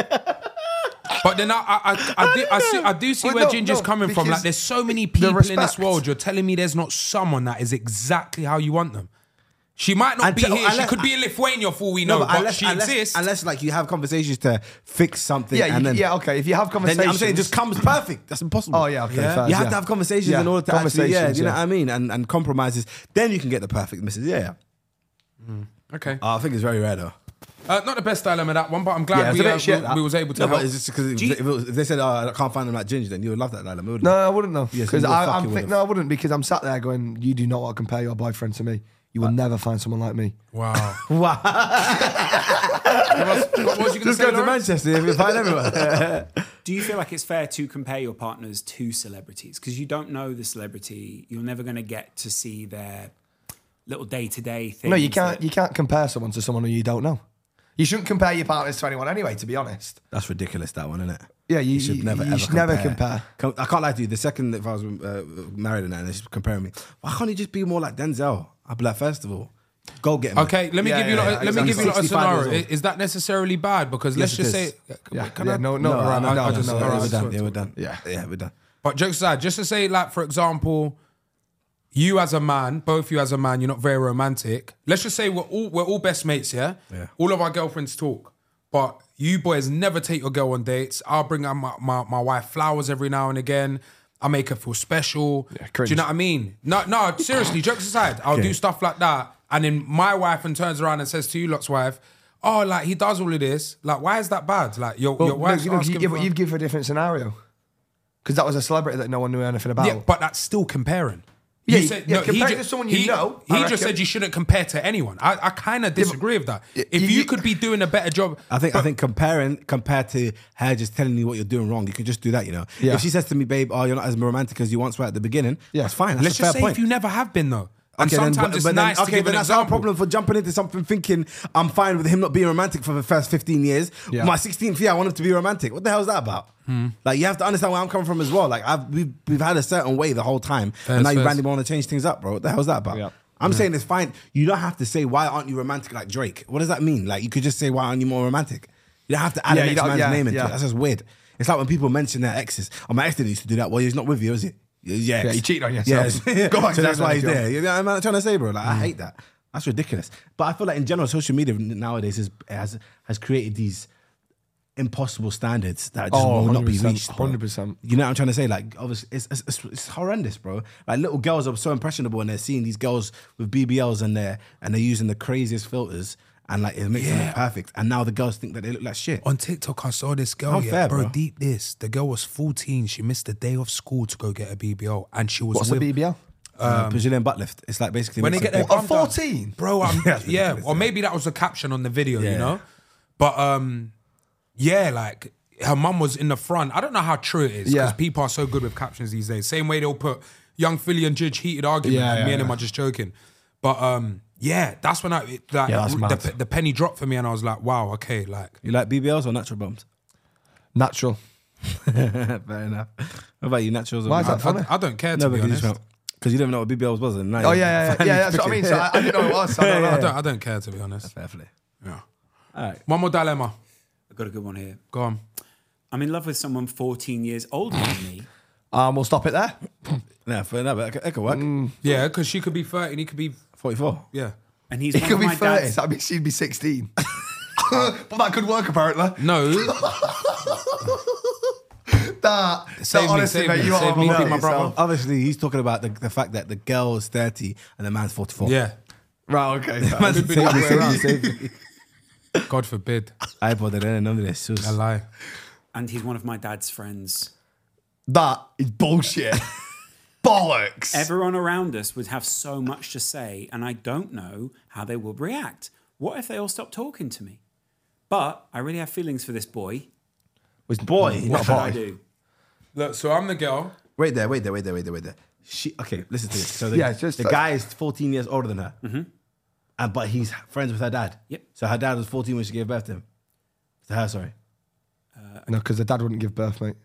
[SPEAKER 2] But then I I, I, I, do, I, see, I do see
[SPEAKER 4] Well,
[SPEAKER 2] where
[SPEAKER 4] no,
[SPEAKER 2] Ginger's
[SPEAKER 4] no,
[SPEAKER 2] coming from. Like,
[SPEAKER 4] because
[SPEAKER 2] there's so many
[SPEAKER 4] the
[SPEAKER 2] people in this
[SPEAKER 4] respect.
[SPEAKER 2] world. You're telling me there's not someone that is exactly how you want them. She might not
[SPEAKER 5] And
[SPEAKER 2] be
[SPEAKER 5] tell-
[SPEAKER 2] here. she
[SPEAKER 5] unless-
[SPEAKER 2] could be in Lithuania for all we know,
[SPEAKER 5] No,
[SPEAKER 2] but,
[SPEAKER 5] but, unless,
[SPEAKER 2] she
[SPEAKER 5] unless,
[SPEAKER 2] exists.
[SPEAKER 5] unless like you have conversations to fix something.
[SPEAKER 4] Yeah,
[SPEAKER 5] and
[SPEAKER 4] you,
[SPEAKER 5] then,
[SPEAKER 4] yeah, okay. If you have
[SPEAKER 5] Then
[SPEAKER 4] conversations,
[SPEAKER 5] I'm saying it just comes perfect. That's impossible.
[SPEAKER 4] Oh, yeah, okay, fair,
[SPEAKER 5] you have
[SPEAKER 4] yeah.
[SPEAKER 5] to have conversations
[SPEAKER 4] Yeah,
[SPEAKER 5] in order to actually, yeah,
[SPEAKER 4] conversations,
[SPEAKER 5] you know
[SPEAKER 4] yeah.
[SPEAKER 5] what I mean, and and compromises. Then you can get the perfect missus. Yeah, yeah.
[SPEAKER 2] okay.
[SPEAKER 5] Uh, I think it's very rare though.
[SPEAKER 2] Uh, not the best dilemma, that one, but I'm
[SPEAKER 4] Yeah,
[SPEAKER 2] glad
[SPEAKER 4] it's a bit
[SPEAKER 2] we,
[SPEAKER 4] shit,
[SPEAKER 2] uh,
[SPEAKER 4] that.
[SPEAKER 2] we, we was able to
[SPEAKER 5] No,
[SPEAKER 2] help.
[SPEAKER 5] but it's just because
[SPEAKER 2] Do you-
[SPEAKER 5] if, it was- if they said, "Oh, I can't find him like Ginger," then you would love that dilemma, wouldn't
[SPEAKER 4] No,
[SPEAKER 5] you?
[SPEAKER 4] I wouldn't know
[SPEAKER 5] Yes,
[SPEAKER 4] because
[SPEAKER 5] you
[SPEAKER 4] I,
[SPEAKER 5] fucking
[SPEAKER 4] I'm think,
[SPEAKER 5] would've.
[SPEAKER 4] no, I wouldn't because I'm sat there going, you do not want to compare your boyfriend to me. You
[SPEAKER 5] Uh,
[SPEAKER 4] will never find someone like me.
[SPEAKER 2] wow.
[SPEAKER 5] Wow.
[SPEAKER 2] what was- what was you going to
[SPEAKER 5] Just
[SPEAKER 2] say,
[SPEAKER 5] go to
[SPEAKER 2] Lawrence?
[SPEAKER 5] Manchester, you'll find everyone.
[SPEAKER 7] Do you feel like it's fair to compare your partners to celebrities? Because you don't know the celebrity. You're never going to get to see their little day to day things.
[SPEAKER 4] No, you can't.
[SPEAKER 7] that-
[SPEAKER 4] You can't compare someone to someone who you don't know. You shouldn't compare your partners to anyone anyway. To be honest,
[SPEAKER 5] That's ridiculous, that one, isn't it?
[SPEAKER 4] Yeah, you- you- you should never
[SPEAKER 5] Com- I can't lie to you. The second that if I was uh, married and that, and they should compare me, why can't you just be more like Denzel? I'd be like, first of all, go get him.
[SPEAKER 2] Okay, let me
[SPEAKER 4] Yeah,
[SPEAKER 2] give you
[SPEAKER 4] yeah,
[SPEAKER 2] lot,
[SPEAKER 4] yeah,
[SPEAKER 2] let me give you lot a
[SPEAKER 5] 65 years
[SPEAKER 2] scenario.
[SPEAKER 5] old.
[SPEAKER 2] I- Is that necessarily bad? Because let's
[SPEAKER 5] it
[SPEAKER 2] just
[SPEAKER 5] is.
[SPEAKER 2] say, uh,
[SPEAKER 4] yeah,
[SPEAKER 2] can
[SPEAKER 4] yeah,
[SPEAKER 2] I-
[SPEAKER 4] no, no,
[SPEAKER 5] No,
[SPEAKER 4] right,
[SPEAKER 5] no, no,
[SPEAKER 4] no, no,
[SPEAKER 5] no,
[SPEAKER 2] just-
[SPEAKER 5] no,
[SPEAKER 2] all right,
[SPEAKER 5] we're
[SPEAKER 2] sorry,
[SPEAKER 5] done. Yeah,
[SPEAKER 2] sorry.
[SPEAKER 5] we're done.
[SPEAKER 4] Yeah.
[SPEAKER 5] yeah, we're done.
[SPEAKER 2] But jokes aside, just to say, like, for example, you as a man, both you as a man, you're not very romantic. Let's just say we're all we're all best mates, yeah?
[SPEAKER 5] Yeah.
[SPEAKER 2] All of our girlfriends talk. But you boys never take your girl on dates. I'll bring out my, my, my wife flowers every now and again. I make her feel special. do
[SPEAKER 4] cringe.
[SPEAKER 2] you know what I mean? No, no, seriously, jokes aside, I'll do stuff like that. And then my wife and turns around and says to you lot's wife, Oh, like he does all of this. Like, why is that bad? Like your,
[SPEAKER 4] Well,
[SPEAKER 2] your
[SPEAKER 4] no,
[SPEAKER 2] wife's
[SPEAKER 4] you know,
[SPEAKER 2] asking
[SPEAKER 4] you give,
[SPEAKER 2] for-
[SPEAKER 4] you've given a different scenario because that was a celebrity that no one knew anything about.
[SPEAKER 5] Oh.
[SPEAKER 2] Yeah, but that's still comparing.
[SPEAKER 4] Yeah, yeah,
[SPEAKER 2] he
[SPEAKER 4] compare
[SPEAKER 2] ju-
[SPEAKER 4] to someone you
[SPEAKER 2] he-
[SPEAKER 4] know,
[SPEAKER 2] He
[SPEAKER 4] I
[SPEAKER 2] just
[SPEAKER 4] reckon.
[SPEAKER 2] said you shouldn't compare to anyone. I, I kind of disagree with that. If you,
[SPEAKER 4] you- you-
[SPEAKER 2] could be doing a better job,
[SPEAKER 5] I think I think comparing compared to her just telling you what you're doing wrong, you can just do that, you know.
[SPEAKER 4] Yeah.
[SPEAKER 5] If she says to me, "Babe, oh, you're not as romantic as you once were at the beginning,"
[SPEAKER 4] Yeah.
[SPEAKER 5] that's fine. That's
[SPEAKER 2] let's
[SPEAKER 5] a fair
[SPEAKER 2] just say
[SPEAKER 5] point.
[SPEAKER 2] if you never have been though, and
[SPEAKER 5] Okay,
[SPEAKER 2] sometimes
[SPEAKER 5] then, but-
[SPEAKER 2] it's
[SPEAKER 5] but then-
[SPEAKER 2] nice to
[SPEAKER 5] okay,
[SPEAKER 2] give
[SPEAKER 5] then
[SPEAKER 2] an
[SPEAKER 5] that's our
[SPEAKER 2] example.
[SPEAKER 5] problem for jumping into something thinking I'm fine with him not being romantic for the first 15 years.
[SPEAKER 4] Yeah. Hmm.
[SPEAKER 5] My 16th year, I want him to be romantic. What the hell is that about? Like you have to understand where I'm coming from as well. Like I've we've, we've had a certain way the whole time, and now you
[SPEAKER 2] fair.
[SPEAKER 5] randomly want to change things up, bro. What the hell is that about?
[SPEAKER 4] Yeah.
[SPEAKER 5] I'm saying it's fine. You don't have to say why aren't you romantic like Drake. What does that mean? Like you could just say why aren't you more romantic? You don't have to add
[SPEAKER 4] Yeah,
[SPEAKER 5] an
[SPEAKER 4] you
[SPEAKER 5] ex
[SPEAKER 4] don't-
[SPEAKER 5] man's
[SPEAKER 4] yeah,
[SPEAKER 5] name into
[SPEAKER 4] yeah.
[SPEAKER 5] it. That's just weird. It's like when people mention their exes. Oh, my ex didn't used to do that. Well, he's not with you, is he? Yeah,
[SPEAKER 4] Yeah, you cheated on
[SPEAKER 5] Yes.
[SPEAKER 4] yourself. [laughs] Go back
[SPEAKER 5] so
[SPEAKER 4] to
[SPEAKER 5] that's
[SPEAKER 4] that
[SPEAKER 5] why he's
[SPEAKER 4] job.
[SPEAKER 5] there. You know what I'm trying to say, bro?
[SPEAKER 2] Mm.
[SPEAKER 5] Like, I hate that. That's ridiculous. But I feel like in general, social media nowadays is, has has created these impossible standards that just
[SPEAKER 4] Oh,
[SPEAKER 5] will not be
[SPEAKER 4] 100%,
[SPEAKER 5] reached. bro.
[SPEAKER 4] 100%.
[SPEAKER 5] You know what I'm trying to say? Like, obviously, it's, it's, it's, it's horrendous, bro. Like, little girls are so impressionable, and they're seeing these girls with BBLs, and they're and they're using the craziest filters. and like it makes them look perfect. And now the girls think that they look like shit.
[SPEAKER 2] On TikTok, I saw this girl.
[SPEAKER 5] Not
[SPEAKER 2] yeah,
[SPEAKER 5] fair,
[SPEAKER 2] bro,
[SPEAKER 5] bro.
[SPEAKER 2] Deep this. The girl was 14. She missed the day of school to go get a BBL, and she was
[SPEAKER 4] What's a
[SPEAKER 2] with
[SPEAKER 4] BBL?
[SPEAKER 5] Um, Brazilian butt lift. It's like basically
[SPEAKER 2] when they
[SPEAKER 5] makes
[SPEAKER 2] get
[SPEAKER 5] them
[SPEAKER 2] their
[SPEAKER 5] big.
[SPEAKER 2] bum down.
[SPEAKER 4] 14?
[SPEAKER 2] bro. I'm,
[SPEAKER 5] [laughs] Yeah, it's
[SPEAKER 2] yeah,
[SPEAKER 5] ridiculous,
[SPEAKER 2] or
[SPEAKER 5] yeah.
[SPEAKER 2] maybe that was the caption on the video, you
[SPEAKER 5] Yeah.
[SPEAKER 2] know. But um, yeah, like her mum was in the front. I don't know how true it is because
[SPEAKER 4] Yeah.
[SPEAKER 2] people are so good with captions these days. Same way they'll put young Philly and Jidge heated argument,
[SPEAKER 5] Yeah,
[SPEAKER 2] and me
[SPEAKER 5] yeah,
[SPEAKER 2] and him
[SPEAKER 5] yeah.
[SPEAKER 2] are just joking. But um, yeah, that's when I it- like
[SPEAKER 4] Yeah, that's mad.
[SPEAKER 2] the, the penny dropped for me, and I was like, wow, okay, like
[SPEAKER 5] You like BBLs or natural bums?
[SPEAKER 4] Natural.
[SPEAKER 5] Fair enough.
[SPEAKER 4] Oh,
[SPEAKER 5] What about you, naturals? Or
[SPEAKER 4] Why is
[SPEAKER 2] I,
[SPEAKER 4] that funny?
[SPEAKER 2] I don't care to
[SPEAKER 5] No,
[SPEAKER 2] be
[SPEAKER 5] because you
[SPEAKER 2] honest.
[SPEAKER 5] smell. Because you don't know what BBLs was. And now
[SPEAKER 4] Oh
[SPEAKER 5] you
[SPEAKER 4] yeah,
[SPEAKER 5] [laughs]
[SPEAKER 4] yeah, yeah,
[SPEAKER 5] finally
[SPEAKER 4] yeah that's what I
[SPEAKER 5] pick
[SPEAKER 4] mean.
[SPEAKER 5] it.
[SPEAKER 4] So uh, I, I didn't know what it was. I don't know.
[SPEAKER 2] I don't, I don't care to be honest.
[SPEAKER 5] Fair play.
[SPEAKER 2] Yeah.
[SPEAKER 5] All right.
[SPEAKER 2] One more dilemma.
[SPEAKER 7] I've got a good one here.
[SPEAKER 2] Go on.
[SPEAKER 7] I'm in love with someone 14 years older than me.
[SPEAKER 4] Um, we'll stop it there.
[SPEAKER 5] No, fair enough. It could- it could work.
[SPEAKER 4] Mm.
[SPEAKER 2] Yeah, because she could be 30 and he could be,
[SPEAKER 5] 44.
[SPEAKER 2] yeah.
[SPEAKER 7] And he's
[SPEAKER 4] He
[SPEAKER 7] one
[SPEAKER 4] could
[SPEAKER 7] of
[SPEAKER 4] be
[SPEAKER 7] my
[SPEAKER 4] 30.
[SPEAKER 7] dad's.
[SPEAKER 4] That'd be, she'd be [laughs] 16. but that could work, apparently.
[SPEAKER 2] No,
[SPEAKER 5] [laughs]
[SPEAKER 4] That,
[SPEAKER 2] Save
[SPEAKER 4] that
[SPEAKER 2] me,
[SPEAKER 4] honestly,
[SPEAKER 2] save
[SPEAKER 4] mate,
[SPEAKER 2] me,
[SPEAKER 4] you are
[SPEAKER 2] save me,
[SPEAKER 4] on
[SPEAKER 2] keep
[SPEAKER 4] it
[SPEAKER 2] my brother.
[SPEAKER 4] yourself.
[SPEAKER 5] um, Obviously, he's talking about the, the fact that the girl is 30 and the man's 44.
[SPEAKER 2] yeah.
[SPEAKER 4] Right, okay. [laughs]
[SPEAKER 2] Man's been the other way around.
[SPEAKER 5] Save-
[SPEAKER 2] God forbid.
[SPEAKER 5] I bought it in, nonetheless. sus.
[SPEAKER 2] I lie.
[SPEAKER 7] And he's one of my dad's friends.
[SPEAKER 4] that is [laughs] bullshit. Bollocks.
[SPEAKER 7] Everyone around us would have so much to say, and I don't know how they will react. What if they all stop talking to me? But I really have feelings for this boy.
[SPEAKER 4] was boy,
[SPEAKER 5] [laughs]
[SPEAKER 7] What should I do?
[SPEAKER 2] Look, so I'm the girl.
[SPEAKER 5] Wait there, wait there, wait there, wait there, wait there. She okay. Listen to this. So the,
[SPEAKER 4] Yeah, it's just
[SPEAKER 5] the
[SPEAKER 4] like-
[SPEAKER 5] guy is 14 years older than her,
[SPEAKER 2] Mm-hmm.
[SPEAKER 5] and but he's friends with her dad.
[SPEAKER 7] Yep.
[SPEAKER 5] So her dad was 14 when she gave birth to him. To her, sorry.
[SPEAKER 4] No, because the dad wouldn't give birth, mate.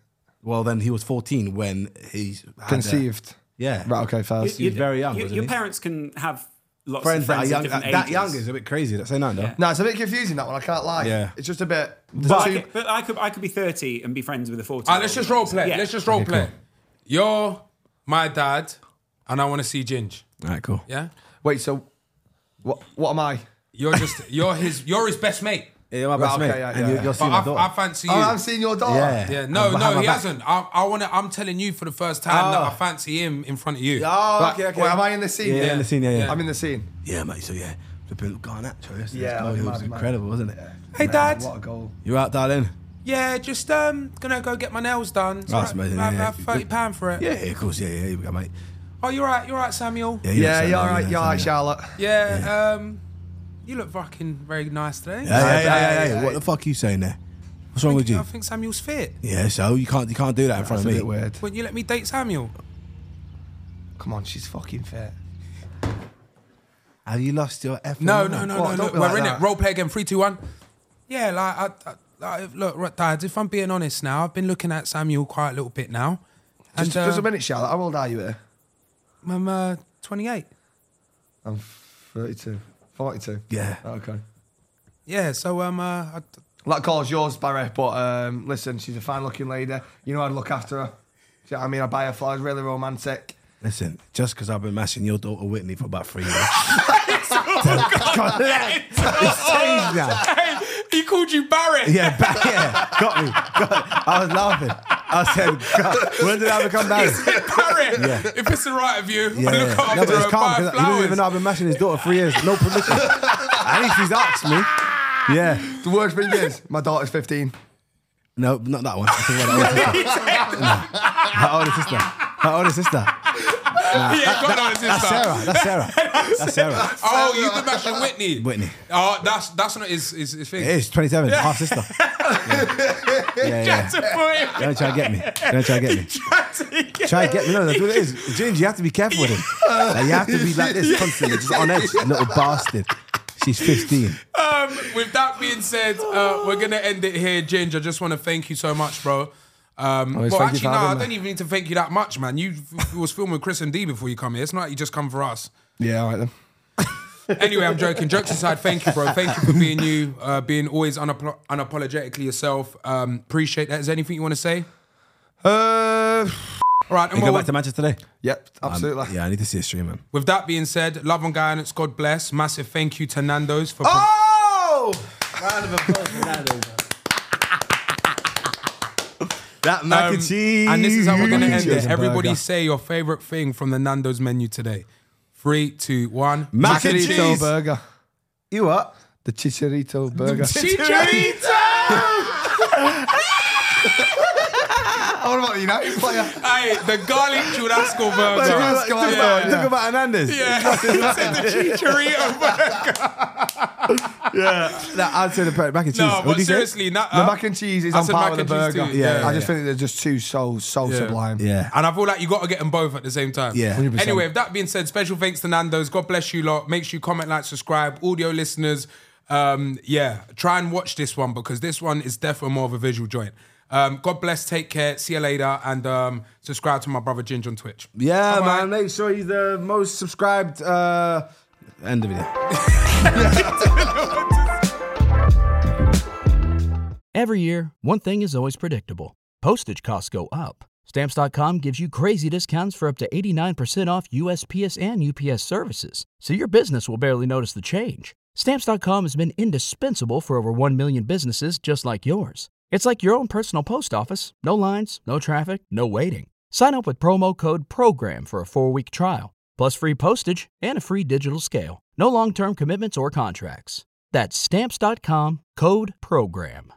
[SPEAKER 5] Well, then he was 14 when he's had a-
[SPEAKER 4] Conceived.
[SPEAKER 5] yeah.
[SPEAKER 4] Right, okay, first.
[SPEAKER 5] He was very young, wasn't
[SPEAKER 7] your
[SPEAKER 5] he?
[SPEAKER 7] parents can have lots
[SPEAKER 5] Friends,
[SPEAKER 7] of
[SPEAKER 5] that are
[SPEAKER 7] friends
[SPEAKER 5] young.
[SPEAKER 7] at different
[SPEAKER 5] That
[SPEAKER 7] ages.
[SPEAKER 5] young is a bit crazy. That's saying that, no.
[SPEAKER 4] No, it's a bit confusing that one. I can't lie.
[SPEAKER 5] Yeah.
[SPEAKER 4] It's just a bit.
[SPEAKER 7] But, I
[SPEAKER 4] too-
[SPEAKER 7] could, but I could I could be 30 and be friends with a 14.
[SPEAKER 2] All right, Ah, let's just role play. Let's just [laughs] role play. You're my dad, and I want to see Ginge.
[SPEAKER 5] All right, cool.
[SPEAKER 2] Yeah,
[SPEAKER 4] Wait, so what? What am I?
[SPEAKER 2] you're [laughs] just you're his you're his best mate.
[SPEAKER 5] Yeah, my best
[SPEAKER 4] okay,
[SPEAKER 5] mate.
[SPEAKER 4] yeah,
[SPEAKER 5] and
[SPEAKER 4] yeah,
[SPEAKER 5] you,
[SPEAKER 4] yeah.
[SPEAKER 5] you'll see
[SPEAKER 2] But
[SPEAKER 5] my
[SPEAKER 2] I, I
[SPEAKER 5] daughter.
[SPEAKER 2] fancy you.
[SPEAKER 4] Oh, I'm seeing your daughter.
[SPEAKER 5] Yeah.
[SPEAKER 2] yeah, no,
[SPEAKER 5] I have
[SPEAKER 2] no,
[SPEAKER 5] my
[SPEAKER 2] he
[SPEAKER 5] back.
[SPEAKER 2] hasn't. I, I want to. I'm telling you for the first time that
[SPEAKER 5] Ah.
[SPEAKER 2] I fancy him in front of you.
[SPEAKER 5] Oh,
[SPEAKER 4] Right,
[SPEAKER 5] okay, okay.
[SPEAKER 4] Wait, am I in the scene?
[SPEAKER 5] Yeah, in the scene, yeah, yeah.
[SPEAKER 4] I'm in the scene.
[SPEAKER 5] Yeah, mate. So yeah, flipping gone at us.
[SPEAKER 4] Yeah,
[SPEAKER 5] it was
[SPEAKER 4] mad, mad.
[SPEAKER 5] incredible, wasn't it?
[SPEAKER 2] Hey, Dad.
[SPEAKER 4] What a goal.
[SPEAKER 5] You're out, darling.
[SPEAKER 2] Yeah, just um, gonna go get my nails done. It's
[SPEAKER 5] That's
[SPEAKER 2] all right.
[SPEAKER 5] amazing,
[SPEAKER 2] I
[SPEAKER 5] yeah.
[SPEAKER 2] have thirty pound for it.
[SPEAKER 5] Yeah, yeah, of course. Yeah, yeah, here we go, mate.
[SPEAKER 2] Oh, you're right. You're right, Samuel. Yeah.
[SPEAKER 4] Yeah, you're
[SPEAKER 5] all
[SPEAKER 4] right, you're right, Charlotte.
[SPEAKER 2] Um, you look fucking very nice today.
[SPEAKER 5] Hey, hey, hey, hey,
[SPEAKER 4] yeah,
[SPEAKER 5] hey, what the fuck you saying there? What's wrong with
[SPEAKER 2] I
[SPEAKER 5] you?
[SPEAKER 2] think Samuel's fit.
[SPEAKER 5] Yeah, so you can't you can't do that in front
[SPEAKER 4] That's a
[SPEAKER 5] of me.
[SPEAKER 4] bit weird.
[SPEAKER 2] Wouldn't you let me date Samuel?
[SPEAKER 4] Come on, she's fucking fit.
[SPEAKER 5] Have you lost your effing
[SPEAKER 2] No,
[SPEAKER 5] mind?
[SPEAKER 2] no, no,
[SPEAKER 4] What,
[SPEAKER 2] no.
[SPEAKER 4] don't
[SPEAKER 2] Look,
[SPEAKER 4] be
[SPEAKER 2] we're
[SPEAKER 4] like
[SPEAKER 2] in
[SPEAKER 4] that.
[SPEAKER 2] it. Role play again. Three, two, one. Yeah, like, I, I, like, look, right, Dad. If I'm being honest now, I've been looking at Samuel quite a little bit now. And
[SPEAKER 4] Just,
[SPEAKER 2] uh,
[SPEAKER 4] just a minute, Charlotte. How old are you here?
[SPEAKER 2] I'm uh, 28.
[SPEAKER 4] I'm 32. 42.
[SPEAKER 5] Yeah.
[SPEAKER 4] Okay.
[SPEAKER 2] Yeah, so um, uh, I,
[SPEAKER 4] That call's yours, Barry, but um, listen, she's a fine looking lady. You know I'd look after her. Do you know what I mean? I buy her flowers, really romantic.
[SPEAKER 5] Listen, just because I've been mashing your daughter Whitney for about three years. [laughs] Change now.
[SPEAKER 2] he called you
[SPEAKER 7] [laughs]
[SPEAKER 2] Barrett.
[SPEAKER 5] Yeah, back, yeah, got me. Got me. I was laughing. I said, God, when did I become married?
[SPEAKER 2] Barrett.
[SPEAKER 5] Yeah.
[SPEAKER 2] If it's the right of you,
[SPEAKER 5] Yeah,
[SPEAKER 2] I look
[SPEAKER 5] yeah. No, but
[SPEAKER 2] after her
[SPEAKER 5] it's
[SPEAKER 2] and
[SPEAKER 5] calm
[SPEAKER 2] buy
[SPEAKER 5] because
[SPEAKER 2] her
[SPEAKER 5] he doesn't even
[SPEAKER 2] flowers.
[SPEAKER 5] know I've been mashing his daughter for three years. No permission. At least he's asked me. Yeah.
[SPEAKER 4] The worst thing is, my daughter's 15.
[SPEAKER 5] No, not that one. I think about her older sister. No. Her older sister.
[SPEAKER 2] [laughs]
[SPEAKER 5] Her older sister.
[SPEAKER 2] He ain't got
[SPEAKER 5] That's
[SPEAKER 2] no sister.
[SPEAKER 5] Sarah. That's Sarah. That's Sarah.
[SPEAKER 2] Oh, you did match with Whitney.
[SPEAKER 5] Whitney.
[SPEAKER 2] Oh, that's that's not his his, his
[SPEAKER 5] It
[SPEAKER 2] thing.
[SPEAKER 5] is 27. Half sister. Yeah, yeah. yeah.
[SPEAKER 2] [laughs]
[SPEAKER 5] Don't try to get me. Don't try to get me. Try to get me. No, that's what it is. James, you have to be careful
[SPEAKER 2] [laughs]
[SPEAKER 5] with him. Like, you have to be like this constantly, just on edge, little bastard. She's 15.
[SPEAKER 2] um, with that being said, uh, we're gonna end it here, Ginger. I just want to thank you so much, bro. Um,
[SPEAKER 4] Always
[SPEAKER 2] well,
[SPEAKER 4] thank you
[SPEAKER 2] actually,
[SPEAKER 4] for
[SPEAKER 2] no,
[SPEAKER 4] having
[SPEAKER 2] I
[SPEAKER 4] me.
[SPEAKER 2] don't even need to thank you that much, man. You f- was filming with Chris and D before you come here. It's not like you just come for us.
[SPEAKER 4] Yeah, all right then.
[SPEAKER 2] Anyway, I'm joking. Jokes aside, thank you, bro. Thank you for being you, uh, being always unap- unapologetically yourself. Um, appreciate that. Is there anything you want to say?
[SPEAKER 4] Uh,
[SPEAKER 2] All right,
[SPEAKER 5] You
[SPEAKER 2] and
[SPEAKER 5] go
[SPEAKER 2] well,
[SPEAKER 5] back to Manchester today? Um,
[SPEAKER 4] yep, absolutely.
[SPEAKER 5] Yeah, I need to see a stream, man.
[SPEAKER 2] with that being said, love and guidance, God bless. Massive thank you to Nando's for.
[SPEAKER 4] Oh!
[SPEAKER 2] [laughs]
[SPEAKER 5] That mac
[SPEAKER 2] Um,
[SPEAKER 5] and cheese.
[SPEAKER 2] And this is how we're going to end
[SPEAKER 5] Cheese
[SPEAKER 2] it.
[SPEAKER 5] and
[SPEAKER 2] Everybody
[SPEAKER 5] burger.
[SPEAKER 2] say your favorite thing from the Nando's menu today. Three, two, one.
[SPEAKER 5] mac and cheese.
[SPEAKER 4] burger.
[SPEAKER 5] You what?
[SPEAKER 4] The Chicharito burger. what about the United player?
[SPEAKER 2] [laughs] Aye, the garlic
[SPEAKER 4] [laughs]
[SPEAKER 2] churrasco burger.
[SPEAKER 4] Churrasco.
[SPEAKER 5] Talk about,
[SPEAKER 4] Yeah.
[SPEAKER 5] talk about Hernandez.
[SPEAKER 2] Yeah, [laughs] said the
[SPEAKER 4] [laughs]
[SPEAKER 2] chicharito burger.
[SPEAKER 5] That, I'd say the pe- mac and cheese.
[SPEAKER 2] No,
[SPEAKER 5] What
[SPEAKER 2] but
[SPEAKER 5] do you say?
[SPEAKER 2] seriously, not,
[SPEAKER 4] The mac and cheese is
[SPEAKER 2] uh, I
[SPEAKER 4] on
[SPEAKER 2] said
[SPEAKER 4] par
[SPEAKER 2] mac
[SPEAKER 4] with the
[SPEAKER 2] and cheese
[SPEAKER 4] burger.
[SPEAKER 2] too, yeah,
[SPEAKER 4] I just think they're just two so so sublime.
[SPEAKER 5] Yeah.
[SPEAKER 2] And I feel like you got to get them both at the same time.
[SPEAKER 5] Yeah. 100%.
[SPEAKER 2] Anyway, with that being said, special thanks to Nando's. God bless you lot. Make sure you comment, like, subscribe. Audio listeners, um, yeah, try and watch this one because this one is definitely more of a visual joint. Um, God bless. Take care. See you later. And um, subscribe to my brother Ginge on Twitch.
[SPEAKER 5] Yeah,
[SPEAKER 2] Bye-bye.
[SPEAKER 5] man. Make sure he's the most subscribed. Uh, end of it.
[SPEAKER 1] Every year, one thing is always predictable postage costs go up. Stamps.com gives you crazy discounts for up to 89% off USPS and UPS services, so your business will barely notice the change. Stamps.com has been indispensable for over 1 million businesses just like yours. It's like your own personal post office no lines, no traffic, no waiting. Sign up with promo code PROGRAM for a four week trial, plus free postage and a free digital scale. No long term commitments or contracts. That's stamps.com code PROGRAM.